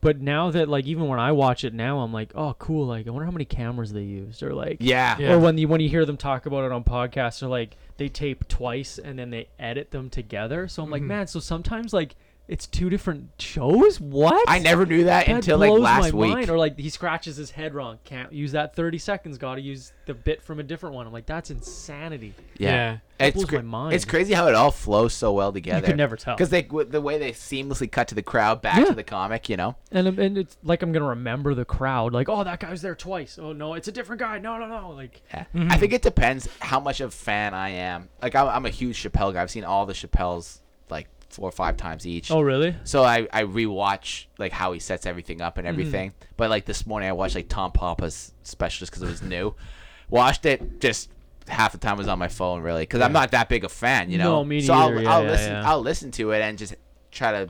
[SPEAKER 1] but now that like even when I watch it now, I'm like, oh, cool. Like I wonder how many cameras they used, or like
[SPEAKER 5] Yeah.
[SPEAKER 3] Yeah.
[SPEAKER 1] or when you when you hear them talk about it on podcasts, or like they tape twice and then they edit them together. So I'm like, man. So sometimes like it's two different shows. What?
[SPEAKER 5] I never knew that,
[SPEAKER 1] That
[SPEAKER 5] until like
[SPEAKER 1] blows
[SPEAKER 5] last
[SPEAKER 1] my
[SPEAKER 5] week.
[SPEAKER 1] Mind. Or like he scratches his head wrong. Can't use that 30 seconds. Got to use the bit from a different one. I'm like, that's insanity.
[SPEAKER 5] yeah.
[SPEAKER 1] That
[SPEAKER 5] It's
[SPEAKER 1] blows
[SPEAKER 5] cra-
[SPEAKER 1] my mind.
[SPEAKER 5] It's crazy how it all flows so well together.
[SPEAKER 1] could never tell.
[SPEAKER 5] because they w- the way they seamlessly cut to the crowd back
[SPEAKER 1] Yeah.
[SPEAKER 5] to the comic. You know.
[SPEAKER 1] And I'm- and it's like I'm gonna remember the crowd. Like, oh, that guy was there twice. Oh no, it's a different guy. No, no, no. Like,
[SPEAKER 5] Yeah.
[SPEAKER 1] Mm-hmm.
[SPEAKER 5] I think it depends how much of a fan I am. Like I'm, I'm a huge Chappelle guy. I've seen all the Chappelles like four or five times each.
[SPEAKER 1] oh really?
[SPEAKER 5] So I, I rewatch like how he sets everything up
[SPEAKER 1] Mm-hmm.
[SPEAKER 5] and everything. But like this morning I watched like Tom Papa's special just because it was new. Watched it just half the time was on my phone really because I'm not that big a fan, you know.
[SPEAKER 1] No, me
[SPEAKER 5] so
[SPEAKER 1] neither.
[SPEAKER 5] I'll,
[SPEAKER 1] Yeah,
[SPEAKER 5] I'll
[SPEAKER 1] yeah,
[SPEAKER 5] listen
[SPEAKER 1] yeah.
[SPEAKER 5] I'll listen to it and just try to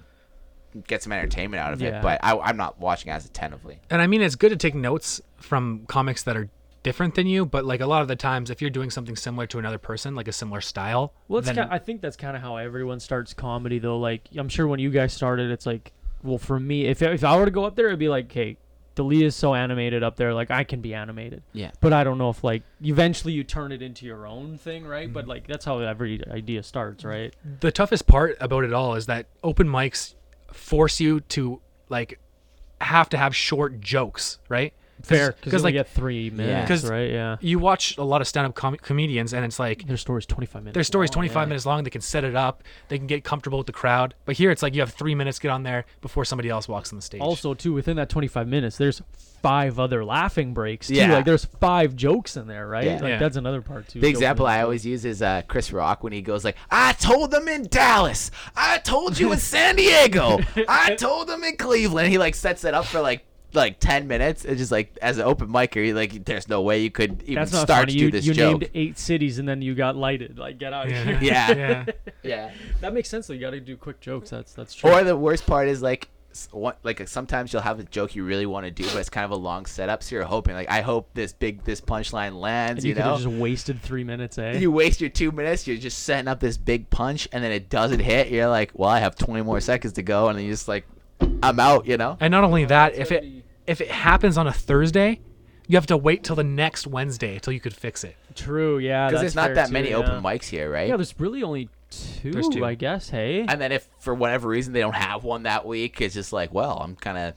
[SPEAKER 5] get some entertainment out of
[SPEAKER 1] Yeah.
[SPEAKER 5] it. But I, I'm not watching as attentively.
[SPEAKER 3] And I mean, it's good to take notes from comics that are different than you, but like a lot of the times, if you're doing something similar to another person, like a similar style,
[SPEAKER 1] Well, it's
[SPEAKER 3] then,
[SPEAKER 1] kind I think that's kind of how everyone starts comedy, though. Like, I'm sure when you guys started, it's like, well, for me, if if I were to go up there, it'd be like, hey, Delia is so animated up there, like I can be animated.
[SPEAKER 5] Yeah.
[SPEAKER 1] But I don't know if like eventually you turn it into your own thing, right? But like that's how every idea starts, right?
[SPEAKER 3] the toughest part about it all is that open mics force you to like have to have short jokes, right? fair
[SPEAKER 1] because
[SPEAKER 3] because
[SPEAKER 1] like
[SPEAKER 3] like
[SPEAKER 1] get three minutes,
[SPEAKER 3] 'Cause-
[SPEAKER 1] right? Yeah,
[SPEAKER 3] you watch a lot of stand-up com- comedians and it's like
[SPEAKER 1] their story's twenty five minutes.
[SPEAKER 3] their story's
[SPEAKER 1] long,
[SPEAKER 3] 25
[SPEAKER 1] Oh, yeah.
[SPEAKER 3] minutes long they can set it up they can get comfortable with the crowd but here it's like you have three minutes get on there before somebody else walks on the stage
[SPEAKER 1] Also, too, within that twenty five minutes, there's five other laughing breaks. Too.
[SPEAKER 5] Yeah.
[SPEAKER 1] like there's five jokes in there, right?
[SPEAKER 5] Yeah.
[SPEAKER 1] Like
[SPEAKER 3] Yeah.
[SPEAKER 1] that's another part too.
[SPEAKER 5] The
[SPEAKER 1] joke
[SPEAKER 5] example
[SPEAKER 1] in
[SPEAKER 5] I
[SPEAKER 1] there.
[SPEAKER 5] always use is uh, Chris Rock when he goes like, "I told them in Dallas, I told you in San Diego,
[SPEAKER 1] <laughs>
[SPEAKER 5] I told them in Cleveland." He like sets it up for like like ten minutes. It's just like as an open micer, you're like, "There's no way you could even
[SPEAKER 1] That's not
[SPEAKER 5] start
[SPEAKER 1] funny.
[SPEAKER 5] to
[SPEAKER 1] You,
[SPEAKER 5] do this
[SPEAKER 1] you
[SPEAKER 5] joke."
[SPEAKER 1] named eight cities and then you got lighted. Like get out of here.
[SPEAKER 5] Yeah.
[SPEAKER 3] <laughs> yeah
[SPEAKER 5] yeah.
[SPEAKER 1] <laughs> That makes sense. Though. You got to do quick jokes. That's that's true.
[SPEAKER 5] Or the worst part is like, s- what, like sometimes you'll have a joke you really want to do, but it's kind of a long setup, so you're hoping like, "I hope this big this punchline lands."
[SPEAKER 1] and
[SPEAKER 5] you
[SPEAKER 1] you, could
[SPEAKER 5] know,
[SPEAKER 1] have just wasted three minutes, eh?
[SPEAKER 5] you waste your two minutes. You're just setting up this big punch, and then it doesn't hit. You're like, well, I have 20 more seconds to go, and then you're just like, I'm out. You know?
[SPEAKER 3] and not only that if it if it happens on a thursday you have to wait till the next wednesday till you could fix it
[SPEAKER 1] true. Yeah. that's
[SPEAKER 5] Because there's not
[SPEAKER 1] fair,
[SPEAKER 5] that
[SPEAKER 1] too,
[SPEAKER 5] many
[SPEAKER 1] yeah.
[SPEAKER 5] open mics here, right?
[SPEAKER 1] Yeah, there's really only two,
[SPEAKER 3] There's two.
[SPEAKER 1] I guess. Hey.
[SPEAKER 5] and then if for whatever reason they don't have one that week, it's just like, well, I'm kind of,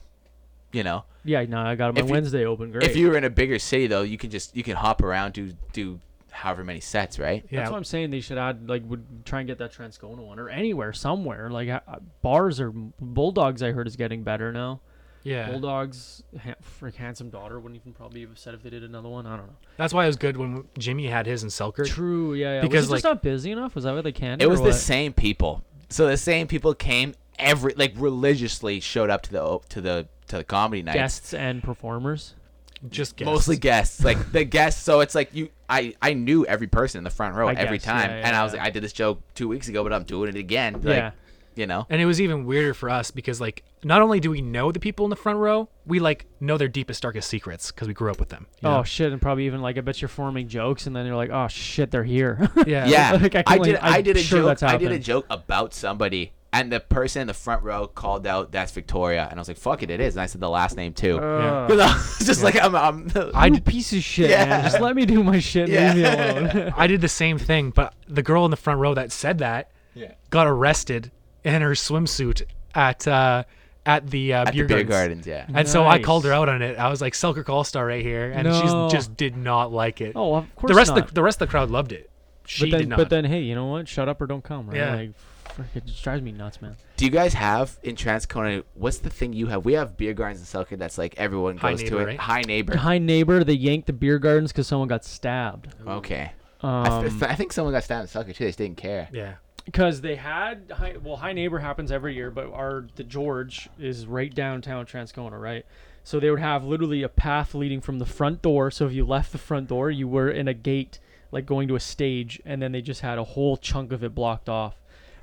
[SPEAKER 5] you know.
[SPEAKER 1] yeah. No, I got my
[SPEAKER 5] If you-
[SPEAKER 1] Wednesday open. Great.
[SPEAKER 5] If you were in a bigger city though, you can just you can hop around do do however many sets, right?
[SPEAKER 3] yeah
[SPEAKER 1] That's what I'm saying. They should add like would try and get that Transcona one or anywhere somewhere. Like uh, uh, bars or Bulldogs, I heard is getting better now.
[SPEAKER 3] yeah
[SPEAKER 1] uh, Bulldogs, ha- frick, handsome daughter wouldn't even probably have said if they did another one. I don't know.
[SPEAKER 3] that's why it was good when jimmy had his in selkirk
[SPEAKER 1] True. Yeah. yeah.
[SPEAKER 3] Because,
[SPEAKER 1] was it just
[SPEAKER 3] like-
[SPEAKER 1] not busy enough? Was that what they can?
[SPEAKER 5] It was the same people. So the same people came every like religiously showed up to the o- to the to the comedy nights.
[SPEAKER 1] guests and performers.
[SPEAKER 3] just guess.
[SPEAKER 1] <laughs>
[SPEAKER 5] mostly guests like the guests so it's like you i i knew every person in the front row
[SPEAKER 1] I
[SPEAKER 5] every
[SPEAKER 1] guess,
[SPEAKER 5] time
[SPEAKER 1] yeah,
[SPEAKER 5] and i was
[SPEAKER 1] yeah.
[SPEAKER 5] like i did this joke two weeks ago but i'm doing it again like
[SPEAKER 1] Yeah.
[SPEAKER 5] you know
[SPEAKER 3] and it was even weirder for us because like not only do we know the people in the front row we like know their deepest darkest secrets because we grew up with them you
[SPEAKER 1] Oh
[SPEAKER 3] know?
[SPEAKER 1] shit! And probably even like I bet you're forming jokes, and then you're like, oh shit, they're here. <laughs>
[SPEAKER 3] yeah
[SPEAKER 5] yeah
[SPEAKER 1] Like, I
[SPEAKER 5] i,
[SPEAKER 1] can only-
[SPEAKER 5] did i
[SPEAKER 1] I'm
[SPEAKER 5] did a
[SPEAKER 1] sure
[SPEAKER 5] joke
[SPEAKER 1] that's
[SPEAKER 5] i did a
[SPEAKER 1] happened.
[SPEAKER 5] joke about somebody and the person in the front row called out that's victoria and i was like fuck it it is and i said the last name too
[SPEAKER 1] Uh,
[SPEAKER 5] <laughs> 'Cause I was just like i'm, I'm <laughs>
[SPEAKER 1] I you <laughs> piece of shit, man. Just let me do my shit.
[SPEAKER 5] Yeah.
[SPEAKER 1] Leave me alone.
[SPEAKER 3] I did the same thing, but the girl in the front row that said that got arrested in her swimsuit at uh, at the uh,
[SPEAKER 5] at
[SPEAKER 3] beer,
[SPEAKER 5] the beer
[SPEAKER 3] gardens.
[SPEAKER 5] gardens yeah
[SPEAKER 3] And so I
[SPEAKER 1] Nice.
[SPEAKER 3] called her out on it. I was like Selkirk All Star right here, and
[SPEAKER 1] No.
[SPEAKER 3] she's just did not like it.
[SPEAKER 1] oh, of course
[SPEAKER 3] the rest
[SPEAKER 1] not.
[SPEAKER 3] of the, the rest of the crowd loved it. She
[SPEAKER 1] but then,
[SPEAKER 3] did not.
[SPEAKER 1] but then, hey, you know what? Shut up or don't come. Right?
[SPEAKER 3] Yeah.
[SPEAKER 1] Like, frick, it just drives me nuts, man.
[SPEAKER 5] do you guys have in transcona what's the thing you have we have beer gardens in selkirk that's like everyone
[SPEAKER 3] High
[SPEAKER 5] goes to
[SPEAKER 3] Neighbor,
[SPEAKER 5] it
[SPEAKER 3] right?
[SPEAKER 5] high neighbor
[SPEAKER 1] Behind neighbor, they yanked the beer gardens because someone got stabbed.
[SPEAKER 5] okay I,
[SPEAKER 1] Um,
[SPEAKER 5] th- I think someone got stabbed in Selkirk too. They just didn't care.
[SPEAKER 3] yeah,
[SPEAKER 1] because they had high, well high neighbor happens every year but our the george is right downtown transcona right so they would have literally a path leading from the front door so if you left the front door you were in a gate like going to a stage and then they just had a whole chunk of it blocked off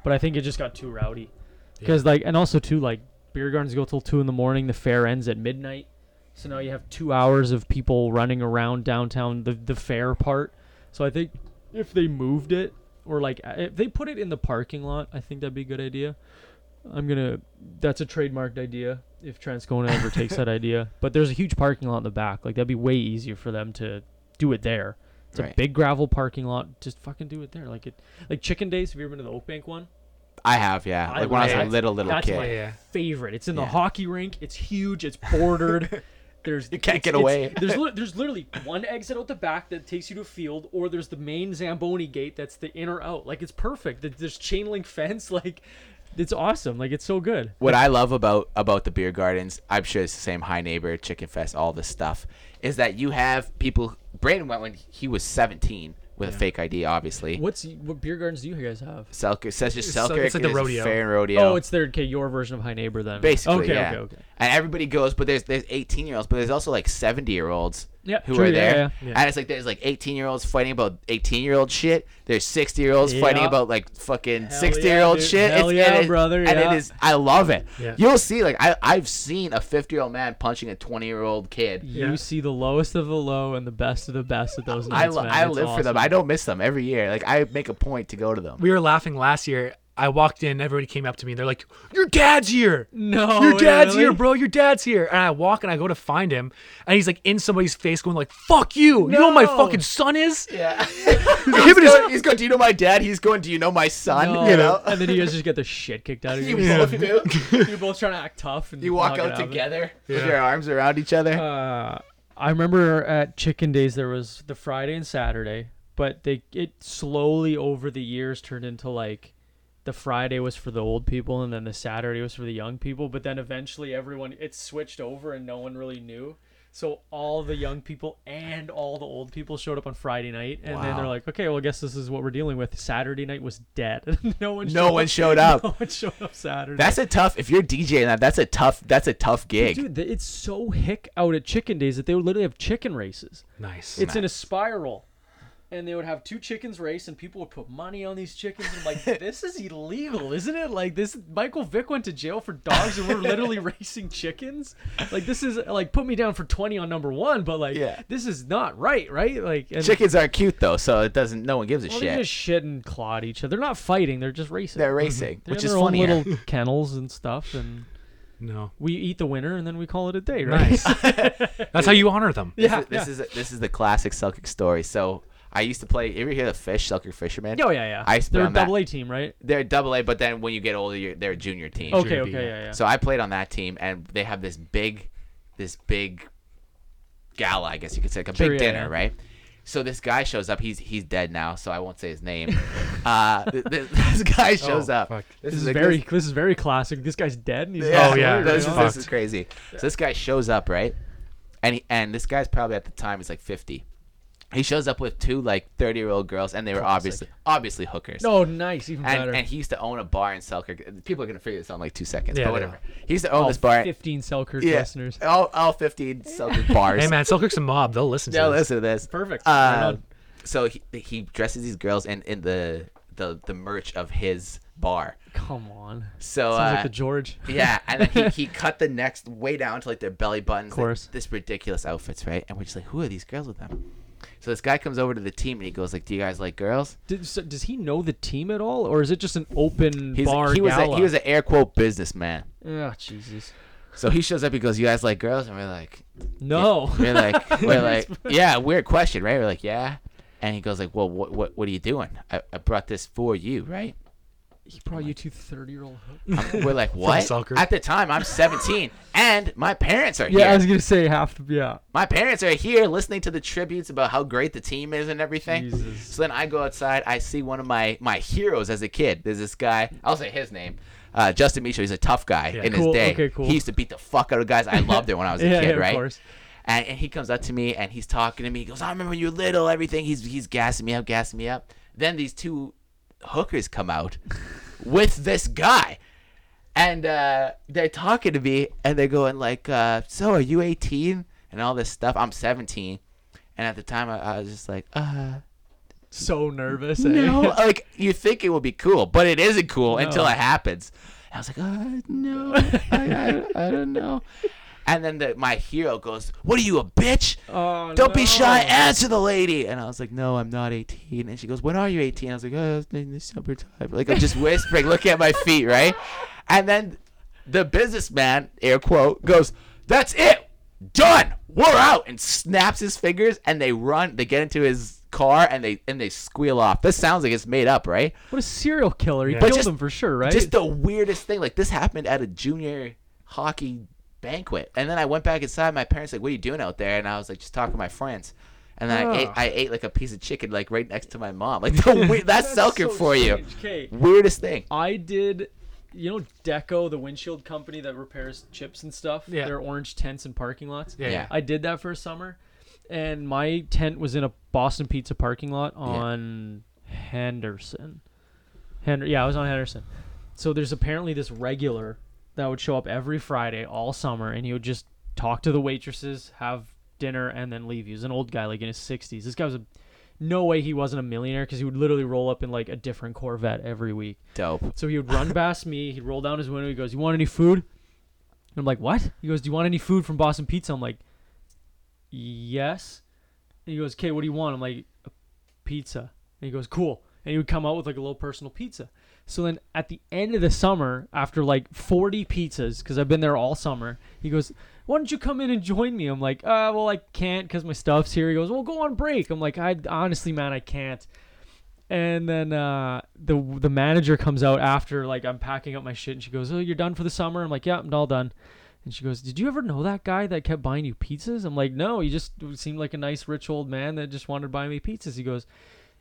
[SPEAKER 1] but i think it just got too rowdy because like and also too like beer gardens go till two in the morning the fair ends at midnight so now you have two hours of people running around downtown the the fair part so i think if they moved it or like if they put it in the parking lot, I think that'd be a good idea. I'm gonna. That's a trademarked idea. If Transcona ever takes that idea, but there's a huge parking lot in the back. Like that'd be way easier for them to do it there. It's a
[SPEAKER 5] Right.
[SPEAKER 1] big gravel parking lot. Just fucking do it there. Like it. Like Chicken Days. Have you ever been to the Oak Bank one?
[SPEAKER 5] I have, yeah.
[SPEAKER 1] I
[SPEAKER 5] Like when I was a
[SPEAKER 1] love-
[SPEAKER 5] little little
[SPEAKER 1] that's
[SPEAKER 5] kid.
[SPEAKER 1] my uh,
[SPEAKER 3] Yeah.
[SPEAKER 1] favorite. It's in
[SPEAKER 5] Yeah.
[SPEAKER 1] the hockey rink. It's huge. It's bordered.
[SPEAKER 5] <laughs>
[SPEAKER 1] There's you
[SPEAKER 5] can't get away. <laughs>
[SPEAKER 1] there's li- there's literally one exit out the back that takes you to a field, or there's the main Zamboni gate that's the in or out. Like it's perfect. There- There's chain link fence. <laughs> Like it's awesome. Like it's so good.
[SPEAKER 5] What I love about about the beer gardens, I'm sure it's the same high neighbor, chicken fest, all this stuff, is that you have people Brandon went when he was seventeen with a fake ID, obviously.
[SPEAKER 1] What's what beer gardens do you guys have?
[SPEAKER 5] Selkirk says just
[SPEAKER 3] It's like-
[SPEAKER 5] Selkirk
[SPEAKER 3] it's like the
[SPEAKER 5] there's
[SPEAKER 3] rodeo.
[SPEAKER 5] fair and rodeo.
[SPEAKER 1] Oh, it's their okay. Your version of High Neighbor then.
[SPEAKER 5] basically
[SPEAKER 1] Okay.
[SPEAKER 5] yeah.
[SPEAKER 1] Okay. Okay.
[SPEAKER 5] And everybody goes, but there's there's 18 year olds, but there's also like 70 year olds
[SPEAKER 1] Yeah,
[SPEAKER 5] who
[SPEAKER 1] true,
[SPEAKER 5] are
[SPEAKER 1] yeah,
[SPEAKER 5] there,
[SPEAKER 1] yeah,
[SPEAKER 5] and it's like there's like 18 year olds fighting about 18 year old shit. There's 60 year olds fighting
[SPEAKER 1] Yeah.
[SPEAKER 5] about like fucking
[SPEAKER 1] Hell
[SPEAKER 5] 60
[SPEAKER 1] yeah,
[SPEAKER 5] year old
[SPEAKER 1] dude.
[SPEAKER 5] shit.
[SPEAKER 1] Hell
[SPEAKER 5] it's,
[SPEAKER 1] yeah,
[SPEAKER 5] and it-
[SPEAKER 1] brother,
[SPEAKER 5] And
[SPEAKER 1] yeah.
[SPEAKER 5] it is, I love it.
[SPEAKER 3] Yeah.
[SPEAKER 5] You'll see, like I I've seen a 50 year old man punching a 20 year old kid.
[SPEAKER 1] You see the lowest of the low and the best of the best at those
[SPEAKER 5] I,
[SPEAKER 1] nights.
[SPEAKER 5] lo-
[SPEAKER 1] man.
[SPEAKER 5] I
[SPEAKER 1] It's
[SPEAKER 5] live for them.
[SPEAKER 1] awesome.
[SPEAKER 5] I don't miss them every year. Like I make a point to go
[SPEAKER 1] <laughs>
[SPEAKER 5] to them.
[SPEAKER 3] we were laughing last year. I walked in, everybody came up to me. They're like, "Your dad's here!
[SPEAKER 1] No,
[SPEAKER 3] your dad's here,
[SPEAKER 1] really?
[SPEAKER 3] bro! Your dad's here!" And I walk and I go to find him, and he's like in somebody's face, going like, "Fuck you! You know who my
[SPEAKER 1] No.
[SPEAKER 3] fucking
[SPEAKER 1] <laughs>
[SPEAKER 3] son is."
[SPEAKER 5] Yeah.
[SPEAKER 3] <laughs> Him and
[SPEAKER 5] he's,
[SPEAKER 3] his
[SPEAKER 5] going, <laughs> he's going, do you know my dad? He's going, do you know my son?
[SPEAKER 1] No.
[SPEAKER 5] You know.
[SPEAKER 1] and then you guys just get the shit kicked
[SPEAKER 5] <laughs>
[SPEAKER 1] out of
[SPEAKER 5] You
[SPEAKER 1] you.
[SPEAKER 5] both do.
[SPEAKER 1] <laughs> You're both trying to act tough, and
[SPEAKER 5] You walk
[SPEAKER 1] not gonna
[SPEAKER 5] out
[SPEAKER 1] have it.
[SPEAKER 5] together with your arms around each other.
[SPEAKER 1] Uh, I remember at Chicken Days there was the Friday and Saturday, but they it slowly over the years turned into like the Friday was for the old people and then the Saturday was for the young people, but then eventually everyone it switched over and no one really knew. So all the young people and all the old people showed up on Friday night and then they're
[SPEAKER 5] Wow.
[SPEAKER 1] like, "Okay, well I guess this is what we're dealing with." Saturday night was dead. <laughs> no one
[SPEAKER 5] No one showed up.
[SPEAKER 1] <laughs> No one showed up Saturday.
[SPEAKER 5] That's a tough. If you're DJing that, that's a tough. That's a tough gig.
[SPEAKER 1] Dude, th- it's so hick out at Chicken Days that they would literally have chicken races.
[SPEAKER 3] Nice.
[SPEAKER 1] It's in a spiral. And they would have two chickens race, and people would put money on these chickens. And I'm
[SPEAKER 5] <laughs>
[SPEAKER 1] like, this is illegal, isn't it? Like this, Michael Vick went to jail for dogs, and we're literally <laughs> racing chickens. Like this is like put me down for twenty on number one, but like
[SPEAKER 5] Yeah.
[SPEAKER 1] this is not right, right? Like and,
[SPEAKER 5] Chickens aren't cute though, so it doesn't. No one gives a
[SPEAKER 1] well, they
[SPEAKER 5] shit.
[SPEAKER 1] just shit and claw at each other. They're not fighting; they're just racing.
[SPEAKER 5] They're racing,
[SPEAKER 1] They're
[SPEAKER 5] which
[SPEAKER 1] in
[SPEAKER 5] is
[SPEAKER 1] their own
[SPEAKER 5] funnier.
[SPEAKER 1] little kennels and stuff, and
[SPEAKER 3] no.
[SPEAKER 1] we eat the winner, and then we call it a day, right?
[SPEAKER 3] Nice. That's how you honor them.
[SPEAKER 1] <laughs> Yeah,
[SPEAKER 5] <laughs> This is this is the classic Selkirk story. So I used to play. You ever hear the Fish Selkirk Fisherman?
[SPEAKER 1] Oh yeah, yeah.
[SPEAKER 5] I used to play
[SPEAKER 1] They're a
[SPEAKER 5] on that.
[SPEAKER 1] double A team, right?
[SPEAKER 5] They're a double A, but then when you get older, you're, they're a junior team.
[SPEAKER 1] Okay,
[SPEAKER 3] Junior
[SPEAKER 1] okay,
[SPEAKER 3] B,
[SPEAKER 1] yeah,
[SPEAKER 3] yeah.
[SPEAKER 1] yeah.
[SPEAKER 5] So I played on that team, and they have this big, this big gala, I guess you could say, like a
[SPEAKER 1] Sure,
[SPEAKER 5] big
[SPEAKER 1] yeah,
[SPEAKER 5] dinner,
[SPEAKER 1] yeah.
[SPEAKER 5] right? So this guy shows up. He's he's dead now, so I won't say
[SPEAKER 1] <laughs>
[SPEAKER 5] his name. uh, th- th- <laughs> this
[SPEAKER 1] Oh,
[SPEAKER 5] guy shows up.
[SPEAKER 3] fuck.
[SPEAKER 1] this is
[SPEAKER 5] like-
[SPEAKER 1] very this is very classic. This guy's dead. <laughs> And he's
[SPEAKER 5] Yeah.
[SPEAKER 3] Oh, yeah.
[SPEAKER 5] this, is, this
[SPEAKER 3] Fucked.
[SPEAKER 5] is crazy. So this guy shows up, right? And he, and this guy's probably at the time he's like fifty. He shows up with two like thirty year old girls, and they were obviously obviously hookers.
[SPEAKER 1] No, nice, even better.
[SPEAKER 5] And, and he used to own a bar in Selkirk. People are gonna figure this out in like two seconds,
[SPEAKER 3] Yeah,
[SPEAKER 5] but
[SPEAKER 3] they
[SPEAKER 5] whatever.
[SPEAKER 3] are.
[SPEAKER 5] He used to own
[SPEAKER 1] All
[SPEAKER 5] this bar.
[SPEAKER 1] 15 Selkirk
[SPEAKER 5] yeah,
[SPEAKER 1] listeners.
[SPEAKER 5] all, all fifteen Selkirk bars.
[SPEAKER 3] Hey man, Selkirk's a mob. They'll listen to
[SPEAKER 5] Now
[SPEAKER 3] this.
[SPEAKER 5] listen to this.
[SPEAKER 1] Perfect. Right
[SPEAKER 5] Uh,
[SPEAKER 1] on.
[SPEAKER 5] so he, he dresses these girls in, in the, the the merch of his bar.
[SPEAKER 1] Come on.
[SPEAKER 5] So
[SPEAKER 1] Sounds
[SPEAKER 5] uh,
[SPEAKER 1] like the George. <laughs>
[SPEAKER 5] yeah, and then he, he cut the next way down to like their belly buttons. Of
[SPEAKER 1] course.
[SPEAKER 5] this ridiculous outfits, right? And we're just like, who are these girls with them? So this guy comes over to the team and he goes like, "Do you guys like girls?"
[SPEAKER 1] Did, so, does he know the team at all, or is it just an open
[SPEAKER 5] He's,
[SPEAKER 1] bar
[SPEAKER 5] he was
[SPEAKER 1] gala?
[SPEAKER 5] a, he was an air quote businessman.
[SPEAKER 1] oh Jesus.
[SPEAKER 5] So he shows up. He goes, "You guys like girls?" And we're like,
[SPEAKER 1] No.
[SPEAKER 5] <laughs> we're like, we're like, yeah, weird question, right? We're like, yeah. And he goes like, well, what what what are you doing? I, I brought this for you, right?
[SPEAKER 1] <laughs> he brought you two 30 year old. <laughs>
[SPEAKER 5] I'm- we're like, what?
[SPEAKER 3] Selkirk.
[SPEAKER 5] At the time, I'm 17, and my parents are
[SPEAKER 1] Yeah, I
[SPEAKER 5] here.
[SPEAKER 1] was gonna say half. Yeah.
[SPEAKER 5] My parents are here listening to the tributes about how great the team is and everything.
[SPEAKER 1] Jesus.
[SPEAKER 5] So then I go outside. I see one of my my heroes as a kid. There's this guy. I'll say his name. Uh, Justin Mitchell. He's a tough guy in
[SPEAKER 1] Cool,
[SPEAKER 5] his day.
[SPEAKER 1] okay, cool.
[SPEAKER 5] He used to beat the fuck out of guys.
[SPEAKER 1] <laughs>
[SPEAKER 5] I loved it when I was a
[SPEAKER 1] Yeah,
[SPEAKER 5] kid,
[SPEAKER 1] yeah, of
[SPEAKER 5] right?
[SPEAKER 1] course.
[SPEAKER 5] And, and he comes up to me and he's talking to me. He goes, "I remember when you were little. Everything." He's he's gassing me up, gassing me up. Then these two hookers
[SPEAKER 1] <laughs>
[SPEAKER 5] come out with this guy and uh, they're talking to me and they're going like uh, so are you 18 and all this stuff i'm 17 and at the time i, I was just like uh
[SPEAKER 1] So nervous.
[SPEAKER 5] no <laughs>
[SPEAKER 1] Eh? <laughs>
[SPEAKER 5] like you think it will be cool but it isn't cool until it happens i was like uh no I, I, I
[SPEAKER 1] <laughs>
[SPEAKER 5] don't know and then the, my hero goes what are you a bitch
[SPEAKER 1] Oh,
[SPEAKER 5] don't be
[SPEAKER 1] no.
[SPEAKER 5] shy answer the lady and i was like no i'm not 18 and she goes when are you 18 i was like oh in the summertime like i'm just whispering looking at my feet right and then the businessman air quote goes that's it done we're out and snaps his fingers and they run they get into his car and they and they squeal off this sounds like it's made up right
[SPEAKER 1] What a serial killer. He
[SPEAKER 3] Yeah. But
[SPEAKER 1] killed
[SPEAKER 5] just-
[SPEAKER 1] him for sure, right?
[SPEAKER 5] just the weirdest thing. Like this happened at a junior hockey banquet, and then I went back inside. My parents like, "What are you doing out there?" And I was like, "Just talking to my friends." And then I ate, I ate like a piece of chicken, like right next to my mom. Like the
[SPEAKER 1] <laughs>
[SPEAKER 5] weird, that's, Selkirk
[SPEAKER 1] so
[SPEAKER 5] for you.
[SPEAKER 1] strange. 'Kay.
[SPEAKER 5] Weirdest thing.
[SPEAKER 1] I did. You know Deco, the windshield company that repairs chips and stuff.
[SPEAKER 3] Yeah.
[SPEAKER 1] Their orange tents and parking lots.
[SPEAKER 3] Yeah.
[SPEAKER 5] Yeah.
[SPEAKER 1] I did that for a summer, and my tent was in a Boston Pizza parking lot on Henderson. Hender- yeah, I was on Henderson. So there's apparently this regular that would show up every Friday all summer, and he would just talk to the waitresses, have dinner, and then leave. He was an old guy, like in his 60s. This guy was a no way he wasn't a millionaire because he would literally roll up in like a different Corvette every week.
[SPEAKER 5] Dope.
[SPEAKER 1] So he would run past me. He'd roll down his window. He goes, "You want any food?" And I'm like, "What?" He goes, "Do you want any food from Boston Pizza?" I'm like, "Yes." And he goes, "Okay, what do you want?" I'm like, "A pizza." And he goes, "Cool." And he would come out with like a little personal pizza. So then at the end of the summer, after like 40 pizzas, because I've been there all summer, he goes, "Why don't you come in and join me?" I'm like, "Uh, well, I can't because my stuff's here." He goes, "Well, go on break." I'm like, "I honestly, man, I can't." and then uh, the the manager comes out after like I'm packing up my shit, and she goes, "Oh, you're done for the summer." I'm like, "Yeah, I'm all done." And she goes, "Did you ever know that guy that kept buying you pizzas?" I'm like, "No, he just seemed like a nice rich old man that just wanted to buy me pizzas." He goes,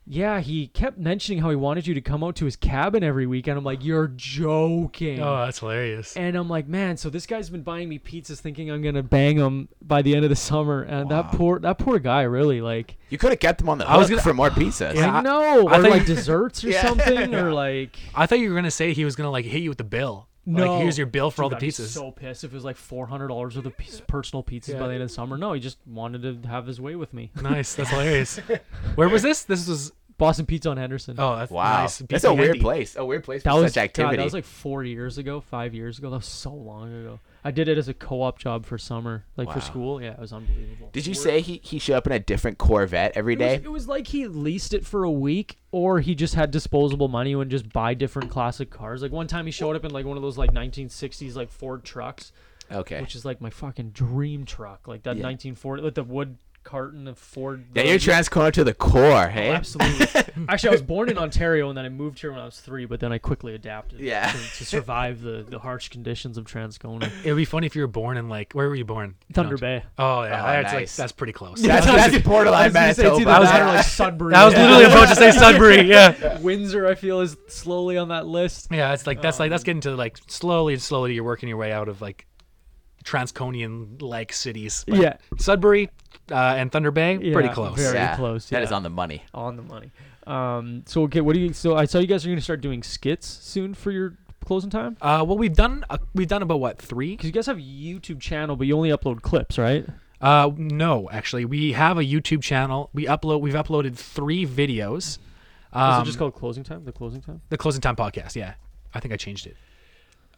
[SPEAKER 1] "Yeah, he kept mentioning how he wanted you to come out to his cabin every week." And I'm like, "You're joking."
[SPEAKER 3] Oh, that's hilarious.
[SPEAKER 1] And I'm like, man, so this guy's been buying me pizzas, thinking I'm gonna bang him by the end of the summer. And that poor, that poor guy, really, like,
[SPEAKER 5] You could have kept them on the
[SPEAKER 3] I was
[SPEAKER 5] hook
[SPEAKER 3] gonna-
[SPEAKER 1] <gasps>
[SPEAKER 5] for more pizzas.
[SPEAKER 3] Yeah.
[SPEAKER 1] I know,
[SPEAKER 3] I
[SPEAKER 1] or
[SPEAKER 3] thought
[SPEAKER 1] like
[SPEAKER 3] you- <laughs>
[SPEAKER 1] desserts or
[SPEAKER 5] Yeah.
[SPEAKER 1] something, or like,
[SPEAKER 3] I thought you were gonna say he was gonna like hit you with the bill.
[SPEAKER 1] no,
[SPEAKER 3] like, here's your bill for all
[SPEAKER 1] Dude,
[SPEAKER 3] the
[SPEAKER 1] I'd be
[SPEAKER 3] pieces.
[SPEAKER 1] So pissed if it was like four hundred dollars worth of piz- personal pizzas
[SPEAKER 3] Yeah.
[SPEAKER 1] by the end of the summer. No, he just wanted to have his way with me. <laughs>
[SPEAKER 3] <laughs> nice, that's hilarious. Where was this? This was
[SPEAKER 1] Boston Pizza on Henderson.
[SPEAKER 3] oh, that's
[SPEAKER 5] Wow,
[SPEAKER 3] nice.
[SPEAKER 5] that's a
[SPEAKER 3] BC
[SPEAKER 5] weird
[SPEAKER 3] handy.
[SPEAKER 5] place. A weird place for
[SPEAKER 1] that was
[SPEAKER 5] such activity.
[SPEAKER 1] God, that was like four years ago, five years ago. That was so long ago. I did it as a co-op job for summer, like for school. Yeah, it was unbelievable.
[SPEAKER 5] Did you say he, he showed up in a different Corvette every
[SPEAKER 1] It was-
[SPEAKER 5] day?
[SPEAKER 1] It was, like he leased it for a week, or he just had disposable money and just buy different classic cars. Like one time he showed up in like one of those like 1960s like Ford trucks,
[SPEAKER 5] okay.
[SPEAKER 1] which is like my fucking dream truck. Like that
[SPEAKER 5] Yeah.
[SPEAKER 1] 1940, like the wood carton of Ford.
[SPEAKER 5] Yeah,
[SPEAKER 1] the-
[SPEAKER 5] you're transcorner to the core, hey?
[SPEAKER 1] Absolutely. Actually, I was born in Ontario and then I moved here when I was three, but then I quickly adapted.
[SPEAKER 5] Yeah.
[SPEAKER 1] To, to survive the, the harsh conditions of Transcona.
[SPEAKER 3] It would be funny if you were born in like where were you born?
[SPEAKER 1] Thunder Bay.
[SPEAKER 3] Oh yeah,
[SPEAKER 5] Oh,
[SPEAKER 3] that's like
[SPEAKER 5] nice.
[SPEAKER 3] that's pretty close. <laughs>
[SPEAKER 5] That's, that's borderline Manitoba.
[SPEAKER 1] I was
[SPEAKER 5] Yeah.
[SPEAKER 1] like Sudbury.
[SPEAKER 3] I was literally about to say <laughs>
[SPEAKER 1] <laughs>
[SPEAKER 3] Sudbury. Yeah,
[SPEAKER 1] Windsor. I feel is slowly on that list.
[SPEAKER 3] yeah. It's like that's like that's getting to like slowly and slowly you're working your way out of like Transconian like cities. But
[SPEAKER 1] Yeah.
[SPEAKER 3] Sudbury uh, and Thunder Bay, pretty
[SPEAKER 1] Yeah,
[SPEAKER 3] close.
[SPEAKER 1] very-
[SPEAKER 5] Yeah,
[SPEAKER 1] close,
[SPEAKER 5] That
[SPEAKER 1] yeah.
[SPEAKER 5] is on the money.
[SPEAKER 1] on the money. Um, so okay, what do you? So I saw you guys are going to start doing skits soon for your closing time.
[SPEAKER 3] Uh, well, we've done uh, we've done about what three?
[SPEAKER 1] Because you guys have a YouTube channel, but you only upload clips, right?
[SPEAKER 3] Uh, no, actually, we have a YouTube channel. We upload we've uploaded three videos.
[SPEAKER 1] Is
[SPEAKER 3] Um,
[SPEAKER 1] it just called closing time? The closing time.
[SPEAKER 3] the closing time podcast. Yeah, I think I changed it.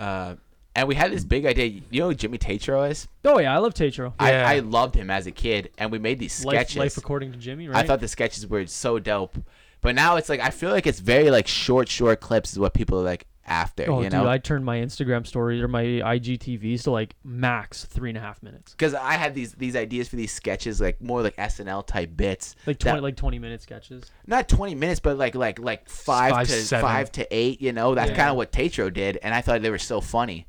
[SPEAKER 5] Uh, and we had this big idea. You know who Jimmy Tatro is?
[SPEAKER 1] Oh yeah, I love Tatro.
[SPEAKER 3] Yeah.
[SPEAKER 5] I, I loved him as a kid, and we made these
[SPEAKER 1] Life,
[SPEAKER 5] sketches.
[SPEAKER 1] life according to Jimmy, right?
[SPEAKER 5] I thought the sketches were so dope. But now it's like, I feel like it's very like short, short clips is what people are like after,
[SPEAKER 1] Oh,
[SPEAKER 5] you
[SPEAKER 1] dude,
[SPEAKER 5] know?
[SPEAKER 1] I turned my Instagram stories or my IGTVs to like max three and a half minutes,
[SPEAKER 5] Because I had these these ideas for these sketches, like more like SNL type bits.
[SPEAKER 1] like
[SPEAKER 5] that-
[SPEAKER 1] twenty, like twenty minute sketches.
[SPEAKER 5] not 20 minutes but like like like 5,
[SPEAKER 3] Five,
[SPEAKER 5] to
[SPEAKER 3] seven.
[SPEAKER 5] 5 to 8 you know that's
[SPEAKER 1] Yeah.
[SPEAKER 5] kind of what Tatro did and I thought they were so funny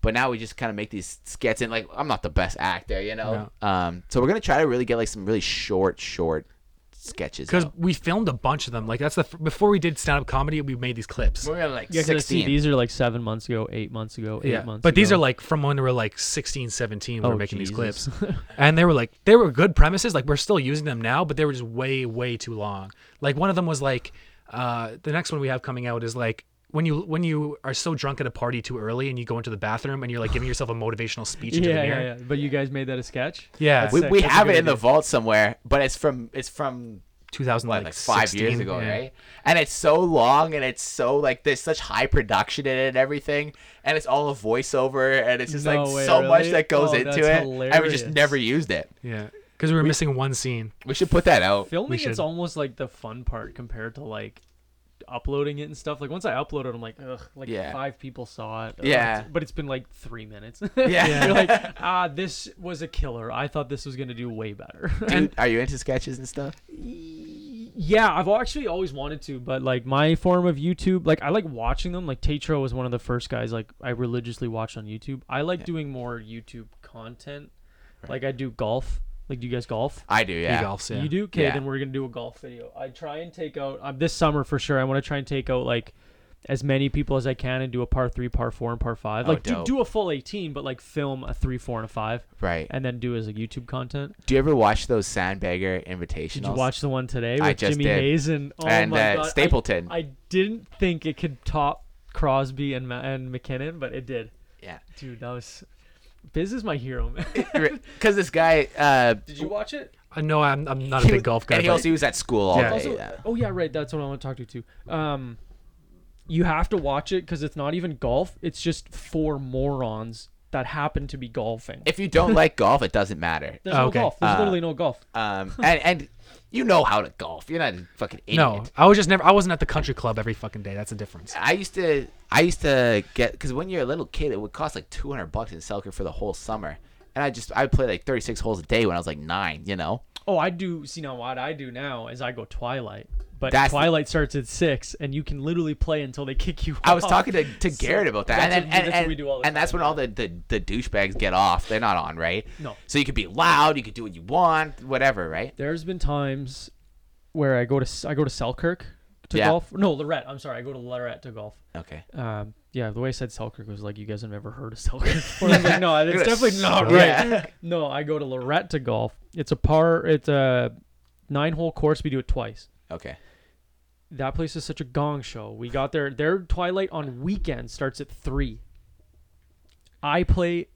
[SPEAKER 5] but now we just kind of make these skits and like I'm not the best actor you know um so we're going to try to really get like some really short short sketches
[SPEAKER 3] Because
[SPEAKER 5] out.
[SPEAKER 3] we filmed a bunch of them. Like that's the f- before we did stand up comedy, we made these clips.
[SPEAKER 5] we're going to like
[SPEAKER 1] Yeah, 'cause I see
[SPEAKER 5] 16
[SPEAKER 1] these are like seven months ago, eight months ago, eight
[SPEAKER 3] Yeah,
[SPEAKER 1] months.
[SPEAKER 3] but these
[SPEAKER 1] ago.
[SPEAKER 3] are like from when we were like 16, 17. We
[SPEAKER 1] Oh,
[SPEAKER 3] were making
[SPEAKER 1] Jesus. <laughs>
[SPEAKER 3] these clips, and they were like they were good premises. Like we're still using them now, but they were just way way too long. Like one of them was like uh, the next one we have coming out is like when you when you are so drunk at a party too early and you go into the bathroom and you're
[SPEAKER 1] <sighs>
[SPEAKER 3] like giving yourself a motivational speech into
[SPEAKER 1] yeah,
[SPEAKER 3] the
[SPEAKER 1] yeah,
[SPEAKER 3] mirror.
[SPEAKER 1] yeah. But you guys made that a sketch.
[SPEAKER 3] Yeah,
[SPEAKER 5] we,
[SPEAKER 1] sick.
[SPEAKER 5] we
[SPEAKER 1] That's a
[SPEAKER 5] have
[SPEAKER 1] good
[SPEAKER 5] it in the
[SPEAKER 1] idea.
[SPEAKER 5] vault somewhere but it's from it's from
[SPEAKER 3] two thousand
[SPEAKER 5] what,
[SPEAKER 3] like,
[SPEAKER 5] like, 5 years
[SPEAKER 3] 16,
[SPEAKER 5] ago
[SPEAKER 3] yeah.
[SPEAKER 5] right and it's so long and it's so like there's such high production in it and everything and it's all a voiceover and it's just
[SPEAKER 1] No
[SPEAKER 5] like
[SPEAKER 1] way,
[SPEAKER 5] so much
[SPEAKER 1] really?
[SPEAKER 5] that goes
[SPEAKER 1] Oh, that's
[SPEAKER 5] into it and we just
[SPEAKER 1] hilarious.
[SPEAKER 5] never used it
[SPEAKER 3] Yeah, because we were missing one scene.
[SPEAKER 5] We should put that out.
[SPEAKER 1] filming
[SPEAKER 3] should.
[SPEAKER 1] it's almost like the fun part compared to like uploading it and stuff like once i upload it i'm like ugh like
[SPEAKER 5] Yeah.
[SPEAKER 1] five people saw it Ugh,
[SPEAKER 5] Yeah.
[SPEAKER 1] it's- but it's been like three minutes <laughs>
[SPEAKER 5] Yeah.
[SPEAKER 1] You're like ah this was a killer i thought this was gonna do way better <laughs>
[SPEAKER 5] Dude, are you into sketches and stuff?
[SPEAKER 1] yeah i've actually always wanted to but like my form of youtube like i like watching them like tatro was one of the first guys like i religiously watched on youtube i like doing more youtube content like i do golf like do you guys golf
[SPEAKER 5] I do, yeah.
[SPEAKER 3] Golfs, yeah.
[SPEAKER 1] You do? Okay,
[SPEAKER 5] Yeah.
[SPEAKER 1] then we're gonna do a golf video. I try and take out um, this summer for sure. I want to try and take out like as many people as I can and do a par three, par four, and par five. Like do,
[SPEAKER 5] Oh, dope.
[SPEAKER 1] do a full eighteen, but like film a three, four, and a five,
[SPEAKER 5] Right.
[SPEAKER 1] and then do as a YouTube content.
[SPEAKER 5] Do you ever watch those Sandbagger invitations?
[SPEAKER 1] Did you watch the one today with
[SPEAKER 5] I just
[SPEAKER 1] Jimmy
[SPEAKER 5] did.
[SPEAKER 1] Hayes and oh
[SPEAKER 5] And,
[SPEAKER 1] my
[SPEAKER 5] uh,
[SPEAKER 1] God, I-
[SPEAKER 5] Stapleton.
[SPEAKER 1] I, didn't think it could top Crosby and Ma- and McKinnon, but it did.
[SPEAKER 5] Yeah.
[SPEAKER 1] Dude, that was Biz is my hero.
[SPEAKER 5] <laughs>
[SPEAKER 1] Man.
[SPEAKER 5] Because this guy, uh,
[SPEAKER 1] did you watch it?
[SPEAKER 3] I know I'm, I'm not a
[SPEAKER 5] he
[SPEAKER 3] big
[SPEAKER 5] was-
[SPEAKER 3] golf guy.
[SPEAKER 5] and he
[SPEAKER 3] but-
[SPEAKER 5] also he was at school all
[SPEAKER 3] Yeah.
[SPEAKER 5] day.
[SPEAKER 1] Also,
[SPEAKER 5] yeah.
[SPEAKER 1] oh yeah, right. That's what I want to talk to you too. Um, you have to watch it because it's not even golf. It's just four morons that happen to be golfing.
[SPEAKER 5] If Uh, you don't like golf, it doesn't matter.
[SPEAKER 1] There's
[SPEAKER 3] Oh,
[SPEAKER 1] no
[SPEAKER 3] okay.
[SPEAKER 1] golf. There's literally no golf.
[SPEAKER 5] Um, and and you know how to golf. You're not a fucking idiot.
[SPEAKER 3] no, I was just never. I wasn't at the country club every fucking day. That's the difference.
[SPEAKER 5] I used to I used to get because when you're a little kid, it would cost like two hundred bucks in Selkirk for the whole summer, And I just I would play like 36 holes a day when I was like nine, you know.
[SPEAKER 1] Oh, I do. See now, what I do now is I go Twilight, but
[SPEAKER 5] That's-
[SPEAKER 1] Twilight starts at six, and you can literally play until they kick you.
[SPEAKER 5] I was
[SPEAKER 1] off.
[SPEAKER 5] talking to, to
[SPEAKER 1] Oh. So
[SPEAKER 5] Garrett about that,
[SPEAKER 1] that's
[SPEAKER 5] and
[SPEAKER 1] what-
[SPEAKER 5] and,
[SPEAKER 1] that's what
[SPEAKER 5] and,
[SPEAKER 1] we do all the
[SPEAKER 5] and that's
[SPEAKER 1] time.
[SPEAKER 5] when all the, the, the douchebags get off. They're not on, right?
[SPEAKER 1] No.
[SPEAKER 5] So you could be loud, you could do what you want, whatever, right?
[SPEAKER 1] There's been times where I go to I go to Selkirk to
[SPEAKER 5] Yeah.
[SPEAKER 1] golf. No, Lorette. I'm sorry. I go to Lorette to golf.
[SPEAKER 5] Okay.
[SPEAKER 1] Um, yeah, the way I said Selkirk was like you guys have never heard of
[SPEAKER 5] <laughs>
[SPEAKER 1] Selkirk. Before. I was like, no, it's
[SPEAKER 5] You're gonna
[SPEAKER 1] definitely not
[SPEAKER 5] suck.
[SPEAKER 1] right.
[SPEAKER 5] Yeah.
[SPEAKER 1] No, I go to Lorette to golf. It's a par. It's a nine-hole course. We do it twice.
[SPEAKER 5] Okay.
[SPEAKER 1] That place is such a gong show. We got there. Their twilight on weekend starts at three. I play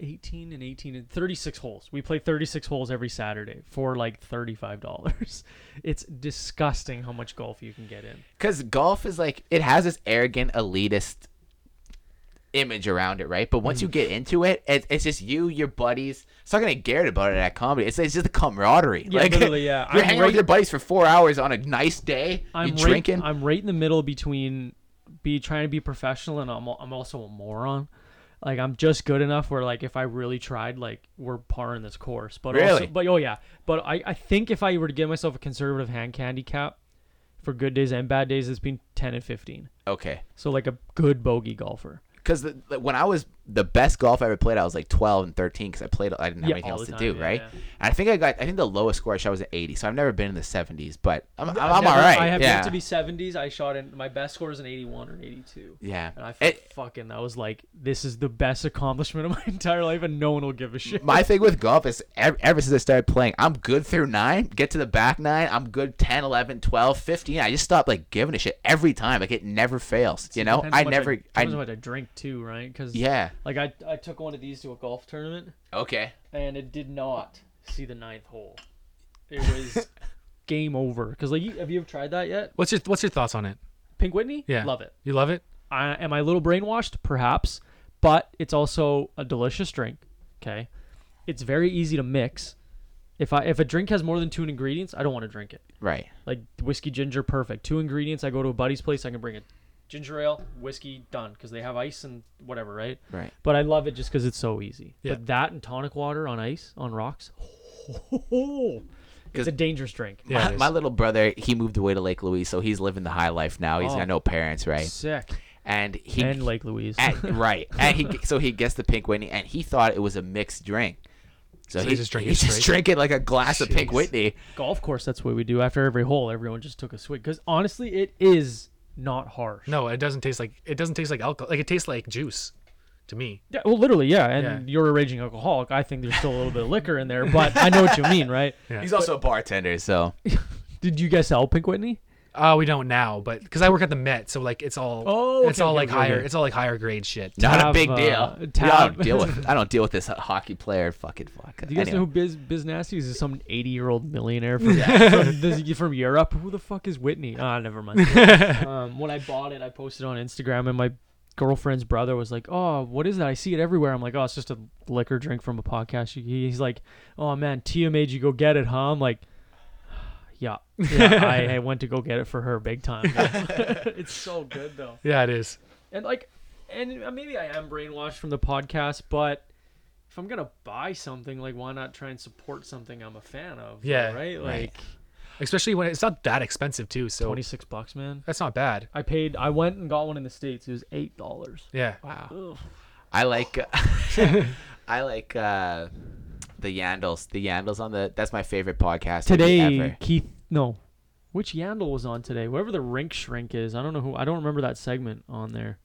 [SPEAKER 1] eighteen and eighteen and thirty-six holes. We play thirty-six holes every Saturday for like thirty-five dollars. <laughs> It's disgusting how much golf you can get in.
[SPEAKER 5] Because golf is like it has this arrogant elitist image around it, right? But once
[SPEAKER 1] Mm.
[SPEAKER 5] you get into it, it, it's just you, your buddies. I was talking to Garrett about it at comedy. It's, it's just the camaraderie.
[SPEAKER 1] Yeah,
[SPEAKER 5] like,
[SPEAKER 1] literally, yeah.
[SPEAKER 5] <laughs> You're
[SPEAKER 1] I'm
[SPEAKER 5] hanging out
[SPEAKER 1] right-
[SPEAKER 5] with your buddies for four hours on a nice day.
[SPEAKER 1] I'm
[SPEAKER 5] you're
[SPEAKER 1] right,
[SPEAKER 5] drinking.
[SPEAKER 1] I'm right in the middle between be trying to be professional and I'm al- I'm also a moron. Like I'm just good enough where like if I really tried, like we're par in this course. But also,
[SPEAKER 5] Really?
[SPEAKER 1] but oh yeah. But I, I think if I were to give myself a conservative hand candy cap for good days and bad days, it's been ten and fifteen.
[SPEAKER 5] okay.
[SPEAKER 1] So like a good bogey golfer.
[SPEAKER 5] because when I was the best golf I ever played, I was like 12 and 13 because I played. I didn't have
[SPEAKER 1] Yeah,
[SPEAKER 5] anything
[SPEAKER 1] all
[SPEAKER 5] else
[SPEAKER 1] the
[SPEAKER 5] to
[SPEAKER 1] time,
[SPEAKER 5] do,
[SPEAKER 1] yeah,
[SPEAKER 5] right?
[SPEAKER 1] yeah.
[SPEAKER 5] And I think I got. I think the lowest score I shot was an 80. So I've never been in the 70s, but I'm, I'm,
[SPEAKER 1] I've
[SPEAKER 5] I'm all
[SPEAKER 1] never-
[SPEAKER 5] right.
[SPEAKER 1] I have
[SPEAKER 5] yeah.
[SPEAKER 1] yet to be seventies. I shot in my best score is an eighty one or an eighty two.
[SPEAKER 5] yeah.
[SPEAKER 1] And I felt
[SPEAKER 5] It-
[SPEAKER 1] fucking that was like this is the best accomplishment of my <laughs> entire life and no one will give a shit.
[SPEAKER 5] my thing with golf is ever, ever since I started playing, I'm good through nine, get to the back nine, I'm good 10, 11, 12, 15. I just stopped like giving a shit every time. Like it never fails, you know?
[SPEAKER 1] Depends how
[SPEAKER 5] I
[SPEAKER 1] much
[SPEAKER 5] never.
[SPEAKER 1] depends how
[SPEAKER 5] I,
[SPEAKER 1] much I drink too, right? Because
[SPEAKER 5] yeah.
[SPEAKER 1] like I I took one of these to a golf tournament
[SPEAKER 5] Okay.
[SPEAKER 1] and it did not see the ninth hole. It
[SPEAKER 5] <laughs>
[SPEAKER 1] was game over. Because like, you, have you ever tried that yet?
[SPEAKER 3] What's your What's your thoughts on it?
[SPEAKER 1] Pink Whitney,
[SPEAKER 3] Yeah,
[SPEAKER 1] love it.
[SPEAKER 3] You love it.
[SPEAKER 1] I, am I a little brainwashed? Perhaps, but it's also a delicious drink. Okay, it's very easy to mix. If I if a drink has more than two ingredients, I don't want to drink it.
[SPEAKER 5] Right.
[SPEAKER 1] Like whiskey, ginger, perfect. Two ingredients. I go to a buddy's place. I can bring it. Ginger ale, whiskey, done. Because they have ice and whatever, right?
[SPEAKER 5] Right.
[SPEAKER 1] But I love it just because it's so easy.
[SPEAKER 3] Yeah.
[SPEAKER 1] But that and tonic water on ice on rocks, <laughs> it's a dangerous drink.
[SPEAKER 3] Yeah, it
[SPEAKER 5] my,
[SPEAKER 3] is.
[SPEAKER 5] Uh, my little brother, he moved away to Lake Louise, so he's living the high life now. He's
[SPEAKER 1] Oh.
[SPEAKER 5] got no parents, right?
[SPEAKER 1] Sick.
[SPEAKER 5] And he
[SPEAKER 1] And Lake Louise.
[SPEAKER 5] <laughs>
[SPEAKER 1] <laughs>
[SPEAKER 5] and, right. And he so he gets the pink Whitney, and he thought it was a mixed drink. So,
[SPEAKER 3] he's
[SPEAKER 5] he,
[SPEAKER 3] just drinking
[SPEAKER 5] he's just
[SPEAKER 3] straight?
[SPEAKER 5] drinking like a glass of pink
[SPEAKER 3] Jeez.
[SPEAKER 5] Whitney.
[SPEAKER 1] Golf course. That's what we do after every hole. Everyone just took a swig because honestly, it is not harsh.
[SPEAKER 3] No, it doesn't taste like it doesn't taste like alcohol. Like it tastes like juice, to me.
[SPEAKER 1] Yeah, well, literally, yeah. And
[SPEAKER 3] Yeah.
[SPEAKER 1] you're a raging alcoholic. I think there's still a little bit of liquor in there, but I know what you mean,
[SPEAKER 3] <laughs>
[SPEAKER 1] right?
[SPEAKER 5] He's also a bartender, so
[SPEAKER 1] Did you guys sell Pink Whitney?
[SPEAKER 3] Uh, we don't now, but because I work at the Met, so like it's all
[SPEAKER 1] Oh,
[SPEAKER 3] it's
[SPEAKER 1] okay,
[SPEAKER 3] all
[SPEAKER 1] okay,
[SPEAKER 3] like
[SPEAKER 1] okay,
[SPEAKER 3] higher
[SPEAKER 1] okay.
[SPEAKER 3] it's all like higher grade shit.
[SPEAKER 5] not
[SPEAKER 1] Tab,
[SPEAKER 5] a big
[SPEAKER 1] uh,
[SPEAKER 5] deal. Yeah, I
[SPEAKER 1] tab.
[SPEAKER 5] don't deal with I don't deal with this hockey player fucking vodka.
[SPEAKER 1] Do you guys
[SPEAKER 5] Anyway.
[SPEAKER 1] know who Biz Biz Nasty is? Is Some eighty year old millionaire from <laughs> from, this- from Europe? Who the fuck is Whitney? Ah, never mind. um, when I bought it, I posted on Instagram, and my girlfriend's brother was like, "Oh, what is that? I see it everywhere." I'm like, "Oh, it's just a liquor drink from a podcast." He- He's like, "Oh man, Tia made you go get it, huh?" I'm like. <sighs> Yeah, yeah I, I went to go get it for her big time. it's so good though
[SPEAKER 3] Yeah, it is.
[SPEAKER 1] and like and maybe i am brainwashed from the podcast but if i'm gonna buy something like why not try and support something i'm a fan of
[SPEAKER 3] Yeah,
[SPEAKER 1] right like
[SPEAKER 5] right.
[SPEAKER 3] Especially when it's not that expensive too. So
[SPEAKER 1] 26 bucks man
[SPEAKER 3] that's not bad.
[SPEAKER 1] i paid i went and got one in the states it was eight dollars
[SPEAKER 3] Yeah.
[SPEAKER 1] Ugh.
[SPEAKER 5] I like
[SPEAKER 1] <laughs>
[SPEAKER 5] <laughs> I like uh the Yandels. The Yandels on the that's my favorite podcast maybe
[SPEAKER 1] today
[SPEAKER 5] ever.
[SPEAKER 1] keith no which yandel was on today whoever the rink shrink is i don't know who i don't remember that segment on there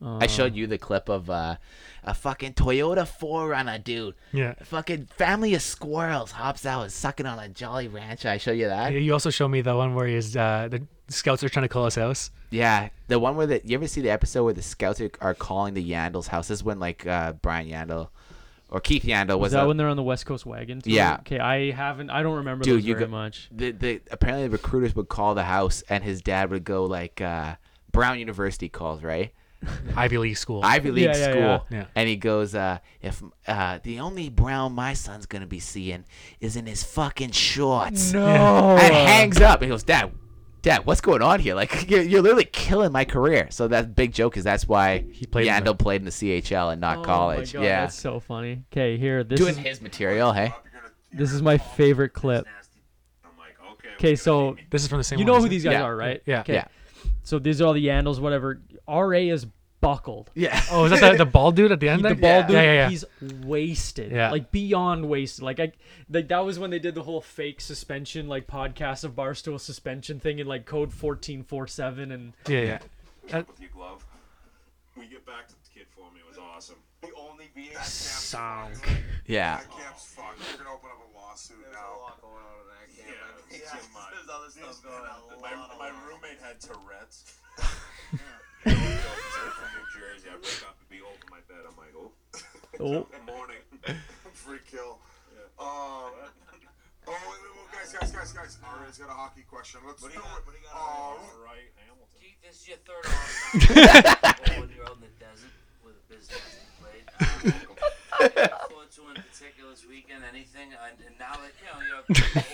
[SPEAKER 5] I
[SPEAKER 1] Uh.
[SPEAKER 5] showed you the clip of uh a fucking Toyota 4Runner dude.
[SPEAKER 3] Yeah.
[SPEAKER 5] A fucking family of squirrels hops out and sucking on a Jolly Rancher. I show you that?
[SPEAKER 3] You also show me the one where he's uh, the scouts are trying to call us house.
[SPEAKER 5] Yeah, the one where the you ever see the episode where the scouts are- are calling the Yandel's house? This is when like uh, Brian Yandel or Keith Yandel was
[SPEAKER 1] was that
[SPEAKER 5] a-
[SPEAKER 1] when they're on the west coast wagon tour?
[SPEAKER 5] Yeah.
[SPEAKER 1] okay i haven't i don't remember
[SPEAKER 5] Dude,
[SPEAKER 1] those
[SPEAKER 5] you
[SPEAKER 1] very
[SPEAKER 5] go-
[SPEAKER 1] much
[SPEAKER 5] the, the apparently the recruiters would call the house and his dad would go like uh, Brown University calls right
[SPEAKER 3] Ivy League school.
[SPEAKER 5] Ivy League
[SPEAKER 1] Yeah, yeah,
[SPEAKER 5] school
[SPEAKER 3] yeah. Yeah.
[SPEAKER 5] and he goes uh, if uh, the only Brown my son's gonna be seeing is in his fucking shorts
[SPEAKER 1] no
[SPEAKER 5] and hangs up and he goes Dad Dad, what's going on here? Like, <laughs> you're, you're literally killing my career. So that big joke is that's why he
[SPEAKER 1] played in the-
[SPEAKER 5] Yandel played in the CHL and not
[SPEAKER 1] Oh my
[SPEAKER 5] college.
[SPEAKER 1] God,
[SPEAKER 5] yeah,
[SPEAKER 1] that's so funny. Okay, here this
[SPEAKER 5] doing
[SPEAKER 1] is
[SPEAKER 5] his material. Hey,
[SPEAKER 1] this is my favorite clip. Okay, so
[SPEAKER 3] This is from the same.
[SPEAKER 1] you know
[SPEAKER 3] one,
[SPEAKER 1] who
[SPEAKER 3] isn't it?
[SPEAKER 1] these guys
[SPEAKER 5] Yeah.
[SPEAKER 1] are, right?
[SPEAKER 3] Yeah.
[SPEAKER 1] Okay.
[SPEAKER 5] Yeah.
[SPEAKER 1] So these are all the Yandels, whatever. Ra is buckled.
[SPEAKER 5] yeah.
[SPEAKER 3] Oh, is that the, the bald
[SPEAKER 5] <laughs>
[SPEAKER 3] dude at the end?
[SPEAKER 1] the
[SPEAKER 3] there?
[SPEAKER 1] ball dude,
[SPEAKER 3] Yeah, yeah, yeah.
[SPEAKER 1] he's wasted.
[SPEAKER 3] Yeah.
[SPEAKER 1] Like beyond wasted. Like I like that was when they did the whole fake suspension like podcast of Barstool suspension thing in like code 1447 and
[SPEAKER 3] yeah, yeah.
[SPEAKER 7] With your glove. When you get back to the kid for me, it was awesome.
[SPEAKER 4] The only beating I can't.
[SPEAKER 1] song.
[SPEAKER 5] yeah.
[SPEAKER 7] Camp's fucked. You're gonna open up a lawsuit now.
[SPEAKER 4] Yeah, <laughs> there's other stuff going on.
[SPEAKER 7] My, my roommate had Tourette's.
[SPEAKER 4] <laughs>
[SPEAKER 7] <laughs> You know, we go from New Jersey. I wake up and be old in my bed. I'm like, oh.
[SPEAKER 1] Oh,
[SPEAKER 4] <laughs>
[SPEAKER 7] morning. Free kill. Um. Oh, wait, wait, wait, guys, guys, guys, guys. Ari's got a hockey question. Let's do it. Oh, right, Hamilton.
[SPEAKER 10] Keith, this is your third all-time when you're out in the desert with a business plate. Thoughts on particular this weekend, anything? And, and now that you know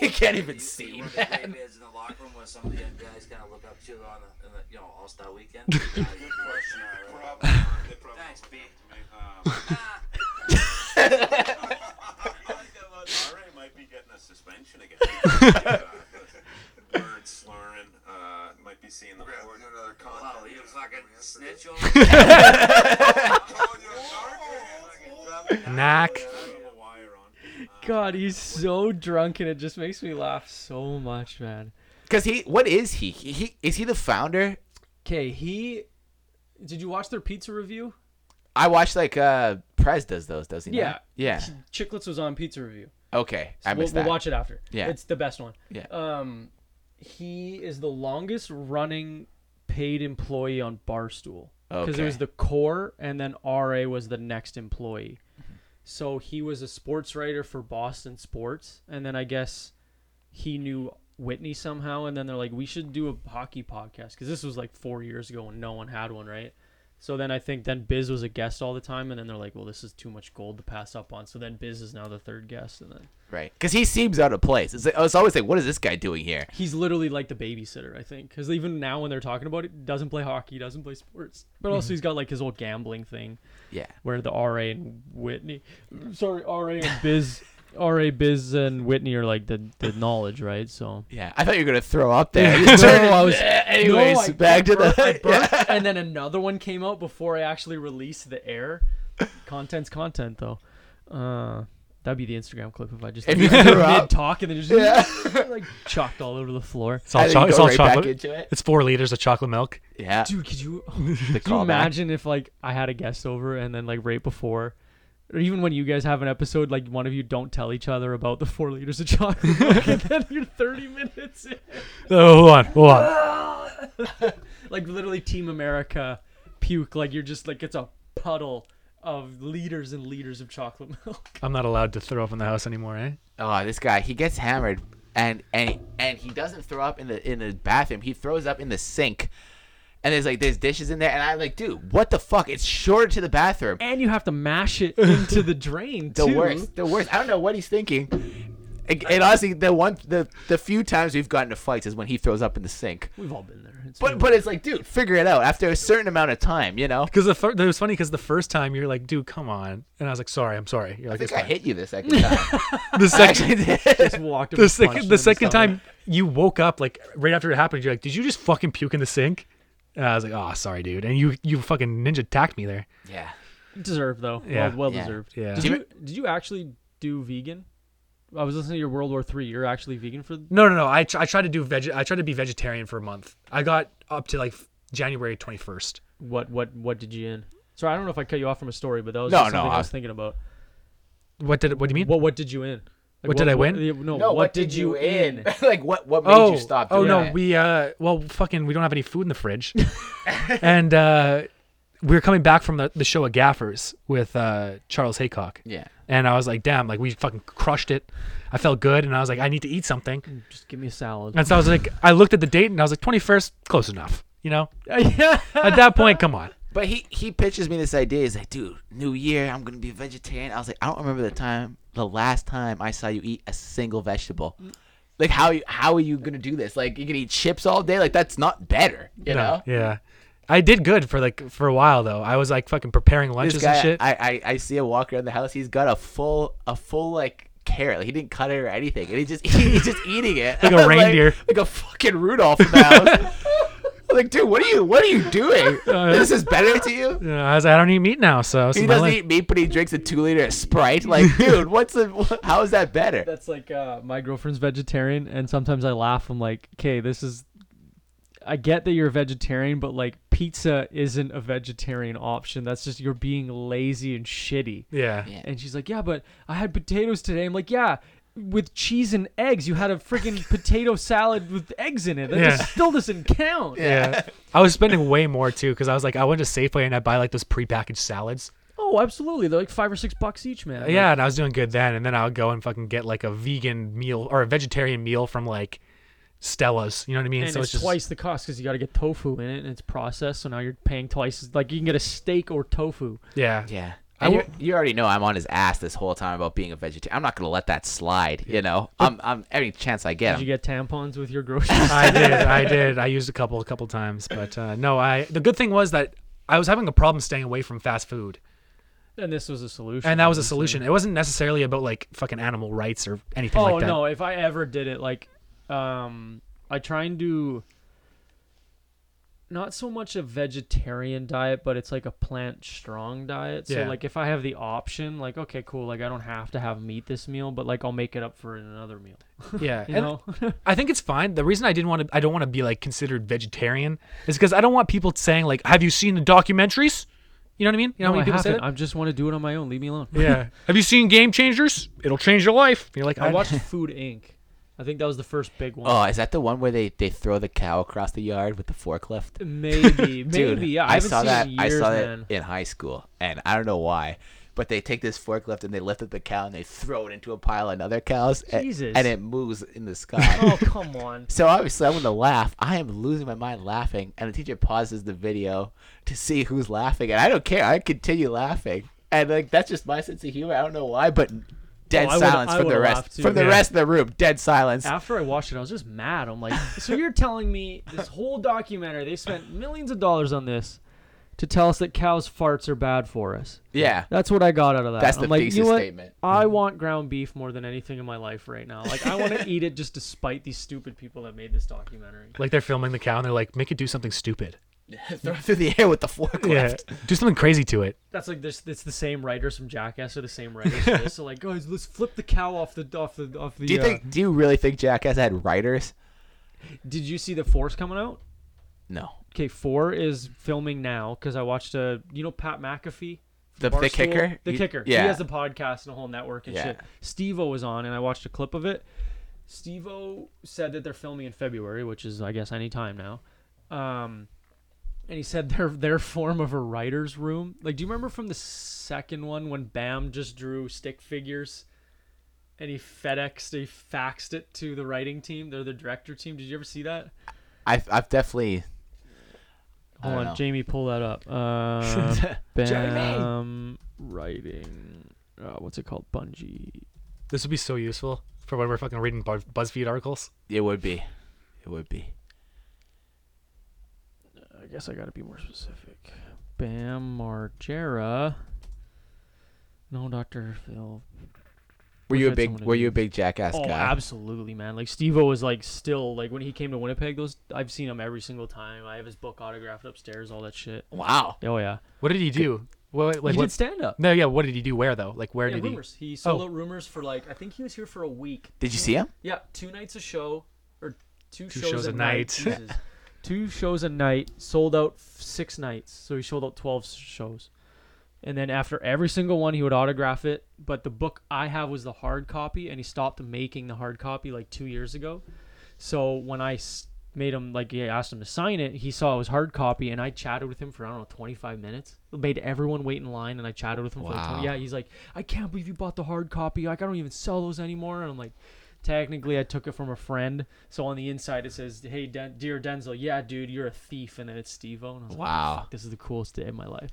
[SPEAKER 10] you're,
[SPEAKER 5] You can't even
[SPEAKER 10] you-
[SPEAKER 5] see,
[SPEAKER 10] You work at Greybeards in the locker room where some of the young guys kind of look up to you on the, on the you know All-Star
[SPEAKER 5] <laughs>
[SPEAKER 10] weekend. Uh, you-
[SPEAKER 7] Question, Probably. They probably
[SPEAKER 10] Thanks, B.
[SPEAKER 7] Um, RA might be getting a suspension again. Word slurring. Uh, might be seeing the board. Another
[SPEAKER 10] Wow, you fucking snitch
[SPEAKER 5] <laughs>
[SPEAKER 10] on.
[SPEAKER 3] <laughs> Knack.
[SPEAKER 1] God, he's so drunk and it just makes me laugh so much, man.
[SPEAKER 5] Because he, what is he? he? He is he the founder?
[SPEAKER 1] Okay, he Did you watch their pizza review?
[SPEAKER 5] I watch like uh Prez does those, does he? not?
[SPEAKER 1] Yeah.
[SPEAKER 5] Yeah.
[SPEAKER 1] Chicklets was on pizza review.
[SPEAKER 5] Okay. I
[SPEAKER 1] we'll,
[SPEAKER 5] missed
[SPEAKER 1] we'll
[SPEAKER 5] that.
[SPEAKER 1] watch it after.
[SPEAKER 5] Yeah.
[SPEAKER 1] It's the best one.
[SPEAKER 5] Yeah.
[SPEAKER 1] Um he is the longest running paid employee on Barstool. Because it was
[SPEAKER 5] Okay.
[SPEAKER 1] the core and then RA was the next employee. So he was a sports writer for Boston Sports and then I guess he knew Whitney somehow and then they're like we should do a hockey podcast cuz this was like 4 years ago and no one had one, right? So then I think then Biz was a guest all the time and then they're like well this is too much gold to pass up on. So then Biz is now the third guest and then
[SPEAKER 5] Right. Because he seems out of place. It's, like, it's always like, what is this guy doing here?
[SPEAKER 1] he's literally like the babysitter, I think, because even now when they're talking about it, doesn't play hockey, doesn't play sports, but also he's got like his old gambling thing
[SPEAKER 5] Mm-hmm. Yeah.
[SPEAKER 1] where the RA and Whitney, sorry, RA and Biz, <laughs> RA Biz and Whitney are like the the knowledge, right?
[SPEAKER 5] <laughs>
[SPEAKER 1] So.
[SPEAKER 5] Yeah. I thought you were gonna throw up there. <laughs> You
[SPEAKER 1] <laughs>
[SPEAKER 5] turned it- Anyways,
[SPEAKER 1] no, I
[SPEAKER 5] back to
[SPEAKER 1] burped- I
[SPEAKER 5] <laughs> the.
[SPEAKER 1] burped, and then another one came out before I actually released the air. Content's content though. Uh, that'd be the Instagram clip if I just <laughs>
[SPEAKER 5] If you threw up.
[SPEAKER 1] mid talk and then just <laughs> like chucked all over the floor.
[SPEAKER 3] It's all,
[SPEAKER 5] And then
[SPEAKER 3] cho-
[SPEAKER 5] you
[SPEAKER 3] it's
[SPEAKER 5] go
[SPEAKER 3] all
[SPEAKER 5] right back
[SPEAKER 3] chocolate.
[SPEAKER 5] into it.
[SPEAKER 3] It's four liters of chocolate milk.
[SPEAKER 5] Yeah.
[SPEAKER 1] dude could
[SPEAKER 3] <laughs>
[SPEAKER 1] you <laughs> could you
[SPEAKER 5] callback.
[SPEAKER 1] imagine if like i had a guest over and then like right before or even when you guys have an episode like one of you don't tell each other about the four liters of chocolate <laughs> milk, and then you're 30 minutes in.
[SPEAKER 3] Oh, hold on, hold on.
[SPEAKER 1] like literally team america puke like you're just like it's a puddle of liters and liters of chocolate milk
[SPEAKER 3] I'm not allowed to throw up in the house anymore, eh?
[SPEAKER 5] Oh, this guy. He gets hammered, and and and he doesn't throw up in the in the bathroom. He throws up in the sink. And there's like there's dishes in there, and I'm like, dude, what the fuck? It's shorter to the bathroom.
[SPEAKER 1] and you have to mash it into the
[SPEAKER 3] <laughs>
[SPEAKER 1] drain
[SPEAKER 5] the
[SPEAKER 1] too.
[SPEAKER 5] worst the worst i don't know what he's thinking and, and honestly the one the the few times we've gotten to fights is when he throws up in the sink
[SPEAKER 1] we've all been there It's
[SPEAKER 5] but
[SPEAKER 1] been-
[SPEAKER 5] but it's like dude figure it out after a certain amount of time you know
[SPEAKER 3] Because the fir- it was funny because the first time you're like, dude, come on, and I was like, sorry, I'm sorry. You're like,
[SPEAKER 5] i think
[SPEAKER 3] "It's
[SPEAKER 5] i
[SPEAKER 3] fine."
[SPEAKER 5] hit you the <laughs> second time
[SPEAKER 3] the second,
[SPEAKER 5] actually did.
[SPEAKER 1] just walked up
[SPEAKER 3] the
[SPEAKER 1] and punched
[SPEAKER 3] second,
[SPEAKER 1] him
[SPEAKER 3] the
[SPEAKER 1] in
[SPEAKER 3] second
[SPEAKER 1] stomach.
[SPEAKER 3] time you woke up like right after it happened, you're like, did you just fucking puke in the sink? And I was like, oh, sorry, dude. And you you fucking ninja attacked me there.
[SPEAKER 5] yeah
[SPEAKER 1] deserved though.
[SPEAKER 3] Yeah.
[SPEAKER 1] Well, well
[SPEAKER 5] Yeah.
[SPEAKER 1] deserved.
[SPEAKER 3] Yeah.
[SPEAKER 1] Did
[SPEAKER 5] Do you-
[SPEAKER 1] you did you actually do vegan? I was listening to your World War Three. You're actually vegan for
[SPEAKER 3] No, no, no. I tr- I tried to do veg. I tried to be vegetarian for a month. I got up to like f- January 21st.
[SPEAKER 1] what? What? What did you in? Sorry, I don't know if I cut you off from a story, but that was
[SPEAKER 5] No,
[SPEAKER 1] just
[SPEAKER 5] no,
[SPEAKER 1] something I
[SPEAKER 5] I-
[SPEAKER 1] was thinking about.
[SPEAKER 3] What did? What do you mean?
[SPEAKER 1] What? What did you in? Like,
[SPEAKER 3] What did I win?
[SPEAKER 1] yeah, no, What, did, you in?
[SPEAKER 5] <laughs> like what what made
[SPEAKER 3] oh,
[SPEAKER 5] you stop
[SPEAKER 3] oh
[SPEAKER 5] doing
[SPEAKER 3] no,
[SPEAKER 5] it?
[SPEAKER 3] we uh, well, fucking, we don't have any food in the fridge, <laughs> and uh, we were coming back from the, the show at Gaffers with uh, Charles Haycock.
[SPEAKER 5] yeah
[SPEAKER 3] And I was like, damn, like we fucking crushed it. I felt good, and I was like, I need to eat something.
[SPEAKER 1] Just give me a salad.
[SPEAKER 3] And so I was like, I looked at the date, and I was like, 21st, close enough. You know,
[SPEAKER 1] yeah.
[SPEAKER 3] at that point, come on.
[SPEAKER 5] but he he pitches me this idea he's like dude new year i'm gonna be
[SPEAKER 1] Mm.
[SPEAKER 5] vegetarian i was like i don't remember the time the last time i saw you eat a single vegetable like how you- how are you gonna do this? Like you can eat chips all day. Like that's not better. You know.
[SPEAKER 3] Yeah. I did good for like for a while though. I was like fucking preparing lunches
[SPEAKER 5] This guy,
[SPEAKER 3] and shit.
[SPEAKER 5] I, I I see him walk around the house. He's got a full a full like carrot. Like, he didn't cut it or anything, and he just <laughs> he's just eating it
[SPEAKER 3] Like a
[SPEAKER 5] I'm
[SPEAKER 3] reindeer.
[SPEAKER 5] <laughs> like, a fucking Rudolph in the house.
[SPEAKER 3] <laughs>
[SPEAKER 5] I'm like, dude, what are you what are you doing? this is better to you.
[SPEAKER 3] You know, I was like, I don't eat meat now, so this
[SPEAKER 5] He
[SPEAKER 3] Uh, is my
[SPEAKER 5] doesn't
[SPEAKER 3] life.
[SPEAKER 5] eat meat, but he drinks a two liter of Sprite.
[SPEAKER 3] <laughs>
[SPEAKER 5] Like, dude, what's the? wh- How is that better?
[SPEAKER 1] That's like uh, my girlfriend's vegetarian, and sometimes I laugh. I'm like, okay, this is. I get that you're a vegetarian, but like pizza isn't a vegetarian option. That's just you're being lazy and shitty.
[SPEAKER 3] Yeah.
[SPEAKER 1] And she's like, yeah, but I had potatoes today. I'm like, yeah, with cheese and eggs. You had a
[SPEAKER 3] <laughs>
[SPEAKER 1] freaking potato salad with eggs in it. That
[SPEAKER 3] Yeah.
[SPEAKER 1] just still doesn't count.
[SPEAKER 3] Yeah. I was spending way more too because I was like, I went to Safeway and I buy like those prepackaged salads.
[SPEAKER 1] Oh, absolutely. They're like five or six bucks each,
[SPEAKER 5] Uh-huh.
[SPEAKER 1] man.
[SPEAKER 3] Yeah, and I was doing good then, and then I'll go and fucking get like a vegan meal or a vegetarian meal from like Stella's. You know what I mean?
[SPEAKER 1] and it's, twice the cost because you got to get tofu in it and it's processed. So now you're paying twice. Like you can get a steak or tofu.
[SPEAKER 3] Yeah.
[SPEAKER 5] Yeah.
[SPEAKER 3] I
[SPEAKER 5] And you
[SPEAKER 3] will-
[SPEAKER 5] you already know I'm on his ass this whole time about being a vegetarian. I'm not gonna let that slide. You know, I'm, I'm any chance I get.
[SPEAKER 1] Did you
[SPEAKER 5] I'm-
[SPEAKER 1] get tampons with your groceries? <laughs>
[SPEAKER 3] I did, I did. I used a couple, a couple times, but uh, no. I the good thing was that I was having a problem staying away from fast food,
[SPEAKER 1] and this was a solution.
[SPEAKER 3] and that was a
[SPEAKER 1] obviously.
[SPEAKER 3] solution. It wasn't necessarily about like fucking animal rights or anything
[SPEAKER 1] Oh
[SPEAKER 3] like that.
[SPEAKER 1] no! If I ever did it, like, um, I try and do not so much a vegetarian diet, but it's like a plant strong diet. So
[SPEAKER 3] Yeah.
[SPEAKER 1] like, if I have the option, like, okay, cool, like I don't have to have meat this meal, but like I'll make it up for it in another meal. <laughs>
[SPEAKER 3] Yeah,
[SPEAKER 1] You
[SPEAKER 3] <laughs> and
[SPEAKER 1] know? <laughs>
[SPEAKER 3] I think it's fine. The reason I didn't want to, I don't want to be like considered vegetarian, is because I don't want people saying like, "Have you seen the documentaries?" You know what I mean? You know how
[SPEAKER 1] No,
[SPEAKER 3] many
[SPEAKER 1] I
[SPEAKER 3] people say
[SPEAKER 1] haven't.
[SPEAKER 3] that?
[SPEAKER 1] I just want to do it on my own. Leave me alone. <laughs>
[SPEAKER 3] Yeah. Have you seen Game Changers? It'll change your life. You're like,
[SPEAKER 1] I
[SPEAKER 3] <laughs>
[SPEAKER 1] watched Food Inc. I think that was the first big one.
[SPEAKER 5] oh, is that the one where they they throw the cow across the yard with the forklift?
[SPEAKER 1] maybe,
[SPEAKER 5] Dude,
[SPEAKER 1] maybe. Yeah, I,
[SPEAKER 5] I,
[SPEAKER 1] haven't
[SPEAKER 5] saw
[SPEAKER 1] seen
[SPEAKER 5] that.
[SPEAKER 1] It in
[SPEAKER 5] I
[SPEAKER 1] years,
[SPEAKER 5] saw that
[SPEAKER 1] man.
[SPEAKER 5] in high school, and I don't know why, but they take this forklift and they lift up the cow and they throw it into a pile of other cows, a-
[SPEAKER 1] Jesus.
[SPEAKER 5] and it moves in the sky.
[SPEAKER 1] <laughs> Oh come on.
[SPEAKER 5] So obviously, I'm gonna laugh. I am losing my mind laughing, and the teacher pauses the video to see who's laughing, and I don't care. I continue laughing, and like that's just my sense of humor. I don't know why, but dead
[SPEAKER 1] Oh, I would-
[SPEAKER 5] silence
[SPEAKER 1] I
[SPEAKER 5] from the
[SPEAKER 1] would've
[SPEAKER 5] rest
[SPEAKER 1] laughed too,
[SPEAKER 5] from the
[SPEAKER 1] yeah.
[SPEAKER 5] rest of the room. Dead silence.
[SPEAKER 1] After I watched it, I was just mad. I'm like, so you're telling me this whole documentary, they spent millions of dollars on this to tell us that cows' farts are bad for us.
[SPEAKER 5] Yeah, <laughs>
[SPEAKER 1] That's what I got out of that.
[SPEAKER 5] That's
[SPEAKER 1] I'm
[SPEAKER 5] the
[SPEAKER 1] like, you
[SPEAKER 5] thesis
[SPEAKER 1] know what?
[SPEAKER 5] statement.
[SPEAKER 1] I want ground beef more than anything in my life right now. Like, I want to eat it just despite these stupid people that made this documentary.
[SPEAKER 3] like they're filming the cow and they're like, make it do something stupid.
[SPEAKER 5] throw it through the air with the forklift.
[SPEAKER 3] Do something crazy to it.
[SPEAKER 1] That's like this. It's the same writers from Jackass or the same writers. for this. So like, guys, let's flip the cow off the off the off the.
[SPEAKER 5] Do you
[SPEAKER 1] uh,
[SPEAKER 5] think? Do you really think Jackass had writers?
[SPEAKER 1] Did you see the force coming out?
[SPEAKER 5] No.
[SPEAKER 1] Okay, four is filming now because I watched a. You know Pat McAfee.
[SPEAKER 5] The, the
[SPEAKER 1] Barstool-
[SPEAKER 5] kicker.
[SPEAKER 1] The
[SPEAKER 5] He-
[SPEAKER 1] kicker.
[SPEAKER 5] Yeah.
[SPEAKER 1] He has a podcast and a whole network and
[SPEAKER 5] Yeah.
[SPEAKER 1] shit. Steve O was on and I watched a clip of it. Steve O said that they're filming in February, which is I guess any time now. Um and he said <laughs> their their form of a writer's room. Like, do you remember from the second one when Bam just drew stick figures and he FedExed, he faxed it to the writing team, they're the director team. Did you ever see that?
[SPEAKER 5] I've, I've definitely. I
[SPEAKER 1] Hold
[SPEAKER 5] don't
[SPEAKER 1] on,
[SPEAKER 5] know.
[SPEAKER 1] Jamie, pull that
[SPEAKER 5] <laughs>
[SPEAKER 1] up. Uh, Bam writing. Uh, what's it called? Bungie.
[SPEAKER 3] This would be so useful for when we're fucking reading Buzz- BuzzFeed articles.
[SPEAKER 5] It would be. It would be.
[SPEAKER 1] I guess I gotta be more specific. Bam Margera. No, Doctor Phil.
[SPEAKER 5] Were
[SPEAKER 1] Wish I
[SPEAKER 5] you a
[SPEAKER 1] had
[SPEAKER 5] big?
[SPEAKER 1] someone to
[SPEAKER 5] Were
[SPEAKER 1] do
[SPEAKER 5] you a
[SPEAKER 1] this.
[SPEAKER 5] big Jackass
[SPEAKER 1] Oh,
[SPEAKER 5] guy?
[SPEAKER 1] absolutely, man! Like Steve-O is like still like when he came to Winnipeg. Those I've seen him every single time. I have his book autographed upstairs. All that shit.
[SPEAKER 5] Wow.
[SPEAKER 1] Oh yeah,
[SPEAKER 3] What did he do? What, like
[SPEAKER 1] he
[SPEAKER 3] what?
[SPEAKER 1] did stand up.
[SPEAKER 3] no, yeah. What did he do? Where though? Like where
[SPEAKER 1] Yeah,
[SPEAKER 3] did he?
[SPEAKER 1] rumors. He Oh. sold out rumors for like I think he was here for a week.
[SPEAKER 5] Did you see him?
[SPEAKER 1] Yeah, two nights a show or two,
[SPEAKER 3] Two
[SPEAKER 1] shows,
[SPEAKER 3] shows
[SPEAKER 1] a,
[SPEAKER 3] a
[SPEAKER 1] night.
[SPEAKER 3] night.
[SPEAKER 1] Jesus. <laughs> two shows a night sold out f- six nights, so he sold out twelve s- shows. And then after every single one, he would autograph it. But the book I have was the hard copy, and he stopped making the hard copy like two years ago. So when I s- made him like, yeah, asked him to sign it, he saw it was hard copy, and I chatted with him for I don't know twenty five minutes. Made everyone wait in line, and I chatted with him for like 20,
[SPEAKER 5] Wow.
[SPEAKER 1] yeah. He's like, I can't believe you bought the hard copy. Like I don't even sell those anymore. And I'm like, technically I took it from a friend. So on the inside it says, "Hey, Den- dear Denzel, yeah, dude, you're a thief," and then it's Steve-O. And I was like,
[SPEAKER 5] Wow.
[SPEAKER 1] "Fuck, this is the coolest day of my life."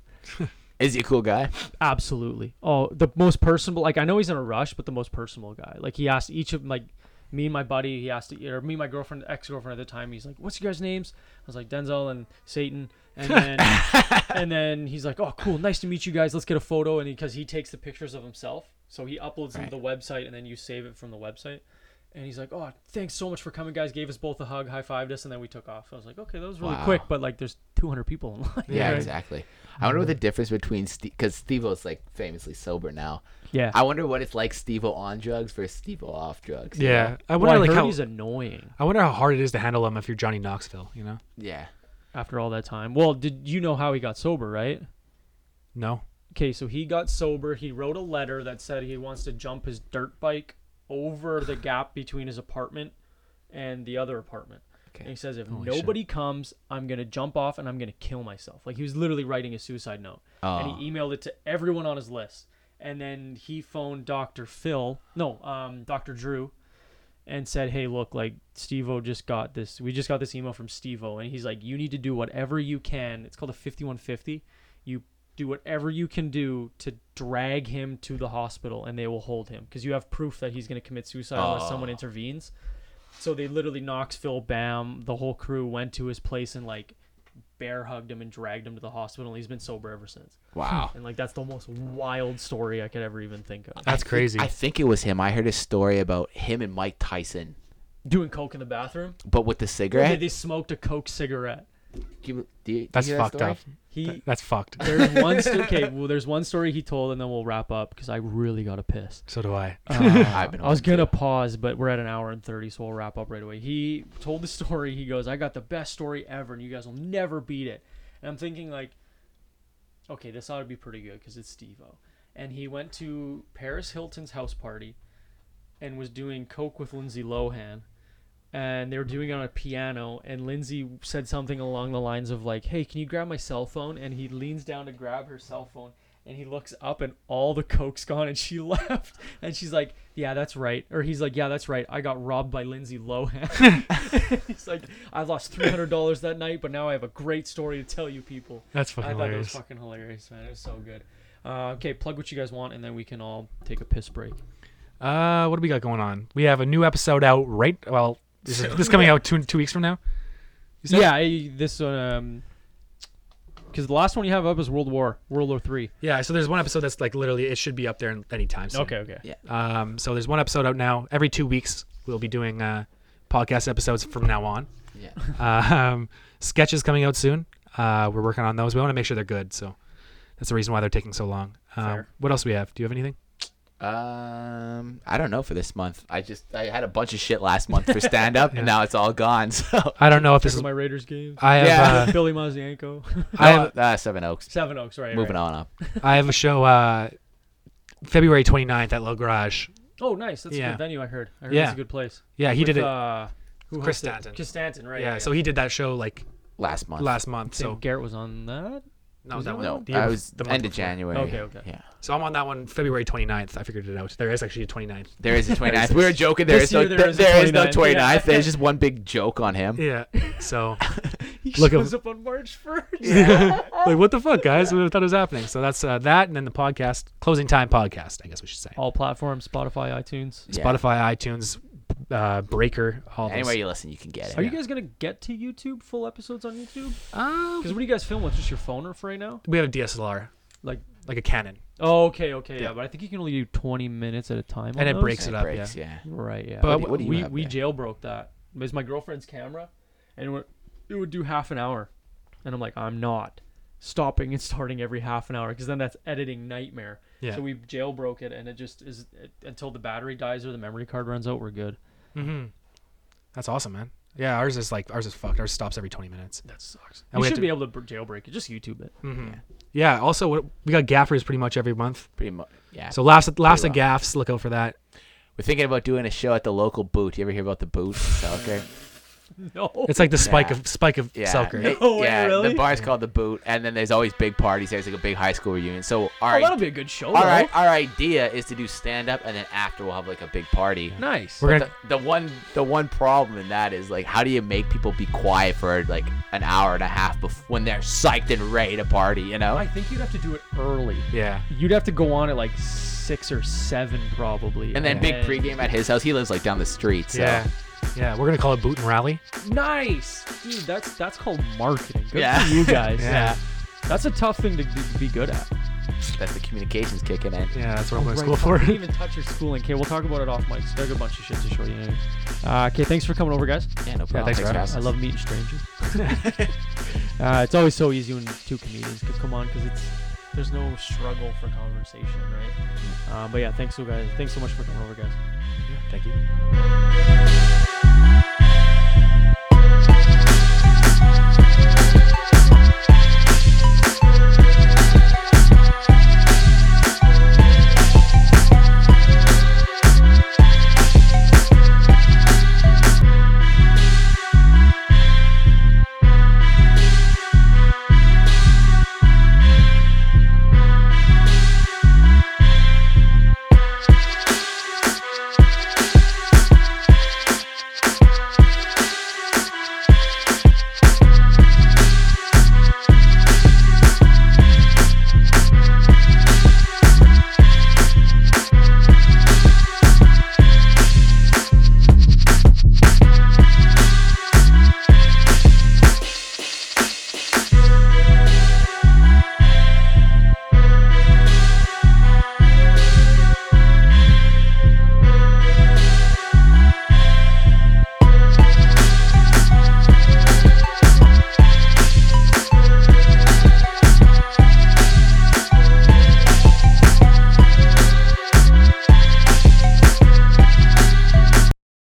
[SPEAKER 5] Is he a cool guy?
[SPEAKER 1] Absolutely. Oh, the most personable. Like I know he's in a rush, but the most personable guy. Like he asked each of like me and my buddy, he asked, or me and my girlfriend, ex girlfriend at the time, he's like, "What's your guys' names?" I was like, "Denzel and Satan," and
[SPEAKER 5] <laughs>
[SPEAKER 1] then and then he's like, "Oh, cool, nice to meet you guys. Let's get a photo." And because he, takes the pictures of himself, so he uploads them to the website, and then you save it from the website. And he's like, "Oh, thanks so much for coming, guys." Gave us both a hug, high fived us, and then we took off. I was like, "Okay, that was really
[SPEAKER 5] Wow.
[SPEAKER 1] quick, but like, there's 200 people in line." <laughs>
[SPEAKER 5] Yeah,
[SPEAKER 1] Right.
[SPEAKER 5] exactly. I wonder what the difference between because Steve O's like famously sober now.
[SPEAKER 1] Yeah.
[SPEAKER 5] I wonder what it's like Steve O on drugs versus Steve O off drugs. you
[SPEAKER 3] Yeah,
[SPEAKER 5] know?
[SPEAKER 3] I wonder
[SPEAKER 1] Well, I
[SPEAKER 3] like
[SPEAKER 1] heard
[SPEAKER 3] how
[SPEAKER 1] he's annoying.
[SPEAKER 3] I wonder how hard it is to handle him if you're Johnny Knoxville. You know?
[SPEAKER 5] Yeah.
[SPEAKER 1] After all that time, well, did you know how he got sober, right?
[SPEAKER 3] No.
[SPEAKER 1] Okay, so he got sober. He wrote a letter that said he wants to jump his dirt bike over the gap between his apartment and the other apartment. And he says, if nobody comes, I'm going to jump off and I'm going to kill myself. Like he was literally writing a suicide note. And he emailed it to everyone on his list. And then he phoned Dr. Phil, no, um, Dr. Drew, and said, "Hey, look, like Stevo just got this. We just got this email from Stevo, and he's like, you need to do whatever you can. It's called a 5150. You do whatever you can do to drag him to the hospital, and they will hold him because you have proof that he's going to commit suicide unless someone intervenes." So they literally Knoxville, Bam, the whole crew went to his place and like bear hugged him and dragged him to the hospital. and He's been sober ever since. <laughs>
[SPEAKER 5] Wow.
[SPEAKER 1] And like that's the most wild story I could ever even think of.
[SPEAKER 3] That's
[SPEAKER 5] I think-
[SPEAKER 3] crazy.
[SPEAKER 5] I think it was him. I heard a story about him and Mike Tyson,
[SPEAKER 1] Doing coke in the bathroom.
[SPEAKER 5] but with the
[SPEAKER 1] They,
[SPEAKER 5] cigarette.
[SPEAKER 1] they smoked a coke cigarette.
[SPEAKER 5] Do you- do you- do you
[SPEAKER 3] That's
[SPEAKER 5] hear that
[SPEAKER 3] fucked
[SPEAKER 5] story?
[SPEAKER 3] up.
[SPEAKER 1] He
[SPEAKER 3] Th- That's fucked.
[SPEAKER 1] There's one st- okay. Well, there's one story he told, and then we'll wrap up because I really gotta piss.
[SPEAKER 3] So do I. Uh,
[SPEAKER 5] I've been
[SPEAKER 1] I was
[SPEAKER 5] wanting
[SPEAKER 1] gonna pause, but we're at an hour and thirty, so we'll wrap up right away. He told the <laughs> story. He goes, "I got the best story ever, and you guys will never beat it." And I'm thinking like, okay, this ought to be pretty good because it's Stevo. And he went to Paris Hilton's house party, and was doing coke with Lindsay Lohan, and they were doing it on a piano. And Lindsay said something along the lines of like, "Hey, can you grab my cell phone?" And he leans down to grab her cell phone, and he looks up, and all the coke's gone, and she <laughs> left. And she's like, "Yeah, that's right," or he's like, "Yeah, that's right. I got robbed by Lindsay Lohan." <laughs> he's like, "I lost three hundred dollars that night, but now I have a great story to tell you people."
[SPEAKER 3] That's fucking
[SPEAKER 1] I thought that was
[SPEAKER 3] hilarious.
[SPEAKER 1] fucking hilarious, man. It was so good. Uh, okay, plug what you guys want, and then we can all take a piss break.
[SPEAKER 3] Uh, what do we got going on? We have a new episode out right. Well, this is this coming out two two weeks from now. that-
[SPEAKER 1] Yeah, I, this um, because the last one you have up is World War, World War Three.
[SPEAKER 3] Yeah. So there's one episode that's like literally it should be up there anytime soon.
[SPEAKER 1] Okay, okay.
[SPEAKER 5] Yeah.
[SPEAKER 3] Um, so there's one episode out now. Every two weeks, we'll be doing uh, podcast episodes from now on.
[SPEAKER 5] Yeah.
[SPEAKER 3] um, sketches coming out soon. Uh, we're working on those. We want to make sure they're good. So that's the reason why they're taking so long. Um,
[SPEAKER 1] Fair.
[SPEAKER 3] what else do we have? Do you have anything?
[SPEAKER 5] Um, I don't know for this month. I just I had a bunch of shit last month for stand up, and now it's all gone. <laughs> So
[SPEAKER 3] I don't know if this
[SPEAKER 1] This
[SPEAKER 3] is.
[SPEAKER 1] my Raiders game.
[SPEAKER 3] I
[SPEAKER 1] <laughs>
[SPEAKER 3] have uh,
[SPEAKER 1] Billy Mazienko, <laughs>
[SPEAKER 3] I have
[SPEAKER 5] uh, Seven Oaks.
[SPEAKER 1] Seven Oaks, right?
[SPEAKER 5] Moving
[SPEAKER 1] right.
[SPEAKER 5] on up.
[SPEAKER 3] I have a show uh, February 29th at Little Garage.
[SPEAKER 1] Oh, nice. That's a
[SPEAKER 3] Yeah.
[SPEAKER 1] good venue. I heard. I heard
[SPEAKER 3] Yeah.
[SPEAKER 1] it's a good place.
[SPEAKER 3] Yeah, he
[SPEAKER 1] With,
[SPEAKER 3] did it.
[SPEAKER 1] Uh, who hosted
[SPEAKER 3] Chris
[SPEAKER 1] it?
[SPEAKER 3] Stanton.
[SPEAKER 1] Chris Stanton, right?
[SPEAKER 3] yeah, so he did that show like
[SPEAKER 5] Last month.
[SPEAKER 3] last month.
[SPEAKER 1] so
[SPEAKER 3] So
[SPEAKER 1] Garrett was on that. <laughs>
[SPEAKER 3] no, that one.
[SPEAKER 5] no,
[SPEAKER 3] The year
[SPEAKER 5] I
[SPEAKER 3] bef-
[SPEAKER 5] was
[SPEAKER 3] the month
[SPEAKER 5] end of
[SPEAKER 3] before.
[SPEAKER 5] January.
[SPEAKER 1] Okay, okay.
[SPEAKER 5] Yeah.
[SPEAKER 3] So I'm on that one February 29th. I figured it out. There is actually a 29th.
[SPEAKER 5] There is a 29th. we were joking. There
[SPEAKER 1] This
[SPEAKER 5] is no,
[SPEAKER 1] year there
[SPEAKER 5] there,
[SPEAKER 1] is a
[SPEAKER 5] there is no
[SPEAKER 1] 29th,
[SPEAKER 5] 29th.
[SPEAKER 1] yeah.
[SPEAKER 5] There's just one big joke on him.
[SPEAKER 3] Yeah.
[SPEAKER 5] <laughs>
[SPEAKER 3] So
[SPEAKER 1] He
[SPEAKER 3] Look at-
[SPEAKER 1] shows up on March <laughs> first.
[SPEAKER 3] like what the fuck, guys? We thought it was happening. So that's uh, that, and then the podcast closing time podcast. I guess we should say
[SPEAKER 1] All platforms: Spotify, iTunes.
[SPEAKER 5] Oh, Yeah.
[SPEAKER 3] Spotify, iTunes, uh, Breaker, all those.
[SPEAKER 5] Anywhere you listen, you can get it.
[SPEAKER 1] Are you guys gonna get to YouTube? Full episodes on YouTube?
[SPEAKER 3] Uh,
[SPEAKER 1] Because what do you guys film with? Just your phone or for right now?
[SPEAKER 3] we have a DSLR,
[SPEAKER 1] Like,
[SPEAKER 3] like a Canon,
[SPEAKER 1] oh, okay, okay, yeah. But I think you can only do 20 minutes at a time. on
[SPEAKER 3] and it
[SPEAKER 1] those.
[SPEAKER 3] breaks it,
[SPEAKER 5] And
[SPEAKER 3] up.
[SPEAKER 5] breaks,
[SPEAKER 3] yeah.
[SPEAKER 5] yeah.
[SPEAKER 1] Right, yeah.
[SPEAKER 3] But
[SPEAKER 1] But
[SPEAKER 5] what do you
[SPEAKER 1] we
[SPEAKER 5] have
[SPEAKER 1] we
[SPEAKER 5] there?
[SPEAKER 1] jailbroke that. It was my girlfriend's camera, and it would, it would do half an hour, and I'm like, I'm not stopping and starting every half an hour because then that's editing nightmare.
[SPEAKER 3] Yeah.
[SPEAKER 1] So we jailbroke it, and it just is it, until the battery dies or the memory card runs out, we're good.
[SPEAKER 3] That's awesome, man. Yeah, ours is like ours is fucked. Ours stops every 20 minutes.
[SPEAKER 1] That sucks.
[SPEAKER 3] And
[SPEAKER 1] you
[SPEAKER 3] we have
[SPEAKER 1] should
[SPEAKER 3] to-
[SPEAKER 1] be able to br- jailbreak it. Just YouTube it.
[SPEAKER 5] Hmm.
[SPEAKER 3] Yeah. Also, what, we got gaffers pretty much every month.
[SPEAKER 5] Pretty much. Yeah.
[SPEAKER 3] So laughs at laughs at
[SPEAKER 5] Pretty
[SPEAKER 3] gaffs. Look out for that.
[SPEAKER 5] we're thinking about doing a show at the local boot. You ever hear about the boot in Selkirk?
[SPEAKER 1] <laughs> No.
[SPEAKER 3] It's like the spike
[SPEAKER 5] Yeah.
[SPEAKER 3] of spike of
[SPEAKER 5] Yeah.
[SPEAKER 3] Selkirk.
[SPEAKER 5] it-
[SPEAKER 1] <laughs> No way,
[SPEAKER 5] yeah,
[SPEAKER 1] really?
[SPEAKER 5] the bar's called the boot, and then there's always big parties. There's like a big high school reunion. So all
[SPEAKER 1] Oh,
[SPEAKER 5] right,
[SPEAKER 1] that'll be a good show.
[SPEAKER 5] all
[SPEAKER 1] though.
[SPEAKER 5] right, our idea is to do stand up, and then after we'll have like a big party.
[SPEAKER 1] Nice.
[SPEAKER 3] We're
[SPEAKER 5] the,
[SPEAKER 3] gonna
[SPEAKER 5] the one the one problem in that is like how do you make people be quiet for like an hour and a half bef- when they're psyched and ready to party you know
[SPEAKER 1] I think you'd have to do it early.
[SPEAKER 3] yeah.
[SPEAKER 1] You'd have to go on at like six or seven probably.
[SPEAKER 5] and then big pregame at his house he lives like down the street so
[SPEAKER 3] Yeah. Yeah, we're gonna call it boot and rally.
[SPEAKER 1] Nice, dude. That's that's called marketing. Good
[SPEAKER 5] Yeah.
[SPEAKER 1] for you guys.
[SPEAKER 3] Yeah.
[SPEAKER 1] That's a tough thing to, be- to be good at.
[SPEAKER 5] that's the communications kicking in
[SPEAKER 3] Yeah, that's what I'm going to
[SPEAKER 1] Oh, Right,
[SPEAKER 3] school
[SPEAKER 1] fuck, we
[SPEAKER 3] for.
[SPEAKER 1] didn't
[SPEAKER 3] <laughs>
[SPEAKER 1] even touch your schooling. Okay, we'll talk about it off mic. I got a bunch of shit to show you. Uh, okay, thanks for coming over, guys. Uh,
[SPEAKER 5] yeah no problem
[SPEAKER 3] thanks for
[SPEAKER 5] having
[SPEAKER 3] having
[SPEAKER 1] I
[SPEAKER 5] us.
[SPEAKER 1] love meeting strangers. <laughs> uh, it's always so easy when two comedians could come on because it's there's no struggle for conversation, right? Uh, but yeah, thanks so guys. Thanks so much for coming over, guys.
[SPEAKER 3] Thank you.